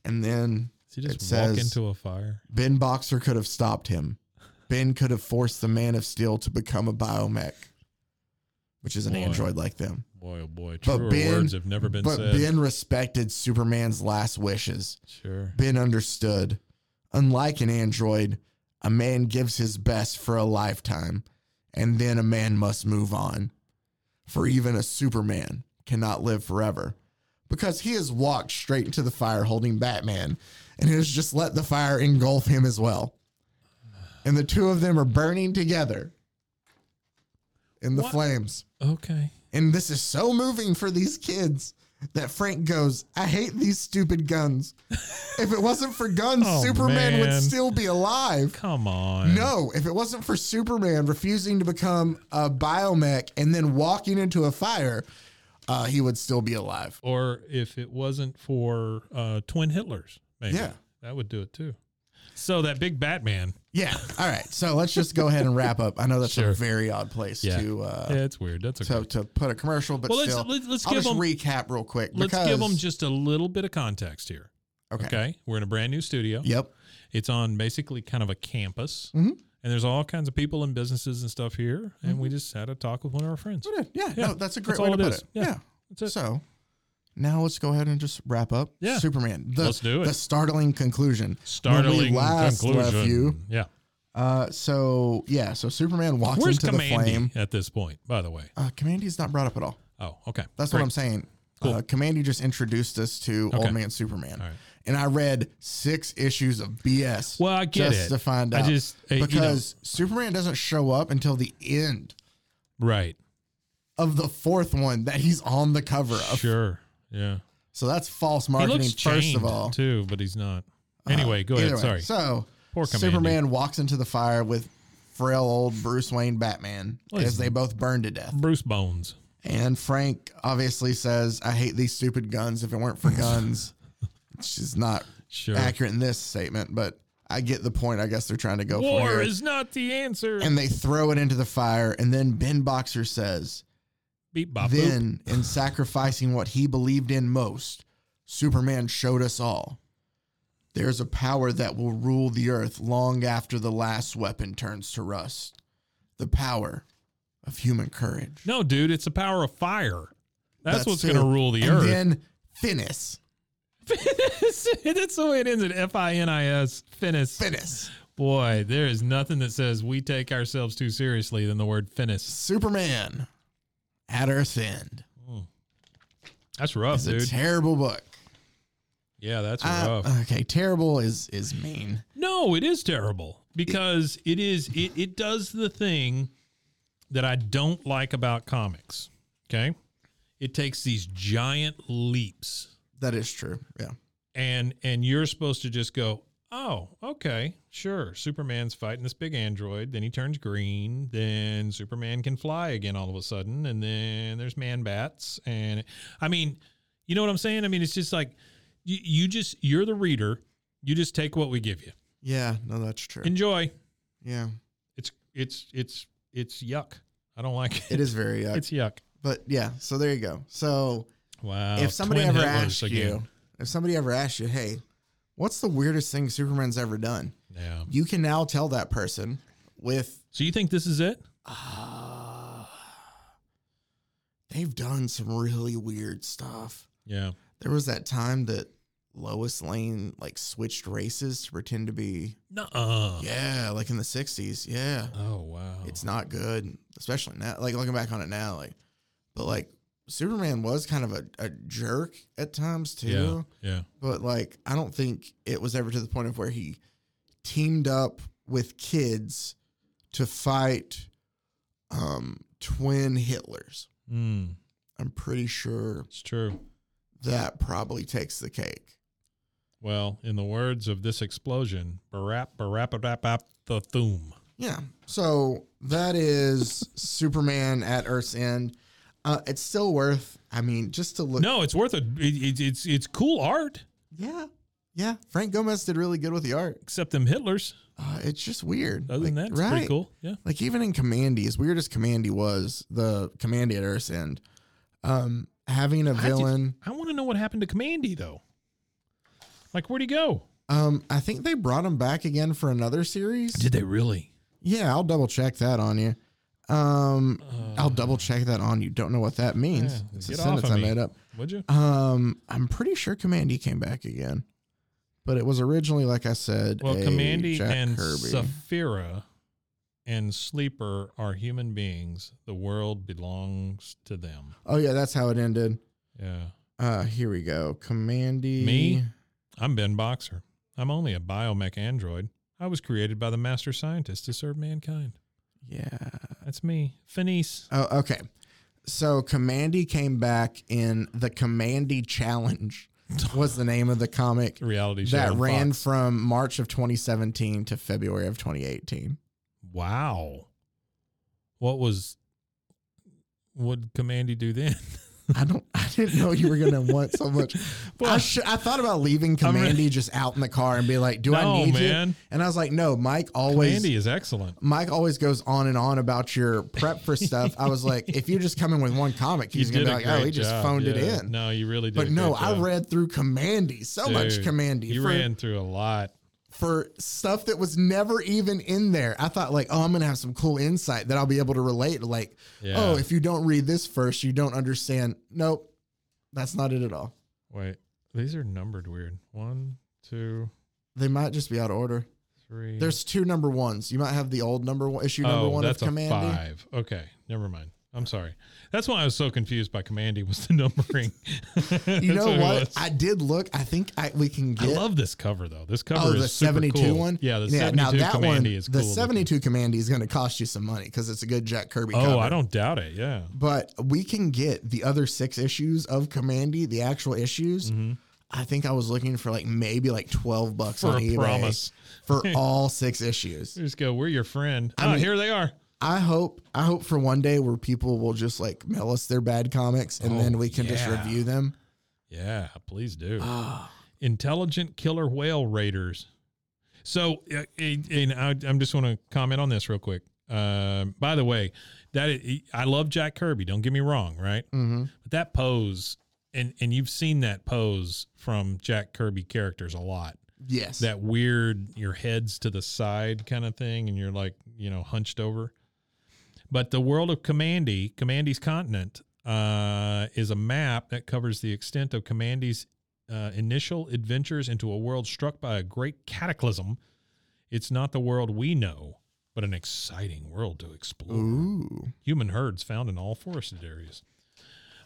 Speaker 4: and then
Speaker 3: does he just
Speaker 4: It
Speaker 3: walk
Speaker 4: says-
Speaker 3: into a fire?
Speaker 4: Ben Boxer could have stopped him. Ben could have forced the Man of Steel to become a biomech, which is an
Speaker 3: Boy.
Speaker 4: android like them.
Speaker 3: Boy, oh boy.
Speaker 4: But
Speaker 3: Truer
Speaker 4: Ben-
Speaker 3: words have never been
Speaker 4: but
Speaker 3: said.
Speaker 4: Ben respected Superman's last wishes.
Speaker 3: sure.
Speaker 4: been understood. Unlike an android, a man gives his best for a lifetime, and then a man must move on. For even a Superman cannot live forever because he has walked straight into the fire holding Batman and has just let the fire engulf him as well. And the two of them are burning together in the
Speaker 3: What?
Speaker 4: flames.
Speaker 3: Okay.
Speaker 4: And this is so moving for these kids that Frank goes, I hate these stupid guns. if it wasn't for guns,
Speaker 3: Oh,
Speaker 4: Superman
Speaker 3: man.
Speaker 4: would still be alive.
Speaker 3: Come on.
Speaker 4: No, if it wasn't for Superman refusing to become a biomech and then walking into a fire, uh, he would still be alive.
Speaker 3: Or if it wasn't for uh, twin Hitlers, maybe.
Speaker 4: Yeah.
Speaker 3: That would do it too. So that big Batman.
Speaker 4: Yeah. All right. So let's just go ahead and wrap up. I know that's
Speaker 3: Sure.
Speaker 4: a very odd place
Speaker 3: Yeah.
Speaker 4: to uh,
Speaker 3: yeah, it's weird. That's okay.
Speaker 4: to, to put a commercial, but
Speaker 3: Well, let's-
Speaker 4: still,
Speaker 3: let's- let's
Speaker 4: I'll
Speaker 3: give
Speaker 4: just
Speaker 3: 'em-
Speaker 4: recap real quick.
Speaker 3: Let's give
Speaker 4: because-
Speaker 3: them just a little bit of context here.
Speaker 4: okay.
Speaker 3: Okay. We're in a brand new studio.
Speaker 4: Yep. Mm-hmm.
Speaker 3: It's on basically kind of a campus. And there's all kinds of people and businesses and stuff here. And we just had a talk with one of our friends.
Speaker 4: We did. Yeah,
Speaker 3: Yeah.
Speaker 4: no, that's Mm-hmm. a great
Speaker 3: That's
Speaker 4: way
Speaker 3: all
Speaker 4: to
Speaker 3: it
Speaker 4: put
Speaker 3: is.
Speaker 4: it.
Speaker 3: Yeah.
Speaker 4: Yeah.
Speaker 3: That's it.
Speaker 4: So now let's go ahead and just wrap up.
Speaker 3: Yeah.
Speaker 4: Superman. The,
Speaker 3: Let's do it.
Speaker 4: The startling conclusion. When we
Speaker 3: Startling
Speaker 4: last
Speaker 3: conclusion.
Speaker 4: Left you.
Speaker 3: Yeah.
Speaker 4: Uh, so yeah, so Superman walks
Speaker 3: Where's
Speaker 4: into the flame.
Speaker 3: Commandy at this point, by the way?
Speaker 4: Uh, Commandy's not brought up at all.
Speaker 3: Oh, okay.
Speaker 4: That's what I'm saying. Uh, Commandy just introduced us to Old Man Superman,
Speaker 3: All right.
Speaker 4: and I read six issues of BS.
Speaker 3: Well, I get
Speaker 4: just
Speaker 3: it.
Speaker 4: to find
Speaker 3: I
Speaker 4: out.
Speaker 3: just- uh, you know-
Speaker 4: because Superman doesn't show up until the end
Speaker 3: Right.
Speaker 4: of the fourth one that he's on the cover of.
Speaker 3: Sure. Yeah.
Speaker 4: So that's false
Speaker 3: He
Speaker 4: marketing.
Speaker 3: looks
Speaker 4: First of
Speaker 3: chained,
Speaker 4: all, Uh,
Speaker 3: too, but he's not. Anyway, go
Speaker 4: Either
Speaker 3: ahead.
Speaker 4: way,
Speaker 3: Sorry.
Speaker 4: So
Speaker 3: Poor Commandy.
Speaker 4: Superman walks into the fire with frail old Bruce Wayne Batman
Speaker 3: Well, he's-
Speaker 4: as they both burn to death.
Speaker 3: Bruce Bones.
Speaker 4: And Frank obviously says, I hate these stupid guns. If it weren't for guns, she's not
Speaker 3: Sure.
Speaker 4: accurate in this statement, but I get the point. I guess they're trying to go for
Speaker 3: War
Speaker 4: here.
Speaker 3: is not the answer.
Speaker 4: and they throw it into the fire. And then Ben Boxer says,
Speaker 3: Beep bop. boop.
Speaker 4: Then, in sacrificing what he believed in most, Superman showed us all there's a power that will rule the earth long after the last weapon turns to rust the power of human courage.
Speaker 3: No, dude, it's the power of fire. That's, what's
Speaker 4: it.
Speaker 3: going to rule the
Speaker 4: and
Speaker 3: earth.
Speaker 4: Then Finis,
Speaker 3: That's the way it ends. At F I N I S. Finis.
Speaker 4: Finis,
Speaker 3: Boy, there is nothing that says we take ourselves too seriously than the word finis.
Speaker 4: Superman, at Earth's End.
Speaker 3: That's rough,
Speaker 4: It's a
Speaker 3: dude.
Speaker 4: terrible book.
Speaker 3: yeah, that's
Speaker 4: I- uh,
Speaker 3: rough.
Speaker 4: okay, terrible is is mean.
Speaker 3: No, it is terrible because it is it, it does the thing that I don't like about comics. Okay? It takes these giant leaps
Speaker 4: That is true. Yeah.
Speaker 3: and and you're supposed to just go, "Oh, okay. Sure. Superman's fighting this big android, then he turns green, then Superman can fly again all of a sudden, and then there's man bats and I mean, you know what I'm saying? I mean, it's just like you, you just you're the reader, you just take what we give you.
Speaker 4: Yeah. No, that's true.
Speaker 3: Enjoy.
Speaker 4: yeah.
Speaker 3: It's it's it's it's yuck. I don't like it.
Speaker 4: It is very uh, yuck.
Speaker 3: It's yuck.
Speaker 4: but yeah, so there you go. So
Speaker 3: Wow.
Speaker 4: if somebody
Speaker 3: Oh, Twin
Speaker 4: ever
Speaker 3: Hitlers
Speaker 4: asked you, if somebody ever asked you, hey, what's the weirdest thing Superman's ever done?
Speaker 3: yeah.
Speaker 4: You can now tell that person with uh,
Speaker 3: So you think this is it?
Speaker 4: they've done some really weird stuff.
Speaker 3: Yeah.
Speaker 4: There was that time that Lois Lane like switched races to pretend to be
Speaker 3: Nuh-uh.
Speaker 4: yeah, like in the '60s. Yeah,
Speaker 3: Oh wow.
Speaker 4: it's not good, especially now. Like looking back on it now, like, but like Superman was kind of a, a jerk at times too.
Speaker 3: yeah. Yeah.
Speaker 4: But like, I don't think it was ever to the point of where he teamed up with kids to fight um, twin Hitlers.
Speaker 3: Mm,
Speaker 4: I'm pretty sure
Speaker 3: it's true.
Speaker 4: that probably takes the cake.
Speaker 3: Well, in the words of this explosion, barap barap barap barap the thoom.
Speaker 4: Yeah. So that is Superman at Earth's End. Uh, it's still worth. I mean, just to look.
Speaker 3: No, it's worth it. It, it. It's it's cool art,
Speaker 4: Yeah. Yeah. Frank Gomez did really good with the art.
Speaker 3: except them Hitlers.
Speaker 4: Uh, it's just weird.
Speaker 3: Other than that,
Speaker 4: Like,
Speaker 3: it's pretty cool. Yeah.
Speaker 4: Like even in Commandy, as weird as Commandy was, the Commandy at Earth's End, um, having a
Speaker 3: I just-
Speaker 4: villain.
Speaker 3: I, want to know what happened to Commandy though. Like, where'd he go?
Speaker 4: um, I think they brought him back again for another series.
Speaker 3: Did they really?
Speaker 4: yeah, I'll double check that on you. Um, I'll double check that on you. Don't know what that means.
Speaker 3: Uh, Yeah,
Speaker 4: it's a
Speaker 3: get off of
Speaker 4: sentence I
Speaker 3: me.
Speaker 4: made up.
Speaker 3: Would you?
Speaker 4: Um, I'm pretty sure Commandy came back again, but it was originally, like I said, a
Speaker 3: Well, Commandy
Speaker 4: Jack
Speaker 3: and
Speaker 4: Kirby.
Speaker 3: Saphira and Sleeper are human beings. The world belongs to them.
Speaker 4: oh yeah, that's how it ended.
Speaker 3: Yeah.
Speaker 4: Uh, here we go. Commandy.
Speaker 3: Me? I'm Ben Boxer. I'm only a biomech android. I was created by the master scientist to serve mankind.
Speaker 4: Yeah.
Speaker 3: That's me. Finis.
Speaker 4: Oh, okay. So Commandy came back in the Commandy Challenge was the name of the comic
Speaker 3: Reality show.
Speaker 4: that
Speaker 3: on
Speaker 4: ran
Speaker 3: Fox.
Speaker 4: from March of 2017 to February of 2018.
Speaker 3: wow. What was. What did Commandy do then?
Speaker 4: I don't. I didn't know you were gonna want so much. I, should, I thought about leaving
Speaker 3: I'm
Speaker 4: Commandy
Speaker 3: really-
Speaker 4: just out in the car and be like, "Do
Speaker 3: No,
Speaker 4: I need you?"
Speaker 3: man.
Speaker 4: And I was like, "No, Mike always."
Speaker 3: Commandy is excellent.
Speaker 4: Mike always goes on and on about your prep for stuff. I was like, if you just come in with one comic, he's
Speaker 3: You
Speaker 4: gonna
Speaker 3: did
Speaker 4: be
Speaker 3: a
Speaker 4: like, "Oh, he
Speaker 3: great
Speaker 4: just
Speaker 3: job,
Speaker 4: phoned it
Speaker 3: yeah.
Speaker 4: in."
Speaker 3: No, you really did. a
Speaker 4: But no,
Speaker 3: great
Speaker 4: I
Speaker 3: job.
Speaker 4: read through Commandy, so much
Speaker 3: Dude,
Speaker 4: Commandy.
Speaker 3: You
Speaker 4: for-
Speaker 3: ran through a lot.
Speaker 4: for stuff that was never even in there. I thought like, oh, I'm gonna have some cool insight that I'll be able to relate. Like,
Speaker 3: Yeah.
Speaker 4: oh, if you don't read this first, you don't understand. Nope, that's not it at all.
Speaker 3: Wait, these are numbered weird. One, two,
Speaker 4: They might just be out of order.
Speaker 3: three.
Speaker 4: There's two number ones. You might have the old number one issue number
Speaker 3: oh,
Speaker 4: one
Speaker 3: that's
Speaker 4: of
Speaker 3: a
Speaker 4: Commandy.
Speaker 3: five. Okay, never mind. I'm sorry. That's why I was so confused by Commandy was the numbering.
Speaker 4: You
Speaker 3: That's
Speaker 4: know
Speaker 3: it
Speaker 4: what?
Speaker 3: was.
Speaker 4: I did look. I think I, we can
Speaker 3: I
Speaker 4: get.
Speaker 3: love this cover though. This cover
Speaker 4: Oh,
Speaker 3: is
Speaker 4: the
Speaker 3: super
Speaker 4: 72
Speaker 3: cool.
Speaker 4: one?
Speaker 3: Yeah, the 72 Commandy
Speaker 4: one,
Speaker 3: is cool.
Speaker 4: The
Speaker 3: looking.
Speaker 4: 72 Commandy is going to cost you some money because it's a good Jack Kirby
Speaker 3: Oh,
Speaker 4: cover.
Speaker 3: I don't doubt it. Yeah.
Speaker 4: But we can get the other six issues of Commandy, the actual issues. I think I was looking for like maybe like 12 bucks
Speaker 3: Mm-hmm. For
Speaker 4: on
Speaker 3: a
Speaker 4: eBay
Speaker 3: promise.
Speaker 4: for all six issues.
Speaker 3: Just go, we're your friend.
Speaker 4: I
Speaker 3: Ah,
Speaker 4: mean-
Speaker 3: here they are.
Speaker 4: I hope I hope for one day where people will just like mail us their bad comics and
Speaker 3: Oh,
Speaker 4: then we can just
Speaker 3: yeah. Ah.
Speaker 4: review them.
Speaker 3: Yeah, please do. Intelligent killer whale raiders. So, uh, and and I, I'm just want to comment on this real quick. Um, by the way, that i- I love Jack Kirby. Don't get me wrong, right?
Speaker 4: Mhm.
Speaker 3: But that pose, and and you've seen that pose from Jack Kirby characters a lot.
Speaker 4: Yes.
Speaker 3: That weird, your head's to the side kind of thing, and you're like, you know, hunched over. But the world of Commandy, Commandy's continent, uh, is a map that covers the extent of Commandy's uh, initial adventures into a world struck by a great cataclysm. It's not the world we know, but an exciting world to explore.
Speaker 4: Ooh.
Speaker 3: Human herds found in all forested areas.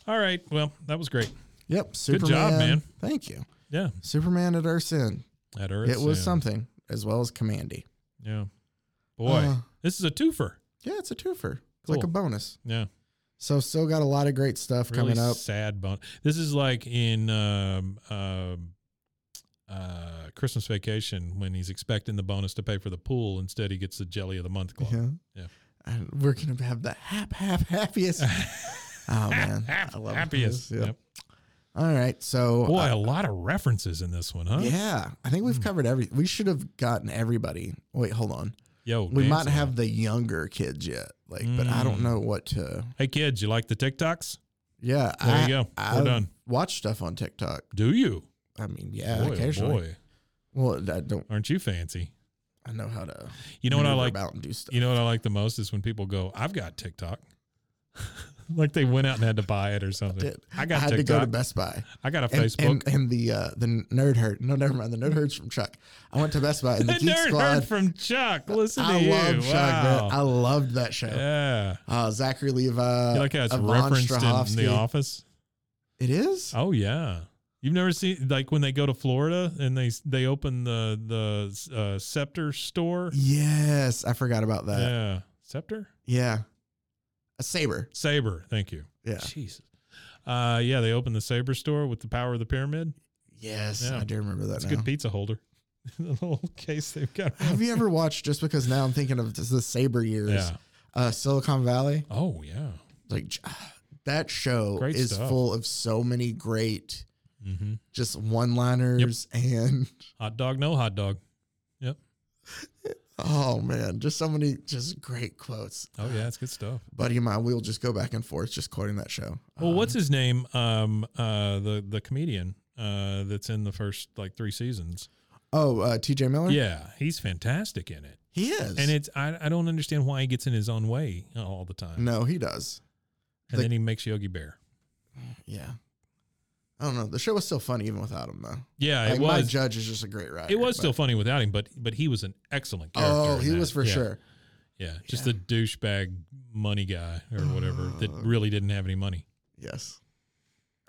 Speaker 3: All right. Well, that was great.
Speaker 4: Yep.
Speaker 3: Good
Speaker 4: Superman.
Speaker 3: job, man.
Speaker 4: Thank you.
Speaker 3: Yeah.
Speaker 4: Superman at Earth's End.
Speaker 3: At Earth.
Speaker 4: it was
Speaker 3: yeah.
Speaker 4: something, as well as Commandy.
Speaker 3: Yeah. Boy,
Speaker 4: Uh,
Speaker 3: this is a twofer.
Speaker 4: Yeah, it's a twofer. It's
Speaker 3: Cool.
Speaker 4: like a bonus.
Speaker 3: Yeah.
Speaker 4: So still got a lot of great stuff
Speaker 3: Really
Speaker 4: coming up.
Speaker 3: sad bone. This is like in um, um, uh, Christmas Vacation when he's expecting the bonus to pay for the pool. Instead, he gets the Jelly of the Month club.
Speaker 4: Yeah.
Speaker 3: Yeah.
Speaker 4: And we're gonna have the hap hap happiest. oh man,
Speaker 3: Hap-
Speaker 4: I love
Speaker 3: happiest.
Speaker 4: this. Yep.
Speaker 3: Yep.
Speaker 4: All right, so
Speaker 3: Boy,
Speaker 4: uh,
Speaker 3: a lot of references in this one, huh?
Speaker 4: yeah, I think
Speaker 3: Hmm.
Speaker 4: we've covered every. We should have gotten everybody. Wait, hold on.
Speaker 3: Yo,
Speaker 4: We might
Speaker 3: Dan's
Speaker 4: have
Speaker 3: on.
Speaker 4: the younger kids yet, like, but I don't
Speaker 3: Mm.
Speaker 4: know what to.
Speaker 3: Hey, kids, you like the TikToks?
Speaker 4: Yeah,
Speaker 3: There
Speaker 4: I,
Speaker 3: you go. We're
Speaker 4: I've
Speaker 3: done.
Speaker 4: Watched stuff on TikTok.
Speaker 3: Do you?
Speaker 4: I mean, yeah,
Speaker 3: boy, oh
Speaker 4: occasionally.
Speaker 3: boy,
Speaker 4: Well, I don't.
Speaker 3: aren't you fancy?
Speaker 4: I know how to.
Speaker 3: You know what I
Speaker 4: maneuver
Speaker 3: like?
Speaker 4: about and do stuff.
Speaker 3: You know what I like the most is when people go, "I've got TikTok." like they went out and had to buy it or something.
Speaker 4: did.
Speaker 3: I got
Speaker 4: I had
Speaker 3: TikTok.
Speaker 4: to go to Best Buy.
Speaker 3: I got a
Speaker 4: And,
Speaker 3: Facebook.
Speaker 4: and, and the uh, the nerd herd. No, never mind. The nerd herd's from Chuck. I went to Best Buy and the,
Speaker 3: the
Speaker 4: Geek
Speaker 3: nerd
Speaker 4: Squad.
Speaker 3: heard from Chuck. Listen to
Speaker 4: I
Speaker 3: you.
Speaker 4: love Chuck.
Speaker 3: wow.
Speaker 4: Man. I loved that show.
Speaker 3: yeah.
Speaker 4: Uh, Zachary Levi.
Speaker 3: You like how it's
Speaker 4: Yvonne
Speaker 3: referenced in
Speaker 4: uh, Strahovski.
Speaker 3: The Office?
Speaker 4: It is.
Speaker 3: Oh yeah. You've never seen like when they go to Florida and they they open the the uh, scepter store.
Speaker 4: Yes, I forgot about that. Yeah.
Speaker 3: yeah. Scepter?
Speaker 4: A saber.
Speaker 3: Saber. Thank you.
Speaker 4: Yeah.
Speaker 3: Jesus. Uh, yeah, they opened the Saber store with the power of the pyramid.
Speaker 4: Yes,
Speaker 3: Yeah.
Speaker 4: I do remember that
Speaker 3: It's
Speaker 4: now.
Speaker 3: a good pizza holder. the little case they've got.
Speaker 4: Have you ever watched? Just because now I'm thinking of this, the saber years.
Speaker 3: Yeah.
Speaker 4: Uh, Silicon Valley.
Speaker 3: Oh yeah.
Speaker 4: Like j- that show
Speaker 3: Great
Speaker 4: is
Speaker 3: stuff.
Speaker 4: full of so many great
Speaker 3: Mm-hmm.
Speaker 4: just one-liners and
Speaker 3: Hot dog, no hot dog.
Speaker 4: Oh man, just so many just great quotes.
Speaker 3: Oh yeah, it's good stuff.
Speaker 4: Buddy of mine, we'll just go back and forth just quoting that show. Uh,
Speaker 3: Well, what's his name? Um, uh, the the comedian uh, that's in the first like three seasons.
Speaker 4: Oh, uh, TJ Miller?
Speaker 3: Yeah, he's fantastic in it,
Speaker 4: He is.
Speaker 3: and it's I, I don't understand why he gets in his own way all the time,
Speaker 4: No, he does.
Speaker 3: and
Speaker 4: the-
Speaker 3: then he makes Yogi Bear.
Speaker 4: Yeah. I don't know. The show was still fun even without him though.
Speaker 3: Yeah,
Speaker 4: Like,
Speaker 3: Uh, it
Speaker 4: my
Speaker 3: was
Speaker 4: judge is just a great writer.
Speaker 3: it was
Speaker 4: but-
Speaker 3: still funny without him, but but he was an excellent character.
Speaker 4: Oh,
Speaker 3: in
Speaker 4: he
Speaker 3: that.
Speaker 4: was for
Speaker 3: Yeah,
Speaker 4: sure.
Speaker 3: Yeah, just
Speaker 4: Yeah. Oh.
Speaker 3: the douchebag money guy or whatever that
Speaker 4: Ugh.
Speaker 3: really didn't have any money.
Speaker 4: Yes.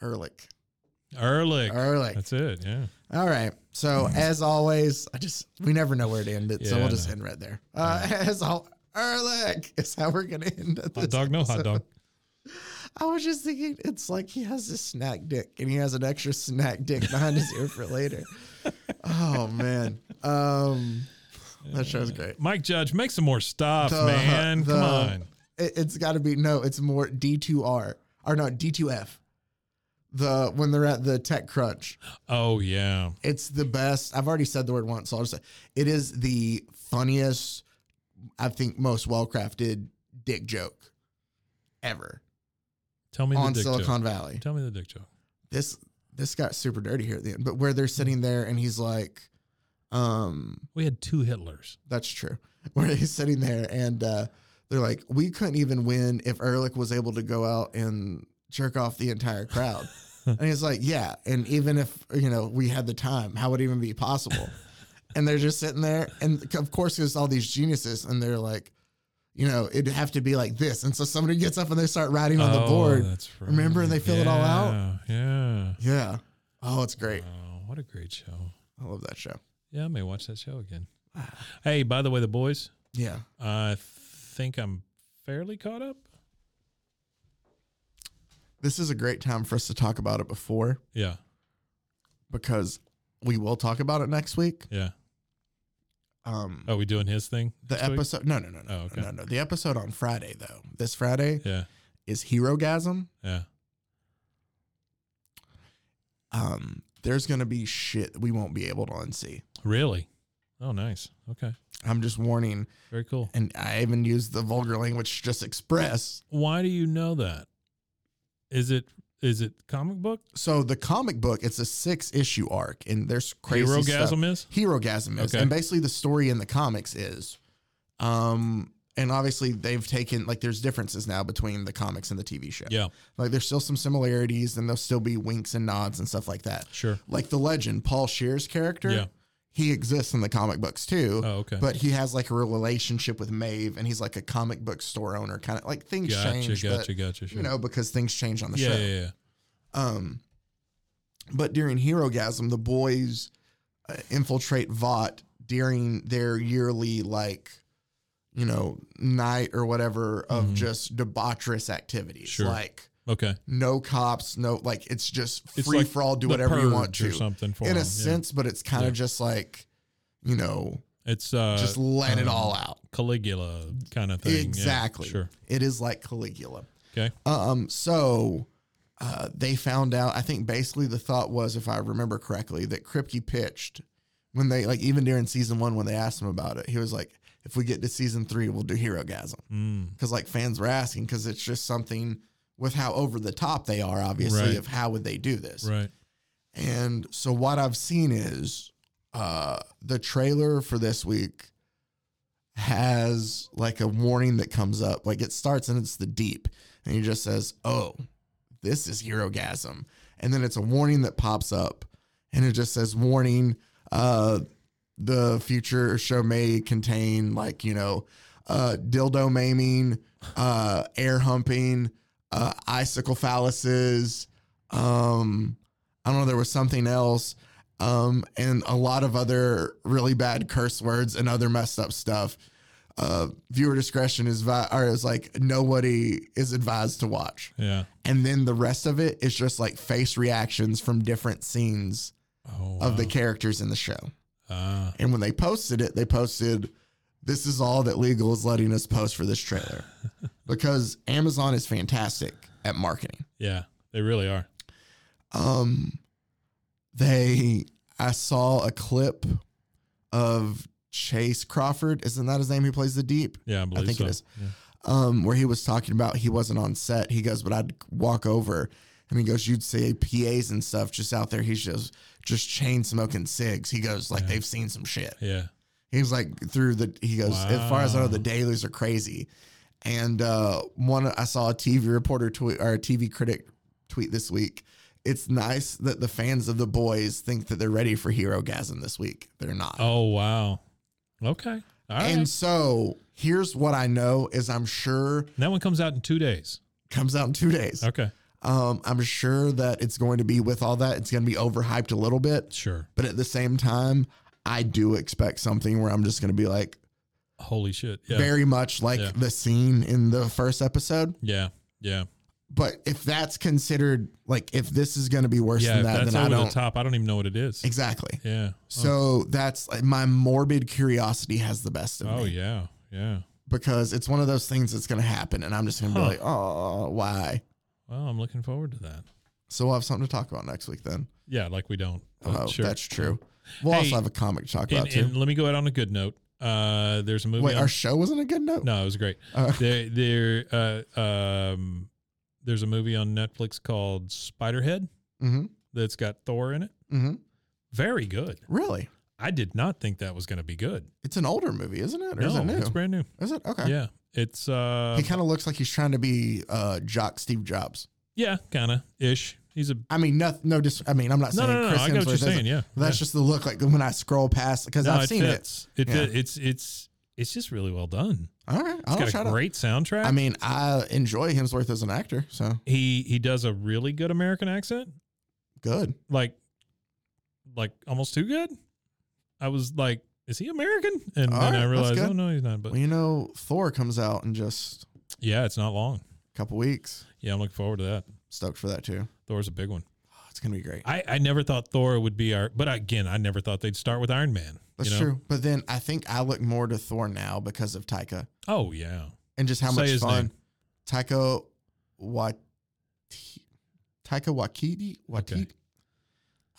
Speaker 4: Ehrlich.
Speaker 3: Ehrlich.
Speaker 4: Ehrlich.
Speaker 3: That's it. Yeah.
Speaker 4: All right. So as always, I just we never know where to end it, so
Speaker 3: Mm-hmm. Yeah,
Speaker 4: we'll
Speaker 3: I
Speaker 4: just
Speaker 3: know.
Speaker 4: end right there. Uh, as all Ehrlich is how we're gonna end it.
Speaker 3: Hot dog, no hot dog.
Speaker 4: I was just thinking, it's like he has a snack dick and he has an extra snack dick behind his ear for later. Oh man, um, that show's great.
Speaker 3: Mike Judge, make some more stuff,
Speaker 4: The-
Speaker 3: man.
Speaker 4: the-
Speaker 3: Come on.
Speaker 4: It, has got to be no, it's more D two R or no D two F. The when they're at the tech crunch,
Speaker 3: Oh yeah.
Speaker 4: it's the best. I've already said the word once, so I'll just say it is the funniest, I think, most well crafted dick joke ever
Speaker 3: Tell me
Speaker 4: on
Speaker 3: the dick
Speaker 4: Silicon
Speaker 3: joke.
Speaker 4: Valley.
Speaker 3: Tell me the dick joke.
Speaker 4: this this got super dirty here at the end, but where they're sitting there and he's like, Um,
Speaker 3: We had two Hitlers.
Speaker 4: That's true. Where he's sitting there and uh, they're like, we couldn't even win if Ehrlich was able to go out and jerk off the entire crowd. and he's like, yeah. And even if, you know, we had the time, how would it even be possible? and they're just sitting there. And of course, there's all these geniuses and they're like, you know, it'd have to be like this. And so somebody gets up and they start writing on the
Speaker 3: Oh,
Speaker 4: board.
Speaker 3: That's right.
Speaker 4: Remember, and they fill it all out?
Speaker 3: Yeah.
Speaker 4: Yeah. Oh, it's great.
Speaker 3: Oh, what a great show.
Speaker 4: I love that show.
Speaker 3: Yeah, I may watch that show again. Hey, by the way, the boys,
Speaker 4: Yeah.
Speaker 3: I think I'm fairly caught up.
Speaker 4: This is a great time for us to talk about it before
Speaker 3: Yeah.
Speaker 4: because we will talk about it next week.
Speaker 3: Yeah.
Speaker 4: Um,
Speaker 3: Are we doing his thing?
Speaker 4: the
Speaker 3: Oh, next week?
Speaker 4: episode, no, no, no, no,
Speaker 3: Oh, okay.
Speaker 4: no, no. The episode on Friday, though, this Friday
Speaker 3: Yeah.
Speaker 4: is Hero Gasm.
Speaker 3: Yeah.
Speaker 4: Um, there's gonna be shit that we won't be able to unsee.
Speaker 3: Really? Oh, nice. Okay.
Speaker 4: I'm just warning,
Speaker 3: Very cool.
Speaker 4: and I even used the vulgar language to just express.
Speaker 3: Why do you know that? Is it is it comic book?
Speaker 4: So the comic book, it's a six issue arc, and there's crazy stuff.
Speaker 3: Herogasm is?
Speaker 4: Hero Gasm is,
Speaker 3: Okay.
Speaker 4: and basically the story in the comics is, um, and obviously they've taken like there's differences now between the comics and the TV show.
Speaker 3: Yeah.
Speaker 4: Like there's still some similarities and there'll still be winks and nods and stuff like that.
Speaker 3: Sure.
Speaker 4: Like the legend, Paul Shear's character,
Speaker 3: Yeah.
Speaker 4: he exists in the comic books too.
Speaker 3: Oh, okay.
Speaker 4: But he has like a relationship with Maeve and he's like a comic book store owner kind of like things
Speaker 3: Gotcha,
Speaker 4: change.
Speaker 3: gotcha,
Speaker 4: but,
Speaker 3: gotcha, sure.
Speaker 4: You know, because things change on the
Speaker 3: yeah,
Speaker 4: show.
Speaker 3: yeah, yeah.
Speaker 4: Um, but during Hero Gasm, the boys uh, infiltrate Vought during their yearly, like, you know, night or whatever of just debaucherous activities.
Speaker 3: Mm-hmm. Sure.
Speaker 4: Like,
Speaker 3: Okay.
Speaker 4: no cops, no, like, it's just
Speaker 3: It's
Speaker 4: free
Speaker 3: like
Speaker 4: for all, do
Speaker 3: the
Speaker 4: whatever you want
Speaker 3: Purge
Speaker 4: to.
Speaker 3: or something for
Speaker 4: in a
Speaker 3: them, yeah.
Speaker 4: sense, but it's kind
Speaker 3: Yeah.
Speaker 4: of just like, you know,
Speaker 3: It's uh
Speaker 4: just let it
Speaker 3: um,
Speaker 4: all out.
Speaker 3: Caligula kind of thing. Yeah,
Speaker 4: Exactly.
Speaker 3: sure.
Speaker 4: It is like Caligula.
Speaker 3: Okay.
Speaker 4: Um, so uh, they found out. I think basically the thought was, if I remember correctly, that Kripke pitched when they like even during season one when they asked him about it, he was like, "If we get to season three, we'll do Hero Gasm,"
Speaker 3: Mm.
Speaker 4: because like fans were asking because it's just something with how over the top they are, obviously,
Speaker 3: Right.
Speaker 4: of how would they do this.
Speaker 3: Right.
Speaker 4: And so what I've seen is uh, the trailer for this week has like a warning that comes up. Like it starts and it's the deep, and he just says, "Oh, this is Eurogasm," and then it's a warning that pops up, and it just says, "Warning: uh, the future show may contain like you know, uh, dildo maiming, uh, air humping, uh, icicle phalluses." Um, I don't know, there was something else, um, and a lot of other really bad curse words and other messed up stuff. Uh, viewer discretion is vi- or is like nobody is advised to watch.
Speaker 3: Yeah.
Speaker 4: And then the rest of it is just like face reactions from different scenes
Speaker 3: Oh.
Speaker 4: of the
Speaker 3: wow.
Speaker 4: characters in the show.
Speaker 3: Ah.
Speaker 4: And when they posted it, they posted, "This is all that legal is letting us post for this trailer," because Amazon is fantastic at marketing.
Speaker 3: yeah. They really are.
Speaker 4: um they i saw a clip of chase crawford isn't that his name who plays the deep
Speaker 3: Yeah, I believe
Speaker 4: think it
Speaker 3: so.
Speaker 4: is.
Speaker 3: Yeah.
Speaker 4: um where he was talking about he wasn't on set he goes but i'd walk over and he goes you'd see pas and stuff just out there he's just just chain smoking cigs he goes like
Speaker 3: Yeah.
Speaker 4: they've seen some shit
Speaker 3: Yeah.
Speaker 4: He's like through the he goes as far as I know the
Speaker 3: Wow.
Speaker 4: dailies are crazy, and uh, one I saw a TV reporter tweet or a TV critic tweet this week. It's nice that the fans of the boys think that they're ready for Hero Gasm this week. They're not.
Speaker 3: Oh wow. Okay. All right.
Speaker 4: and so here's what I know is I'm sure
Speaker 3: that one comes out in two days.
Speaker 4: comes out in two days.
Speaker 3: Okay.
Speaker 4: Um, I'm sure that it's going to be with all that. It's going to be overhyped a little bit,
Speaker 3: Sure.
Speaker 4: but at the same time, I do expect something where I'm just going to be like,
Speaker 3: Holy shit. Yeah.
Speaker 4: very much like
Speaker 3: Yeah.
Speaker 4: the scene in the first episode.
Speaker 3: yeah. Yeah.
Speaker 4: But if that's considered like if this is going to be worse
Speaker 3: Yeah.
Speaker 4: than
Speaker 3: If
Speaker 4: that,
Speaker 3: that's
Speaker 4: then I
Speaker 3: over the
Speaker 4: don't
Speaker 3: top. I don't even know what it is.
Speaker 4: exactly.
Speaker 3: Yeah. oh,
Speaker 4: So that's like my morbid curiosity has the best of
Speaker 3: oh,
Speaker 4: me
Speaker 3: yeah. Yeah.
Speaker 4: because it's one of those things that's going to happen, and I'm just going to
Speaker 3: Huh.
Speaker 4: be like, oh, why?
Speaker 3: Well, I'm looking forward to that.
Speaker 4: So we'll have something to talk about next week then.
Speaker 3: Yeah, like we don't. but
Speaker 4: Oh,
Speaker 3: sure.
Speaker 4: that's true. We'll
Speaker 3: Hey,
Speaker 4: also have a comic to talk
Speaker 3: And,
Speaker 4: about too.
Speaker 3: and let me go out on a good note. Uh, there's a movie.
Speaker 4: Wait,
Speaker 3: on-
Speaker 4: our show wasn't a good note.
Speaker 3: no, it was great.
Speaker 4: Uh,
Speaker 3: there, there, uh, um, there's a movie on Netflix called Spiderhead
Speaker 4: mm-hmm,
Speaker 3: that's got Thor in it.
Speaker 4: mm-hmm.
Speaker 3: Very good.
Speaker 4: Really?
Speaker 3: I did not think that was going to be good.
Speaker 4: It's an older movie, isn't it? Or
Speaker 3: no,
Speaker 4: is it new?
Speaker 3: it's brand new.
Speaker 4: is it? Okay.
Speaker 3: Yeah, it's uh,
Speaker 4: He kind of looks like he's trying to be uh, Jock Steve Jobs.
Speaker 3: yeah, kind of ish. He's a
Speaker 4: I mean, nothing. No, dis- I mean, I'm not
Speaker 3: no,
Speaker 4: saying
Speaker 3: no, no, no.
Speaker 4: Chris
Speaker 3: I get what
Speaker 4: Hemsworth
Speaker 3: you're
Speaker 4: isn't.
Speaker 3: saying. Yeah,
Speaker 4: That's
Speaker 3: yeah.
Speaker 4: just the look like when I scroll past because
Speaker 3: No,
Speaker 4: I've seen it.
Speaker 3: fits. It,
Speaker 4: Yeah.
Speaker 3: fit- It's it's it's just really well done.
Speaker 4: All right,
Speaker 3: It's
Speaker 4: I'll try
Speaker 3: got a
Speaker 4: to.
Speaker 3: great soundtrack.
Speaker 4: Oh, I mean, I enjoy Hemsworth as an actor, so
Speaker 3: he he does a really good American accent,
Speaker 4: good.
Speaker 3: like like almost too good. I was like, is he American? And
Speaker 4: All
Speaker 3: then
Speaker 4: right,
Speaker 3: I
Speaker 4: that's
Speaker 3: realized,
Speaker 4: good.
Speaker 3: oh no, he's not. But
Speaker 4: Well, you know, Thor comes out in just
Speaker 3: yeah, it's not long.
Speaker 4: a couple weeks.
Speaker 3: Yeah, I'm looking forward to that.
Speaker 4: Stoked for that too.
Speaker 3: Thor's a big one.
Speaker 4: Oh, it's gonna be great.
Speaker 3: I, I never thought Thor would be our, but again, I never thought they'd start with Iron Man.
Speaker 4: That's
Speaker 3: you know?
Speaker 4: true. But then I think I look more to Thor now because of Taika
Speaker 3: Oh yeah,
Speaker 4: and just how
Speaker 3: Say
Speaker 4: much
Speaker 3: his
Speaker 4: fun
Speaker 3: name.
Speaker 4: Taika Wat Taika Waititi Waititi.
Speaker 3: Okay.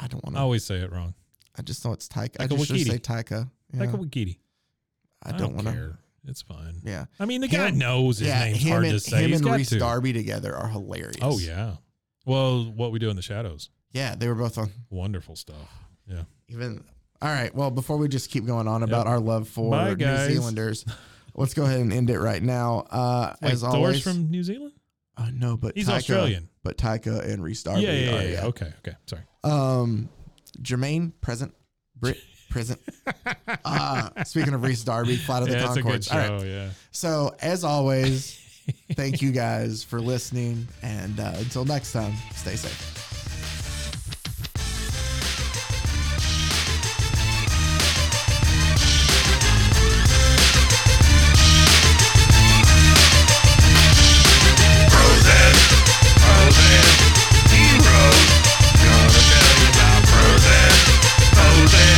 Speaker 4: I don't want
Speaker 3: I
Speaker 4: to.
Speaker 3: always say it wrong.
Speaker 4: I just know it's Taika. I
Speaker 3: Taika
Speaker 4: just should say
Speaker 3: Waititi.
Speaker 4: Taika. Yeah,
Speaker 3: Like a Wikiti.
Speaker 4: I don't want to.
Speaker 3: care. It's fine.
Speaker 4: Yeah.
Speaker 3: I mean, the guy
Speaker 4: Him-
Speaker 3: knows his name's
Speaker 4: him
Speaker 3: hard
Speaker 4: and,
Speaker 3: to say.
Speaker 4: Him
Speaker 3: He's
Speaker 4: and
Speaker 3: got
Speaker 4: Reese
Speaker 3: to.
Speaker 4: Darby together are hilarious.
Speaker 3: Oh yeah. Well, what we do in the shadows,
Speaker 4: Yeah, they were both on.
Speaker 3: wonderful stuff. Yeah.
Speaker 4: Even all right. Well, before we just keep going on about our love for
Speaker 3: Bye, guys.
Speaker 4: New Zealanders, let's go ahead and end it right now. Uh,
Speaker 3: Wait,
Speaker 4: as
Speaker 3: Thor's
Speaker 4: always,
Speaker 3: from New Zealand.
Speaker 4: uh, no, but
Speaker 3: He's
Speaker 4: Taika-
Speaker 3: Australian.
Speaker 4: But Taika and Reese Darby.
Speaker 3: yeah, yeah,
Speaker 4: are,
Speaker 3: yeah, yeah. Okay, okay. Sorry.
Speaker 4: Um, Jermaine present, Brit present. uh, speaking of Reese Darby, Flight of the
Speaker 3: yeah, it's a good
Speaker 4: Concords.
Speaker 3: show.
Speaker 4: All right.
Speaker 3: Yeah.
Speaker 4: So as always, thank you guys for listening, and uh, until next time, stay safe.
Speaker 1: Frozen, frozen heroes. Gonna tell you about frozen, frozen